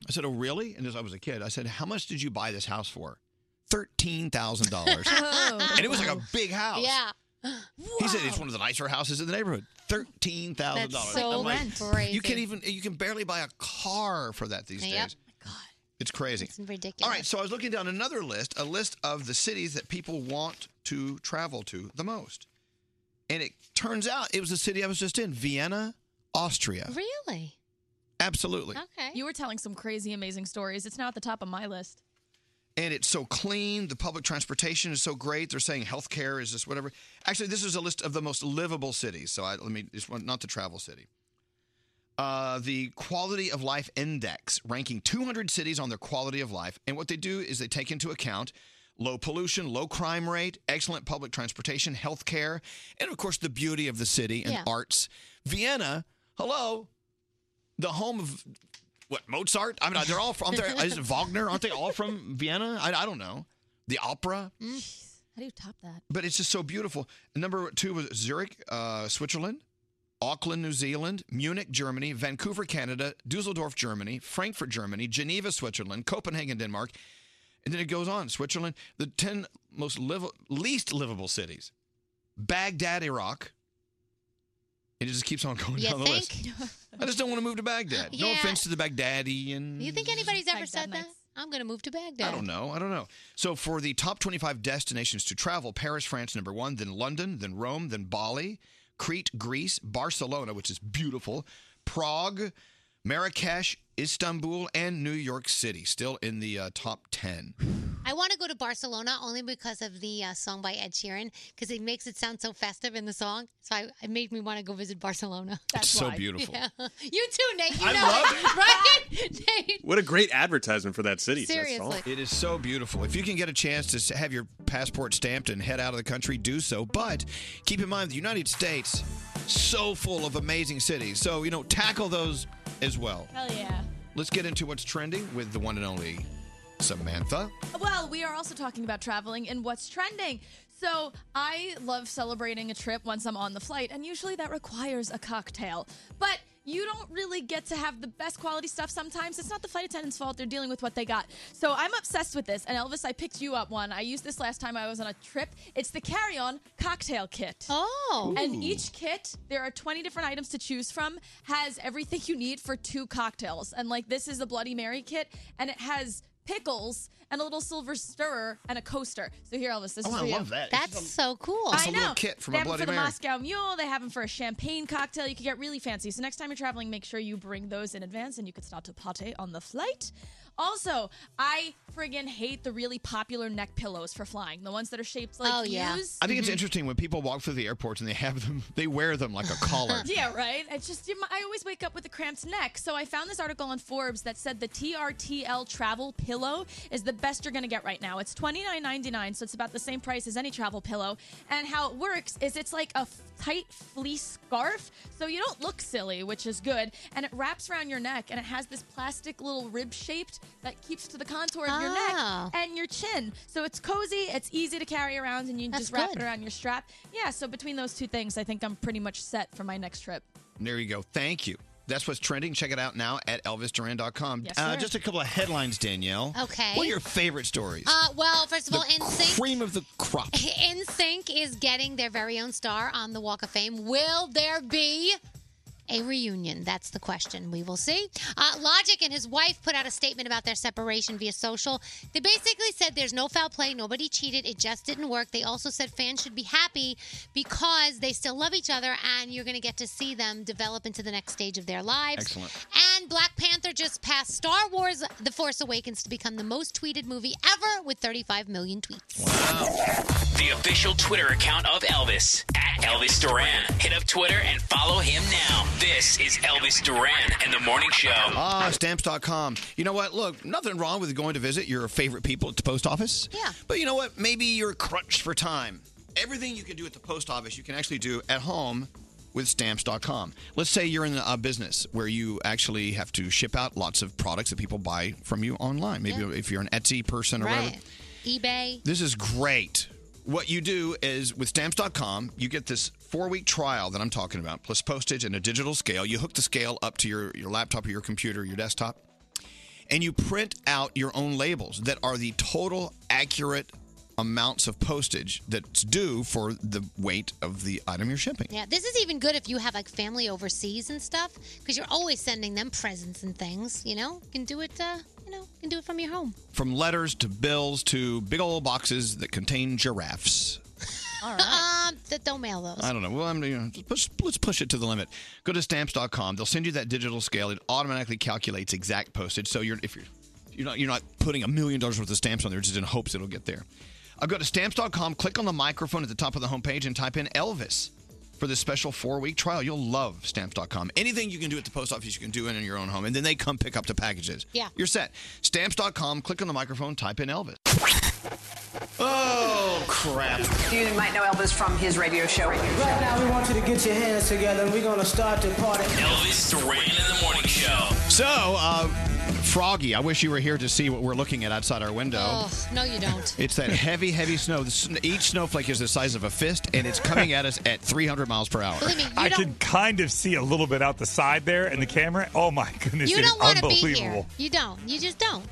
Speaker 3: I said, "Oh, really?" And as I was a kid, I said, "How much did you buy this house for?" Thirteen thousand
Speaker 5: [laughs]
Speaker 3: dollars, and it was like a big house.
Speaker 5: Oh. Yeah.
Speaker 3: He said it's one of the nicer houses in the neighborhood. Thirteen thousand dollars.
Speaker 5: That's so crazy.
Speaker 3: You can't even you can barely buy a car for that these
Speaker 5: Yep.
Speaker 3: days. It's crazy. It's
Speaker 5: ridiculous.
Speaker 3: All right, so I was looking down another list, a list of the cities that people want to travel to the most. And it turns out it was the city I was just in, Vienna, Austria.
Speaker 5: Really?
Speaker 3: Absolutely.
Speaker 5: Okay.
Speaker 6: You were telling some crazy, amazing stories. It's now at the top of my list.
Speaker 3: And it's so clean, the public transportation is so great. They're saying healthcare is just whatever. Actually, this is a list of the most livable cities. So I let me it's one- not the travel city. Uh, the quality of life index ranking 200 cities on their quality of life and what they do is they take into account low pollution low crime rate excellent public transportation health care and of course the beauty of the city and
Speaker 18: Yeah.
Speaker 3: arts vienna hello the home of what mozart i mean they're all from aren't they, is it wagner aren't they all from vienna i, I don't know the opera
Speaker 6: Mm. How do you top that?
Speaker 3: but it's just so beautiful. Number two was Zurich, uh, Switzerland, Auckland, New Zealand, Munich, Germany, Vancouver, Canada, Dusseldorf, Germany, Frankfurt, Germany, Geneva, Switzerland, Copenhagen, Denmark, and then it goes on. Switzerland, the ten most liv- least livable cities: Baghdad, Iraq. And it just keeps on going
Speaker 5: You
Speaker 3: down the list.
Speaker 5: think? [laughs]
Speaker 3: I just don't want to move to Baghdad. No
Speaker 5: Yeah.
Speaker 3: offense to the Baghdadian.
Speaker 5: You think anybody's ever said that? I'm going to move to Baghdad.
Speaker 3: I don't know. I don't know. So for the top 25 destinations to travel, Paris, France, number one, then London, then Rome, then Bali, Crete, Greece, Barcelona, which is beautiful, Prague, Marrakesh, Istanbul, and New York City, still in the uh, top 10.
Speaker 5: I want to go to Barcelona only because of the uh, song by Ed Sheeran because it makes it sound so festive in the song. So I, it made me want to go visit Barcelona.
Speaker 27: [laughs] That's so why. beautiful.
Speaker 5: Yeah. [laughs] You too, Nate. You
Speaker 27: I
Speaker 5: know
Speaker 27: love
Speaker 5: it, [laughs] right? Nate.
Speaker 27: What a great advertisement for that city.
Speaker 5: Seriously.
Speaker 3: It is so beautiful. If you can get a chance to s- have your passport stamped and head out of the country, do so. But keep in mind, the United States so full of amazing cities. So, you know, tackle those as well.
Speaker 6: Hell yeah.
Speaker 3: Let's get into what's trending with the one and only Samantha.
Speaker 6: Well, we are also talking about traveling and what's trending. So, I love celebrating a trip once I'm on the flight, and usually that requires a cocktail. But you don't really get to have the best quality stuff sometimes. It's not the flight attendant's fault. They're dealing with what they got. So I'm obsessed with this. And Elvis, I picked you up one. I used this last time I was on a trip. It's the carry on cocktail kit.
Speaker 5: Oh.
Speaker 6: And
Speaker 5: Ooh.
Speaker 6: each kit, there are 20 different items to choose from, has everything you need for two cocktails. And like this is the Bloody Mary kit, and it has pickles and a little silver stirrer and a coaster. So here, Elvis, this
Speaker 5: Oh,
Speaker 6: is
Speaker 5: I
Speaker 6: for you.
Speaker 5: love that. That's It's a- so cool. it's
Speaker 6: I
Speaker 5: a
Speaker 6: know.
Speaker 5: little kit from
Speaker 6: they
Speaker 5: a
Speaker 6: have them
Speaker 5: Bloody
Speaker 6: for the
Speaker 5: Mary.
Speaker 6: Moscow Mule. They have them for a champagne cocktail. You could get really fancy. So next time you're traveling, make sure you bring those in advance, and you could start to pate on the flight. Also, I friggin' hate the really popular neck pillows for flying. The ones that are shaped like
Speaker 5: Oh, yeah.
Speaker 6: U's.
Speaker 3: I think it's
Speaker 6: Mhm.
Speaker 3: interesting when people walk through the airports and they have them, [laughs] they wear them like a
Speaker 5: [laughs]
Speaker 3: collar.
Speaker 6: [laughs] Yeah, right. It's just you- I always wake up with a cramped neck. So I found this article on Forbes that said the TRTL travel pillow is the best you're going to get right now. It's twenty nine ninety nine, so it's about the same price as any travel pillow. And how it works is it's like a f- tight fleece scarf, so you don't look silly, which is good. And it wraps around your neck, and it has this plastic little rib shaped that keeps to the contour of your
Speaker 5: Ah.
Speaker 6: neck and your chin. So it's cozy, it's easy to carry around, and you
Speaker 5: That's
Speaker 6: just wrap
Speaker 5: good.
Speaker 6: it around your strap. Yeah. So between those two things, I think I'm pretty much set for my next trip.
Speaker 3: There you go. Thank you. That's what's trending. Check it out now at elvisduran.com.
Speaker 5: Yes,
Speaker 3: uh,
Speaker 5: sir.
Speaker 3: just a couple of headlines, Danielle.
Speaker 5: Okay.
Speaker 3: What are your favorite stories?
Speaker 5: Uh, well, first of all,
Speaker 3: The
Speaker 5: NSYNC
Speaker 3: cream of the crop.
Speaker 5: [laughs] NSYNC is getting their very own star on the Walk of Fame. Will there be a reunion? That's the question. We will see. Uh, Logic and his wife put out a statement about their separation via social. They basically said there's no foul play, nobody cheated, it just didn't work. They also said fans should be happy because they still love each other and you're going to get to see them develop into the next stage of their lives.
Speaker 18: Excellent.
Speaker 5: And Black Panther just passed Star Wars The Force Awakens to become the most tweeted movie ever with 35 million tweets.
Speaker 2: The official Twitter account of Elvis, at Elvis Duran. Hit up Twitter and follow him now. This is Elvis Duran and the Morning Show.
Speaker 3: Ah, stamps.com. You know what? Look, nothing wrong with going to visit your favorite people at the post office. Yeah. But you know what? Maybe you're crunched for time. Everything you can do at the post office, you can actually do at home with stamps.com. Let's say you're in a business where you actually have to ship out lots of products that people buy from you online. Maybe if you're an Etsy person or whatever.
Speaker 5: Right. eBay.
Speaker 3: This is great. What you do is with stamps.com, you get this four week trial that I'm talking about, plus postage and a digital scale. You hook the scale up to your, your laptop or your computer, your desktop, and you print out your own labels that are the total accurate amounts of postage that's due for the weight of the item you're shipping.
Speaker 5: Yeah, this is even good if you have like family overseas and stuff because you're always sending them presents and things. You know, you can do it. Uh, you know, you can do it from your home.
Speaker 3: From letters to bills to big old boxes that contain giraffes.
Speaker 5: All right. um, th- don't mail those.
Speaker 3: I don't know. Well, I'm you know, push, let's push it to the limit. Go to stamps.com. They'll send you that digital scale. It automatically calculates exact postage. So you're if you're you're not you're not putting a million dollars worth of stamps on there just in hopes it'll get there. Uh, go to stamps.com. Click on the microphone at the top of the homepage and type in Elvis for this special four week trial. You'll love stamps.com. Anything you can do at the post office, you can do it in your own home, and then they come pick up the packages.
Speaker 5: Yeah.
Speaker 3: You're set. Stamps.com. Click on the microphone. Type in Elvis. Oh crap!
Speaker 11: You might know Elvis from his radio show.
Speaker 19: Right now, we want you to get your hands together and we're going to start the party.
Speaker 2: Elvis Duran in the Morning Show.
Speaker 3: So, uh, Froggy, I wish you were here to see what we're looking at outside our window.
Speaker 5: Oh no,
Speaker 3: [laughs]
Speaker 5: you don't.
Speaker 3: It's that heavy, heavy snow. The sn- Each snowflake is the size of a fist, and it's coming at us at 300 miles per hour.
Speaker 5: Believe me, [laughs] you
Speaker 7: I
Speaker 5: don't.
Speaker 7: can kind of see a little bit out the side there in the camera. Oh my goodness,
Speaker 5: you
Speaker 7: it is
Speaker 5: don't want to be here.
Speaker 7: unbelievable.
Speaker 5: You don't. You just don't.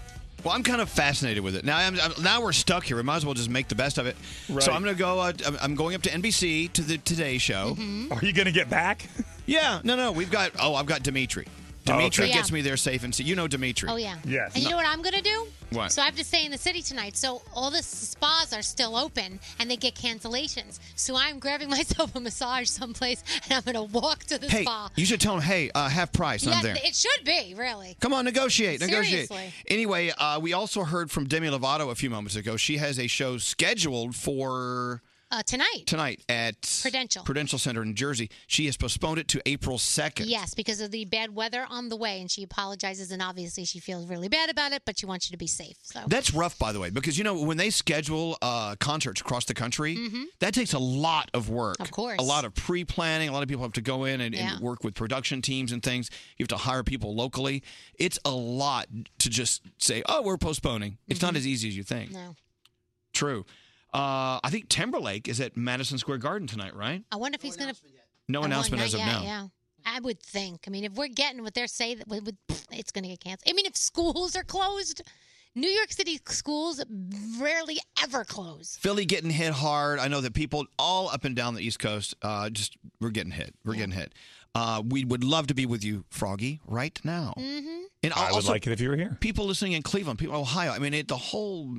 Speaker 3: Well, I'm kind of fascinated with it. Now, I'm, I'm- now we're stuck here. We might as well just make the best of it. So I'm going to go. Uh, I'm- I'm going up to NBC to the Today Show.
Speaker 5: Mhm.
Speaker 3: Are you going to get back? Yeah. No, no. We've got. Oh, I've got Dimitri. Dimitri
Speaker 5: okay.
Speaker 3: gets
Speaker 5: Yeah.
Speaker 3: me there safe and see. You know Dimitri.
Speaker 5: Oh yeah. And you know what I'm gonna do?
Speaker 3: What?
Speaker 5: So I have to stay in the city tonight. So all the spas are still open and they get cancellations. So I'm grabbing [laughs] myself a massage someplace and I'm gonna walk to the
Speaker 3: Hey,
Speaker 5: spa.
Speaker 3: you should tell him. Hey, uh, half price. I'm
Speaker 5: Yeah,
Speaker 3: there.
Speaker 5: it should be really.
Speaker 3: Come on, negotiate, negotiate.
Speaker 5: Seriously.
Speaker 3: Anyway, uh, we also heard from Demi Lovato a few moments ago. She has a show scheduled for
Speaker 5: Uh, tonight.
Speaker 3: tonight at
Speaker 5: Prudential.
Speaker 3: Prudential Center in Jersey. She has postponed it to April 2nd.
Speaker 5: Yes, because of the bad weather on the way, and she apologizes, and obviously she feels really bad about it, but she wants you to be safe. So
Speaker 3: That's rough, by the way, because you know when they schedule uh, concerts across the country,
Speaker 5: Mhm.
Speaker 3: that takes a lot of work.
Speaker 5: Of course.
Speaker 3: a lot of pre-planning. A lot of people have to go in and,
Speaker 5: Yeah.
Speaker 3: and work with production teams and things. You have to hire people locally. It's a lot to just say, "Oh, we're postponing." It's
Speaker 5: Mm-hmm.
Speaker 3: not as easy as you think.
Speaker 5: no,
Speaker 3: True. Uh, I think Timberlake is at Madison Square Garden tonight, right?
Speaker 5: I wonder if he's gonna.
Speaker 3: No
Speaker 5: I wonder-
Speaker 3: announcement
Speaker 5: not
Speaker 3: as of
Speaker 5: yet,
Speaker 3: now.
Speaker 5: Yeah, I would think. I mean, if we're getting what they're saying, that we would- it's going to get canceled. I mean, if schools are closed, New York City schools rarely ever close.
Speaker 3: Philly getting hit hard. I know that people all up and down the East Coast uh, just we're getting hit. We're getting hit. Uh, we would love to be with you, Froggy, right now.
Speaker 5: Mm-hmm.
Speaker 3: And
Speaker 7: I would
Speaker 3: also-
Speaker 7: like it if you were here.
Speaker 3: People listening in Cleveland, people Ohio. I mean, it, the whole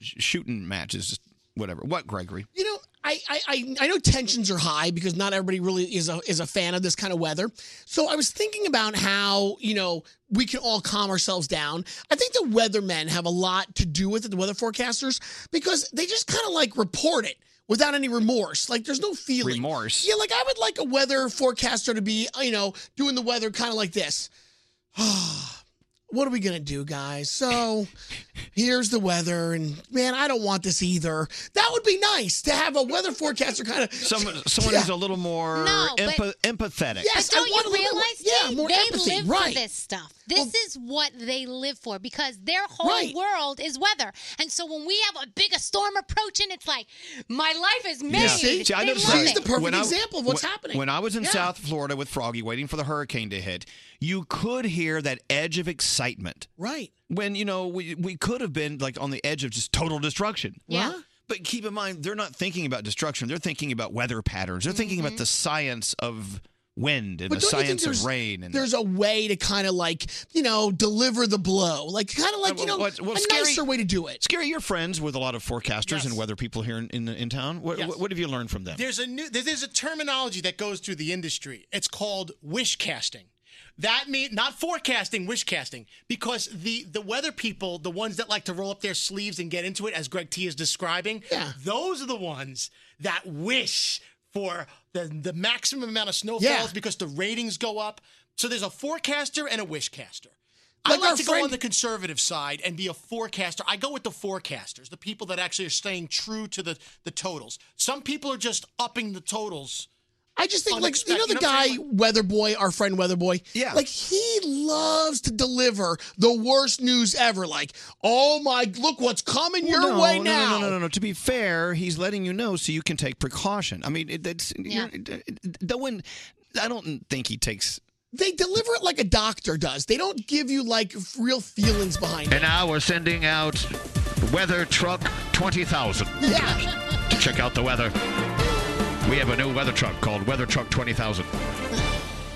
Speaker 3: sh- shooting match is just whatever. What, Gregory?
Speaker 12: You know, I, I, I, I know tensions are high because not everybody really is a, is a fan of this kind of weather. So I was thinking about how, you know, we can all calm ourselves down. I think the weathermen have a lot to do with it, the weather forecasters, because they just kind of like report it without any remorse. Like there's no feeling.
Speaker 3: Remorse.
Speaker 12: Yeah, like I would like a weather forecaster to be, you know, doing the weather kind of like this. [sighs] what are we gonna do, guys? So here's the weather, and man, I don't want this either. That would be nice to have a weather forecaster kind of [laughs]
Speaker 3: Someone, someone who's a little more
Speaker 5: No, but-
Speaker 3: empath- empathetic.
Speaker 12: Yes,
Speaker 5: but don't
Speaker 12: I want a
Speaker 5: you
Speaker 12: little more-
Speaker 5: realize
Speaker 12: yeah,
Speaker 5: Dave,
Speaker 12: more
Speaker 5: they
Speaker 12: empathy,
Speaker 5: live
Speaker 12: right.
Speaker 5: for this stuff. This is what they live for because their whole
Speaker 12: Right.
Speaker 5: world is weather. And so when we have a bigger storm approaching, it's like my life is made.
Speaker 3: Yeah. See, I
Speaker 5: They
Speaker 3: noticed
Speaker 5: love
Speaker 3: that.
Speaker 5: it.
Speaker 3: When I- when- When I was in
Speaker 5: Yeah.
Speaker 3: South Florida with Froggy waiting for the hurricane to hit, you could hear that edge of excitement.
Speaker 12: Right.
Speaker 3: When, you know, we, we could have been like on the edge of just total destruction.
Speaker 5: Yeah.
Speaker 3: But keep in mind, they're not thinking about destruction. They're thinking about weather patterns. They're thinking about the science of wind and
Speaker 12: Mm-hmm. But
Speaker 3: the
Speaker 12: don't you think
Speaker 3: science
Speaker 12: there's-
Speaker 3: of rain. And
Speaker 12: There's a way to kind of like you know deliver the blow, like kind of
Speaker 3: Uh,
Speaker 12: like you know a nicer way to do it.
Speaker 3: Scary, you're friends with a lot of forecasters and weather people here in, in, in town. What,
Speaker 9: Yes.
Speaker 3: what, what have you learned from them?
Speaker 9: There's a new there's a terminology that goes through the industry. It's called wish casting. That mean not forecasting, wish casting, because the the weather people, the ones that like to roll up their sleeves and get into it, as Greg T is describing, those are the ones that wish for the the maximum amount of snowfalls
Speaker 12: Yeah.
Speaker 9: because the ratings go up. So there's a forecaster and a wish caster.
Speaker 12: Like
Speaker 9: I like
Speaker 12: our
Speaker 9: to
Speaker 12: friend-
Speaker 9: go on the conservative side and be a forecaster. I go with the forecasters, the people that actually are staying true to the, the totals. Some people are just upping the totals.
Speaker 12: I just think like
Speaker 9: Unexpect-
Speaker 12: you know the
Speaker 9: what I'm
Speaker 12: guy
Speaker 9: saying?
Speaker 12: Weather Boy, our friend Weather Boy. Yeah. Like he loves to deliver the worst news ever. Like, oh my, look what's coming your
Speaker 3: no,
Speaker 12: way
Speaker 3: no,
Speaker 12: now.
Speaker 3: No, no, no, no, no. To be fair, he's letting you know so you can take precaution. I mean, it, it's
Speaker 12: Yeah.
Speaker 3: you're- it- no one. I don't think he takes.
Speaker 12: They deliver it like a doctor does. They don't give you like f- real feelings behind it.
Speaker 3: And now we're sending out Weather Truck twenty thousand
Speaker 12: Yeah.
Speaker 3: to check out the weather. We have a new weather truck called Weather Truck twenty thousand.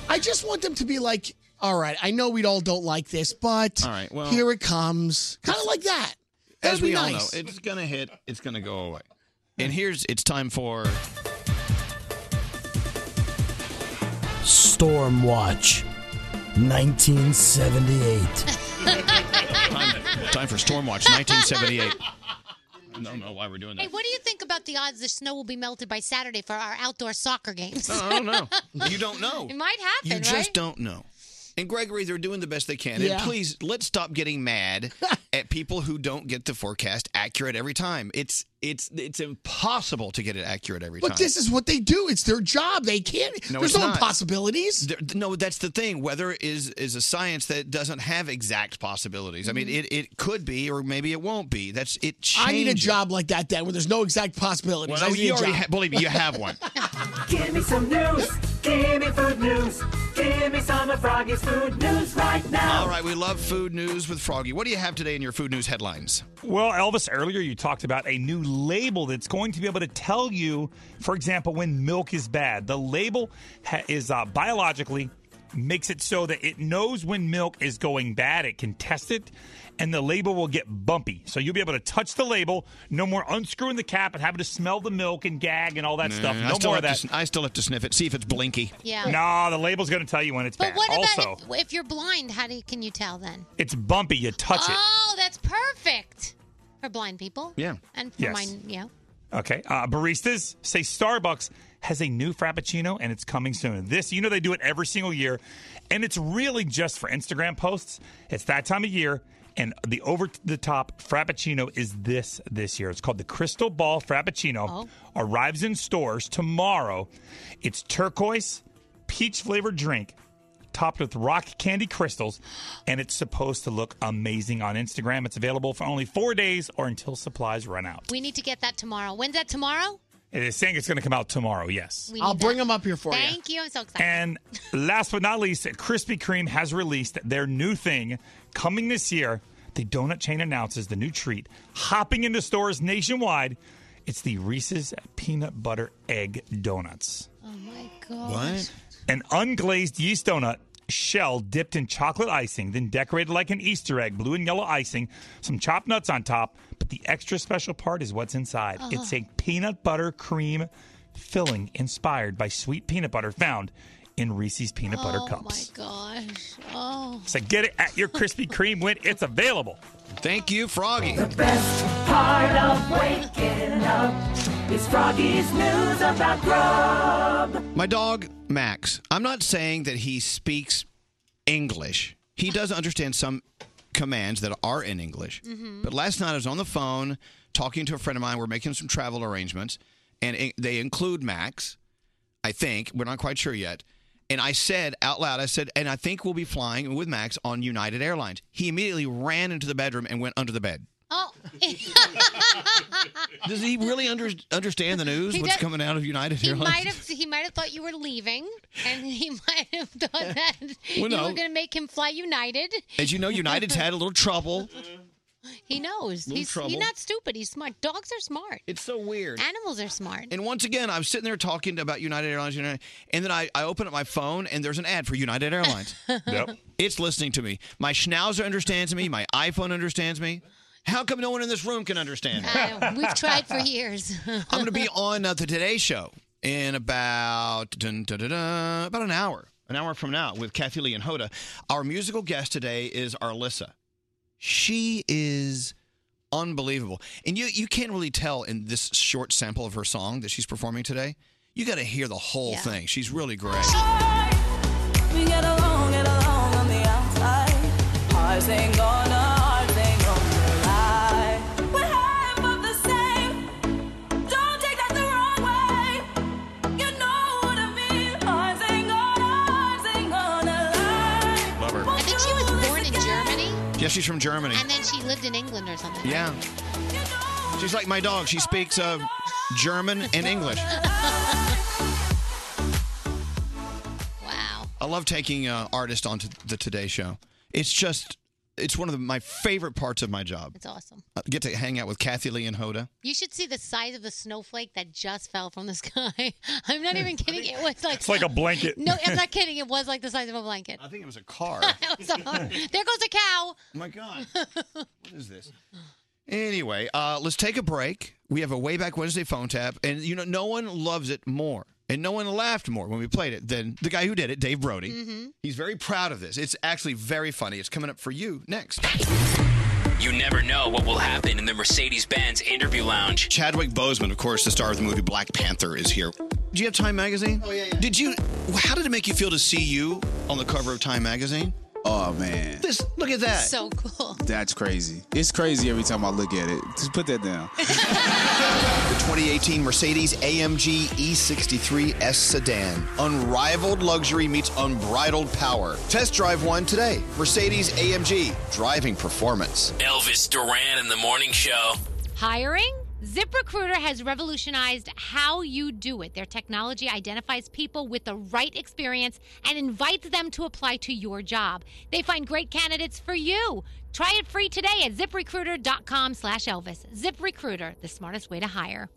Speaker 12: I just want them to be like, all right, I know we all don't like this, but
Speaker 3: well-
Speaker 12: here it comes. Kind of like that. That'd
Speaker 3: As
Speaker 12: be
Speaker 3: we all know,
Speaker 12: nice.
Speaker 3: it's gonna hit. It's gonna go away. And here's it's time for
Speaker 19: Storm Watch
Speaker 12: [laughs]
Speaker 19: 1978.
Speaker 3: time, time for Stormwatch nineteen seventy eight. [laughs] I don't know why we're doing that.
Speaker 5: Hey, what do you think about the odds the snow will be melted by Saturday for our outdoor soccer games?
Speaker 3: No, I don't
Speaker 5: [laughs]
Speaker 3: know. You don't know.
Speaker 5: It might happen,
Speaker 3: You
Speaker 5: right?
Speaker 3: just don't know. And Gregory, they're doing the best they can.
Speaker 5: Yeah.
Speaker 3: And please, let's stop
Speaker 12: [laughs]
Speaker 3: getting mad at people who don't get the forecast accurate every time. It's it's it's impossible to get it accurate every time.
Speaker 12: But this is what they do. It's their job. They can't.
Speaker 3: No,
Speaker 12: there's
Speaker 3: it's
Speaker 12: no
Speaker 3: not.
Speaker 12: impossibilities.
Speaker 3: There- no, that's the thing. Weather is is a science that doesn't have exact possibilities. I mean, it, it could be, or maybe it won't be. That's it. Changes.
Speaker 12: Mm-hmm. I need a job like that, Dad, where there's no exact possibilities.
Speaker 3: Well,
Speaker 12: I
Speaker 3: no,
Speaker 12: need
Speaker 3: you
Speaker 12: a
Speaker 3: already
Speaker 12: job.
Speaker 3: ha- believe me, you have one.
Speaker 13: [laughs] Give me some news. Give me food news. Give me some of Froggy's food news right now.
Speaker 3: All right, we love food news with Froggy. What do you have today in your food news headlines?
Speaker 7: Well, Elvis, earlier you talked about a new label that's going to be able to tell you, for example, when milk is bad. The label ha- is uh, biologically makes it so that it knows when milk is going bad. It can test it, and the label will get bumpy. So you'll be able to touch the label, no more unscrewing the cap and having to smell the milk and gag and all that stuff.
Speaker 3: Nah, I
Speaker 7: No
Speaker 3: still
Speaker 7: more of
Speaker 3: have
Speaker 7: that.
Speaker 3: to sn- I still have to sniff it, see if it's blinky.
Speaker 5: Yeah.
Speaker 7: No, the label's going to tell you when it's
Speaker 5: but
Speaker 7: bad.
Speaker 5: what about
Speaker 7: also,
Speaker 5: if, if you're blind? How do you, can you tell then?
Speaker 7: it's bumpy. You touch it.
Speaker 5: Oh, that's perfect for blind people.
Speaker 7: Yeah.
Speaker 5: And for
Speaker 7: Yes.
Speaker 5: mine, yeah.
Speaker 7: Okay. Uh, baristas say Starbucks has a new Frappuccino and it's coming soon. This, you know, they do it every single year. And it's really just for Instagram posts. It's that time of year. And the over the top Frappuccino is this this year. It's called the Crystal Ball Frappuccino. Arrives in stores tomorrow. It's turquoise, peach flavored drink topped with rock candy crystals, and it's supposed to look amazing on Instagram. It's available for only four days or until supplies run out.
Speaker 5: We need to get that tomorrow. When's that tomorrow?
Speaker 7: It is saying it's going to come out tomorrow, yes.
Speaker 5: We
Speaker 12: I'll
Speaker 5: need
Speaker 12: bring
Speaker 5: that.
Speaker 12: them up here for you.
Speaker 5: Thank you. I'm so excited.
Speaker 7: And last but not least, Krispy Kreme has released their new thing coming this year. The donut chain announces the new treat hopping into stores nationwide. It's the Reese's peanut butter egg donuts.
Speaker 5: oh my god.
Speaker 7: An unglazed yeast donut shell dipped in chocolate icing, then decorated like an Easter egg, blue and yellow icing, some chopped nuts on top. But the extra special part is what's inside.
Speaker 5: Uh-huh.
Speaker 7: It's a peanut butter cream filling inspired by sweet peanut butter found in Reese's peanut butter
Speaker 5: oh
Speaker 7: cups.
Speaker 5: my gosh. Oh.
Speaker 7: So get it at your Krispy Kreme when it's available.
Speaker 3: Thank you, Froggy.
Speaker 13: Part of waking up is Froggy's news about grub.
Speaker 3: My dog, Max, I'm not saying that he speaks English. He does understand some commands that are in English.
Speaker 5: Mm-hmm.
Speaker 13: Mhm.
Speaker 3: But last night I was on the phone talking to a friend of mine. We're making some travel arrangements, and it- they include Max, I think. We're not quite sure yet. And I said out loud, I said, and I think we'll be flying with Max on United Airlines. He immediately ran into the bedroom and went under the bed.
Speaker 5: Oh. [laughs]
Speaker 3: Does he really under, understand the news?
Speaker 5: He
Speaker 3: what's
Speaker 5: does-
Speaker 3: coming out of United
Speaker 5: He
Speaker 3: Airlines?
Speaker 5: might have he might have thought you were leaving, and he [laughs] might have thought that you
Speaker 3: no.
Speaker 5: were going to make him fly United.
Speaker 3: [laughs] As you know, United's had a little
Speaker 5: [laughs]
Speaker 3: trouble.
Speaker 5: He knows.
Speaker 3: Little
Speaker 5: He's,
Speaker 3: trouble.
Speaker 5: he's not stupid. He's smart. Dogs are smart.
Speaker 3: It's so weird.
Speaker 5: Animals
Speaker 3: [laughs]
Speaker 5: are smart.
Speaker 3: And once again, I'm sitting there talking about United Airlines, United, and then I, I open up my phone and there's an ad for United Airlines.
Speaker 5: [laughs] Yep.
Speaker 3: It's listening to me. My schnauzer understands me. My iPhone understands me. How come no one in this room can understand
Speaker 5: [laughs]
Speaker 3: me?
Speaker 5: Uh, we've tried for years. [laughs]
Speaker 3: I'm going to be on uh, the Today Show in about dun, dun, dun, dun, about an hour, an hour from now with Kathy Lee and Hoda. Our musical guest today is Arlissa. She is unbelievable, and you you can't really tell in this short sample of her song that she's performing today. You got to hear the whole
Speaker 13: Yeah.
Speaker 3: thing. She's really great.
Speaker 13: We get along, get along on the outside. Hearts ain't gonna, hearts ain't gonna lie.
Speaker 18: We're high above the same. Don't take that the wrong way. You know what I mean. Hearts ain't gonna, hearts ain't gonna lie.
Speaker 3: Love her.
Speaker 5: I think she was born in Germany,
Speaker 3: Yeah, she's from Germany.
Speaker 5: and then she lived in England or something.
Speaker 3: Yeah, she's like my dog. She speaks uh, German and English.
Speaker 5: [laughs] Wow.
Speaker 3: I love taking uh, artists onto the Today Show. It's just, it's one of the, my favorite parts of my job.
Speaker 5: It's awesome.
Speaker 3: I get to hang out with Kathy Lee and Hoda.
Speaker 5: You should see the size of the snowflake that just fell
Speaker 4: [laughs]
Speaker 5: from the sky. I'm
Speaker 3: Hmm.
Speaker 5: not even kidding. It was like
Speaker 7: It's like a blanket.
Speaker 5: No, I'm not kidding. It was like the size of a blanket. I
Speaker 3: think it
Speaker 4: [laughs]
Speaker 3: was a
Speaker 5: [laughs]
Speaker 3: car. [laughs]
Speaker 5: there goes a cow.
Speaker 3: Oh my god. What is this? Anyway, uh, let's take a break. We have a way back Wednesday phone tap, and you know, no one loves it more, and no one laughed more when we played it than the guy who did it, Dave Brody.
Speaker 5: Mm-hmm.
Speaker 2: Mhm.
Speaker 3: He's very proud of this. It's actually very funny. It's coming up for you next.
Speaker 2: You never know what will happen in the Mercedes Benz interview lounge.
Speaker 3: Chadwick Boseman, of course, the star of the movie Black Panther, is here. Do you have Time Magazine? Oh yeah. yeah. Did you? How did it make you feel to see you on the cover of Time Magazine?
Speaker 15: Oh man,
Speaker 3: This look at that.
Speaker 5: So cool.
Speaker 15: that's crazy. It's crazy every time I look at it. Just put that down.
Speaker 3: [laughs] The 2018 Mercedes AMG E63 E S sedan. Unrivaled luxury meets unbridled power. Test drive one today. Mercedes AMG. Driving performance.
Speaker 2: Elvis Duran in the morning show.
Speaker 4: [laughs] Hiring? ZipRecruiter has revolutionized how you do it. Their technology identifies people with the right experience and invites them to apply to your job. They find great candidates for you. Try it free today at ziprecruiter.com slash Elvis. ZipRecruiter, the smartest way to hire.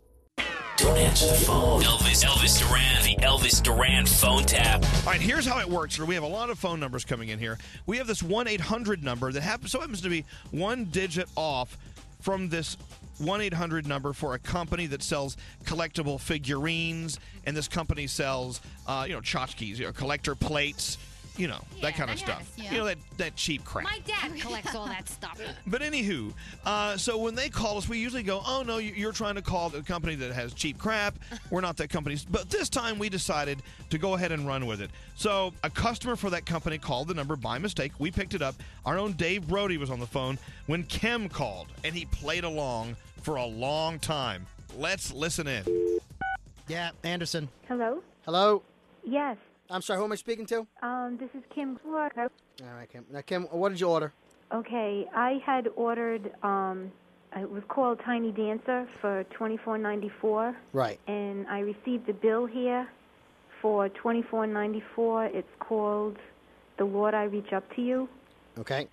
Speaker 2: Don't answer the phone. Elvis, Elvis Duran, the Elvis Duran phone tap.
Speaker 3: All right, here's how it works. We have a lot of phone numbers coming in here. We have this 1 800 number that happens, so happens to be one digit off from this 1 800 number for a company that sells collectible figurines, and this company sells, uh, you know, tchotchkes, you know, collector plates, you know, that kind of stuff.
Speaker 4: yeah.
Speaker 3: You know, that, that cheap crap.
Speaker 4: My dad collects all that stuff.
Speaker 3: But anywho, uh, so when they call us, we usually go, "Oh no, you- you're trying to call the company that has cheap crap. We're not that company." But this time, we decided to go ahead and run with it. So a customer for that company called the number by mistake. We picked it up. Our own Dave Brody was on the phone when Kim called, and he played along for a long time. Let's listen in.
Speaker 17: Yeah, Anderson.
Speaker 25: Hello?
Speaker 17: Hello.
Speaker 25: Yes.
Speaker 17: I'm sorry. Who am I speaking to?
Speaker 25: Um, this is Kim Flora.
Speaker 17: All right, Kim. Now, Kim, what did you order?
Speaker 25: Okay, I had ordered um, it was called Tiny Dancer for twenty four ninety four,
Speaker 17: Right.
Speaker 25: and I received a bill here for twenty four ninety four. It's called The Lord I Reach Up to You.
Speaker 17: Okay.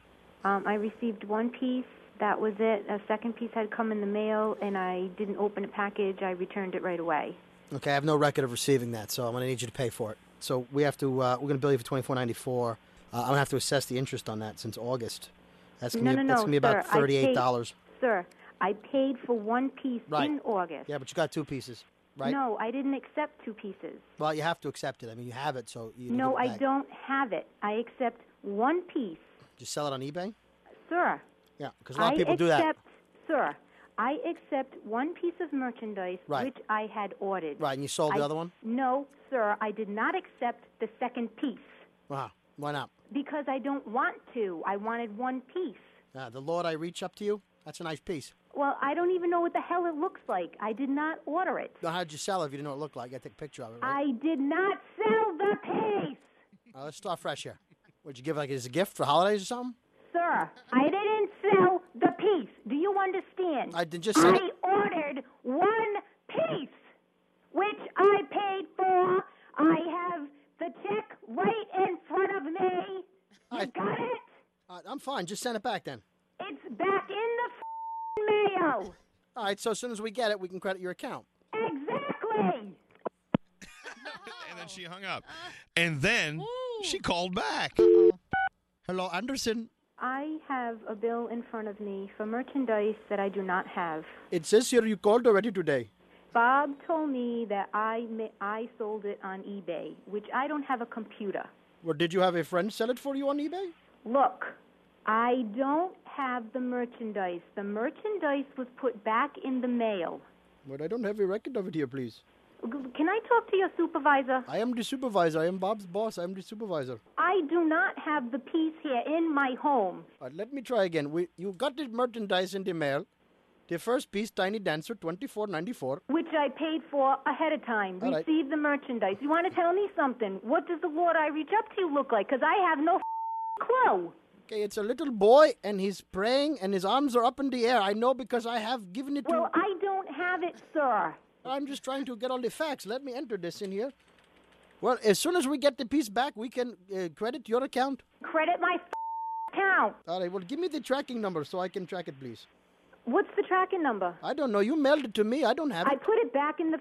Speaker 25: Um, I received one piece. That was it. A second piece had come in the mail, and I didn't open the package. I returned it right away.
Speaker 17: Okay. I have no record of receiving that, so I'm going to need you to pay for it. So we have to. Uh, we're going to bill you for twenty four ninety four. Uh, I'm going to have to assess the interest on that since August. That's going
Speaker 25: no,
Speaker 17: to
Speaker 25: no,
Speaker 17: be,
Speaker 25: no,
Speaker 17: that's gonna be about
Speaker 25: sir, I
Speaker 17: thirty eight dollars.
Speaker 25: paid- Sir, I paid for one piece
Speaker 17: Right.
Speaker 25: in August.
Speaker 17: Yeah, but you got two pieces, right?
Speaker 25: No, I didn't accept two pieces.
Speaker 17: Well, you have to accept it. I mean, you have it, so you.
Speaker 25: no,
Speaker 17: give it
Speaker 25: I
Speaker 17: back.
Speaker 25: don't have it. I accept one piece,
Speaker 17: Did you sell it on eBay?
Speaker 25: sir.
Speaker 17: Yeah, because a lot
Speaker 25: I
Speaker 17: of people do that.
Speaker 25: accept, Sir, I accept one piece of merchandise
Speaker 17: Right.
Speaker 25: which I had ordered.
Speaker 17: Right, and you sold the
Speaker 25: I-
Speaker 17: other one?
Speaker 25: No, sir, I did not accept the second piece
Speaker 17: Wow. Why not?
Speaker 25: because I don't want to. I wanted one piece.
Speaker 17: Uh, the Lord, I reach up to you. That's a nice piece.
Speaker 25: Well, I don't even know what the hell it looks like. I did not order it.
Speaker 17: Now, how'd you sell it if you didn't know what it looked like? I take a picture of it, right?
Speaker 25: I did not sell the piece.
Speaker 17: Uh, let's start fresh here. Would you give like as a gift for holidays or something?
Speaker 25: Sir, I didn't sell the piece. Do you understand?
Speaker 17: I did just sell
Speaker 25: I
Speaker 17: it.
Speaker 25: ordered one piece, which I paid for. I have the check right in front of me. You got it?
Speaker 17: Uh, I'm fine. Just send it back then.
Speaker 25: It's back in the f- mail.
Speaker 17: All right. So as soon as we get it, we can credit your account.
Speaker 25: Exactly.
Speaker 3: And then she hung up. And then she called back.
Speaker 17: Hello, Anderson.
Speaker 25: I have a bill in front of me for merchandise that I do not have.
Speaker 17: It says here you called already today.
Speaker 25: Bob told me that I ma- I sold it on eBay, which I don't have a computer.
Speaker 17: Well, did you have a friend sell it for you on eBay?
Speaker 25: Look, I don't have the merchandise. The merchandise was put back in the mail.
Speaker 17: But I don't have a record of it here, please.
Speaker 25: Can I talk to your supervisor?
Speaker 17: I am the supervisor. I am Bob's boss. I am the supervisor.
Speaker 25: I do not have the piece here in my home.
Speaker 17: All right, let me try again. We, you got the merchandise in the mail. The first piece, Tiny Dancer, twenty four ninety four.
Speaker 25: Which I paid for ahead of time.
Speaker 17: All right.
Speaker 25: Receive the merchandise. You want to tell me something? What does the Lord I reach up to look like? Because I have no clue.
Speaker 17: Okay, it's a little boy and he's praying and his arms are up in the air. I know because I have given it to
Speaker 25: Well, I don't have it, sir.
Speaker 17: I'm just trying to get all the facts. Let me enter this in here. Well, as soon as we get the piece back, we can uh, credit your account.
Speaker 25: Credit my account.
Speaker 17: All right, well, give me the tracking number so I can track it, please.
Speaker 25: What's the tracking number?
Speaker 17: I don't know. You mailed it to me. I don't have it.
Speaker 25: I put it back in the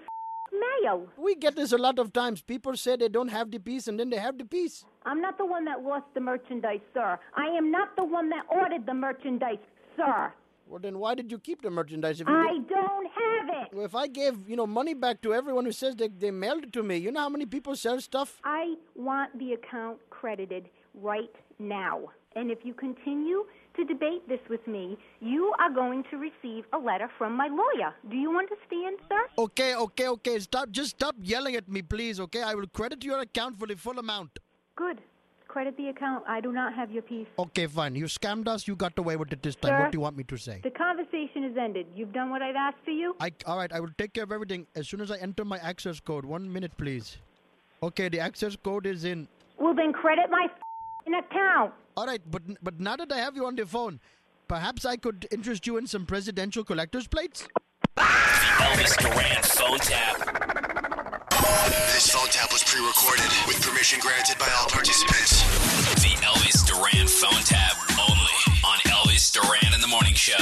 Speaker 25: mail.
Speaker 17: We get this a lot of times. People say they don't have the piece and then they have the piece.
Speaker 25: I'm not the one that lost the merchandise, sir. I am not the one that ordered the merchandise, sir.
Speaker 17: Well, then why did you keep the merchandise? If you
Speaker 25: I
Speaker 17: did-
Speaker 25: don't have it.
Speaker 17: Well, if I gave, you know, money back to everyone who says they, they mailed it to me, you know how many people sell stuff?
Speaker 25: I want the account credited right now. And if you continue to debate this with me, you are going to receive a letter from my lawyer. Do you understand, sir?
Speaker 17: Okay, okay, okay. Stop. Just stop yelling at me, please, okay? I will credit your account for the full amount.
Speaker 25: Good. Credit the account. I do not have your piece.
Speaker 17: Okay, fine. You scammed us. You got away with it this time.
Speaker 25: Sir?
Speaker 17: What do you want me to say?
Speaker 25: The conversation is ended. You've done what I've asked for you.
Speaker 17: I, all right, I will take care of everything as soon as I enter my access code. One minute, please. Okay, the access code is in.
Speaker 25: Well, then credit my f***ing account.
Speaker 17: All right, but but now that I have you on the phone, perhaps I could interest you in some presidential collector's plates.
Speaker 2: Elvis Duran phone tap.
Speaker 32: This phone tap was pre-recorded with permission granted by all participants.
Speaker 2: The Elvis Duran phone tap only on Elvis Duran in the Morning Show.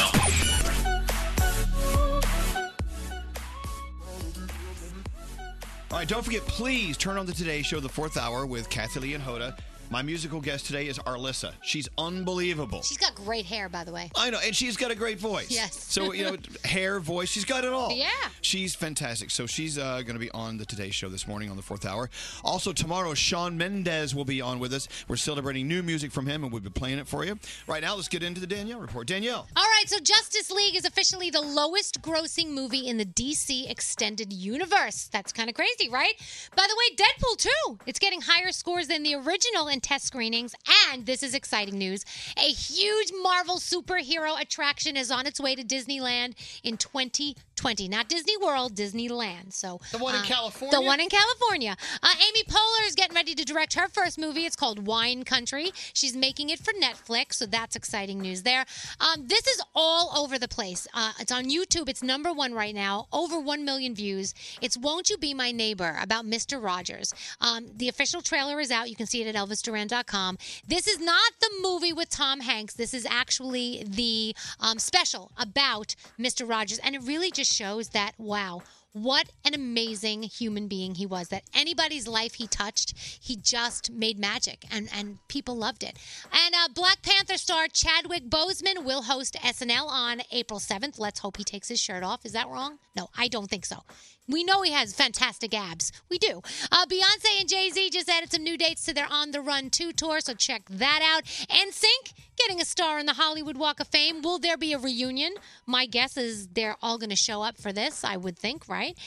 Speaker 3: All right, don't forget, please turn on the Today Show, the fourth hour with Kathy Lee and Hoda. My musical guest today is Arlissa. She's unbelievable.
Speaker 5: [laughs] She's got great hair, by the way.
Speaker 3: I know, and she's got a great voice.
Speaker 5: Yes.
Speaker 3: So you
Speaker 5: [laughs]
Speaker 3: know, hair, voice, she's got it all.
Speaker 5: Yeah.
Speaker 3: She's fantastic. So she's uh, going to be on the Today Show this morning on the fourth hour. Also tomorrow, Sean Mendez will be on with us. We're celebrating new music from him, and we'll be playing it for you. Right now, let's get into the Danielle report. Danielle.
Speaker 5: All right, so Justice League is officially the lowest grossing movie in the DC extended universe. That's kind of crazy, right? By the way, Deadpool 2, it's getting higher scores than the original in test screenings. And this is exciting news a huge Marvel superhero attraction is on its way to Disneyland in 2020. 20, not Disney World, Disneyland. So the
Speaker 9: one in California?
Speaker 5: The one in California. Uh, Amy Poehler is getting ready to direct her first movie. It's called Wine Country. She's making it for Netflix, so that's exciting news there. Um, this is all over the place. Uh, it's on YouTube. It's number one right now, over 1 million views. It's Won't You Be My Neighbor about Mr. Rogers. Um, the official trailer is out. You can see it at elvisduran.com. This is not the movie with Tom Hanks. This is actually the um, special about Mr. Rogers. And it really just shows that, wow. What an amazing human being he was. That anybody's life he touched, he just made magic, and, and people loved it. And uh, Black Panther star Chadwick Boseman will host SNL on April 7th. Let's hope he takes his shirt off. Is that wrong? No, I don't think so. We know he has fantastic abs. We do. Uh, Beyonce and Jay Z just added some new dates to their On the Run 2 tour, so check that out. And Sync getting a star in the Hollywood Walk of Fame. Will there be a reunion? My guess is they're all going to show up for this, I would think, right?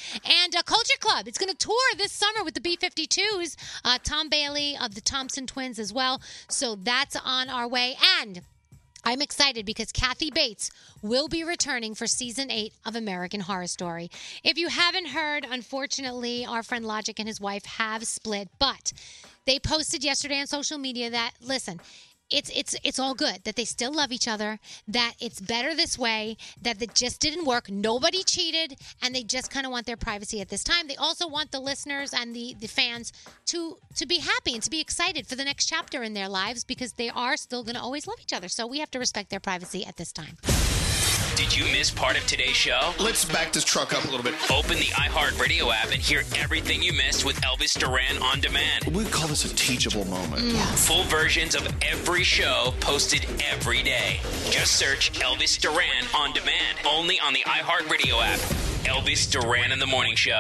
Speaker 5: And uh, Culture Club, it's going to tour this summer with the B 52s, uh, Tom Bailey of the Thompson Twins as well. So that's on our way. And I'm excited because Kathy Bates will be returning for season eight of American Horror Story. If you haven't heard, unfortunately, our friend Logic and his wife have split, but they posted yesterday on social media that, listen, it's it's it's all good that they still love each other that it's better this way that it just didn't work nobody cheated and they just kind of want their privacy at this time they also want the listeners and the the fans to to be happy and to be excited for the next chapter in their lives because they are still going to always love each other so we have to respect their privacy at this time
Speaker 2: Did you miss part of today's show?
Speaker 3: Let's back this truck up a little bit.
Speaker 2: Open the iHeartRadio app and hear everything you missed with Elvis Duran on demand.
Speaker 3: We call this a teachable moment.
Speaker 2: Full versions of every show posted every day. Just search Elvis Duran on demand only on the iHeartRadio app. Elvis Duran in the Morning Show.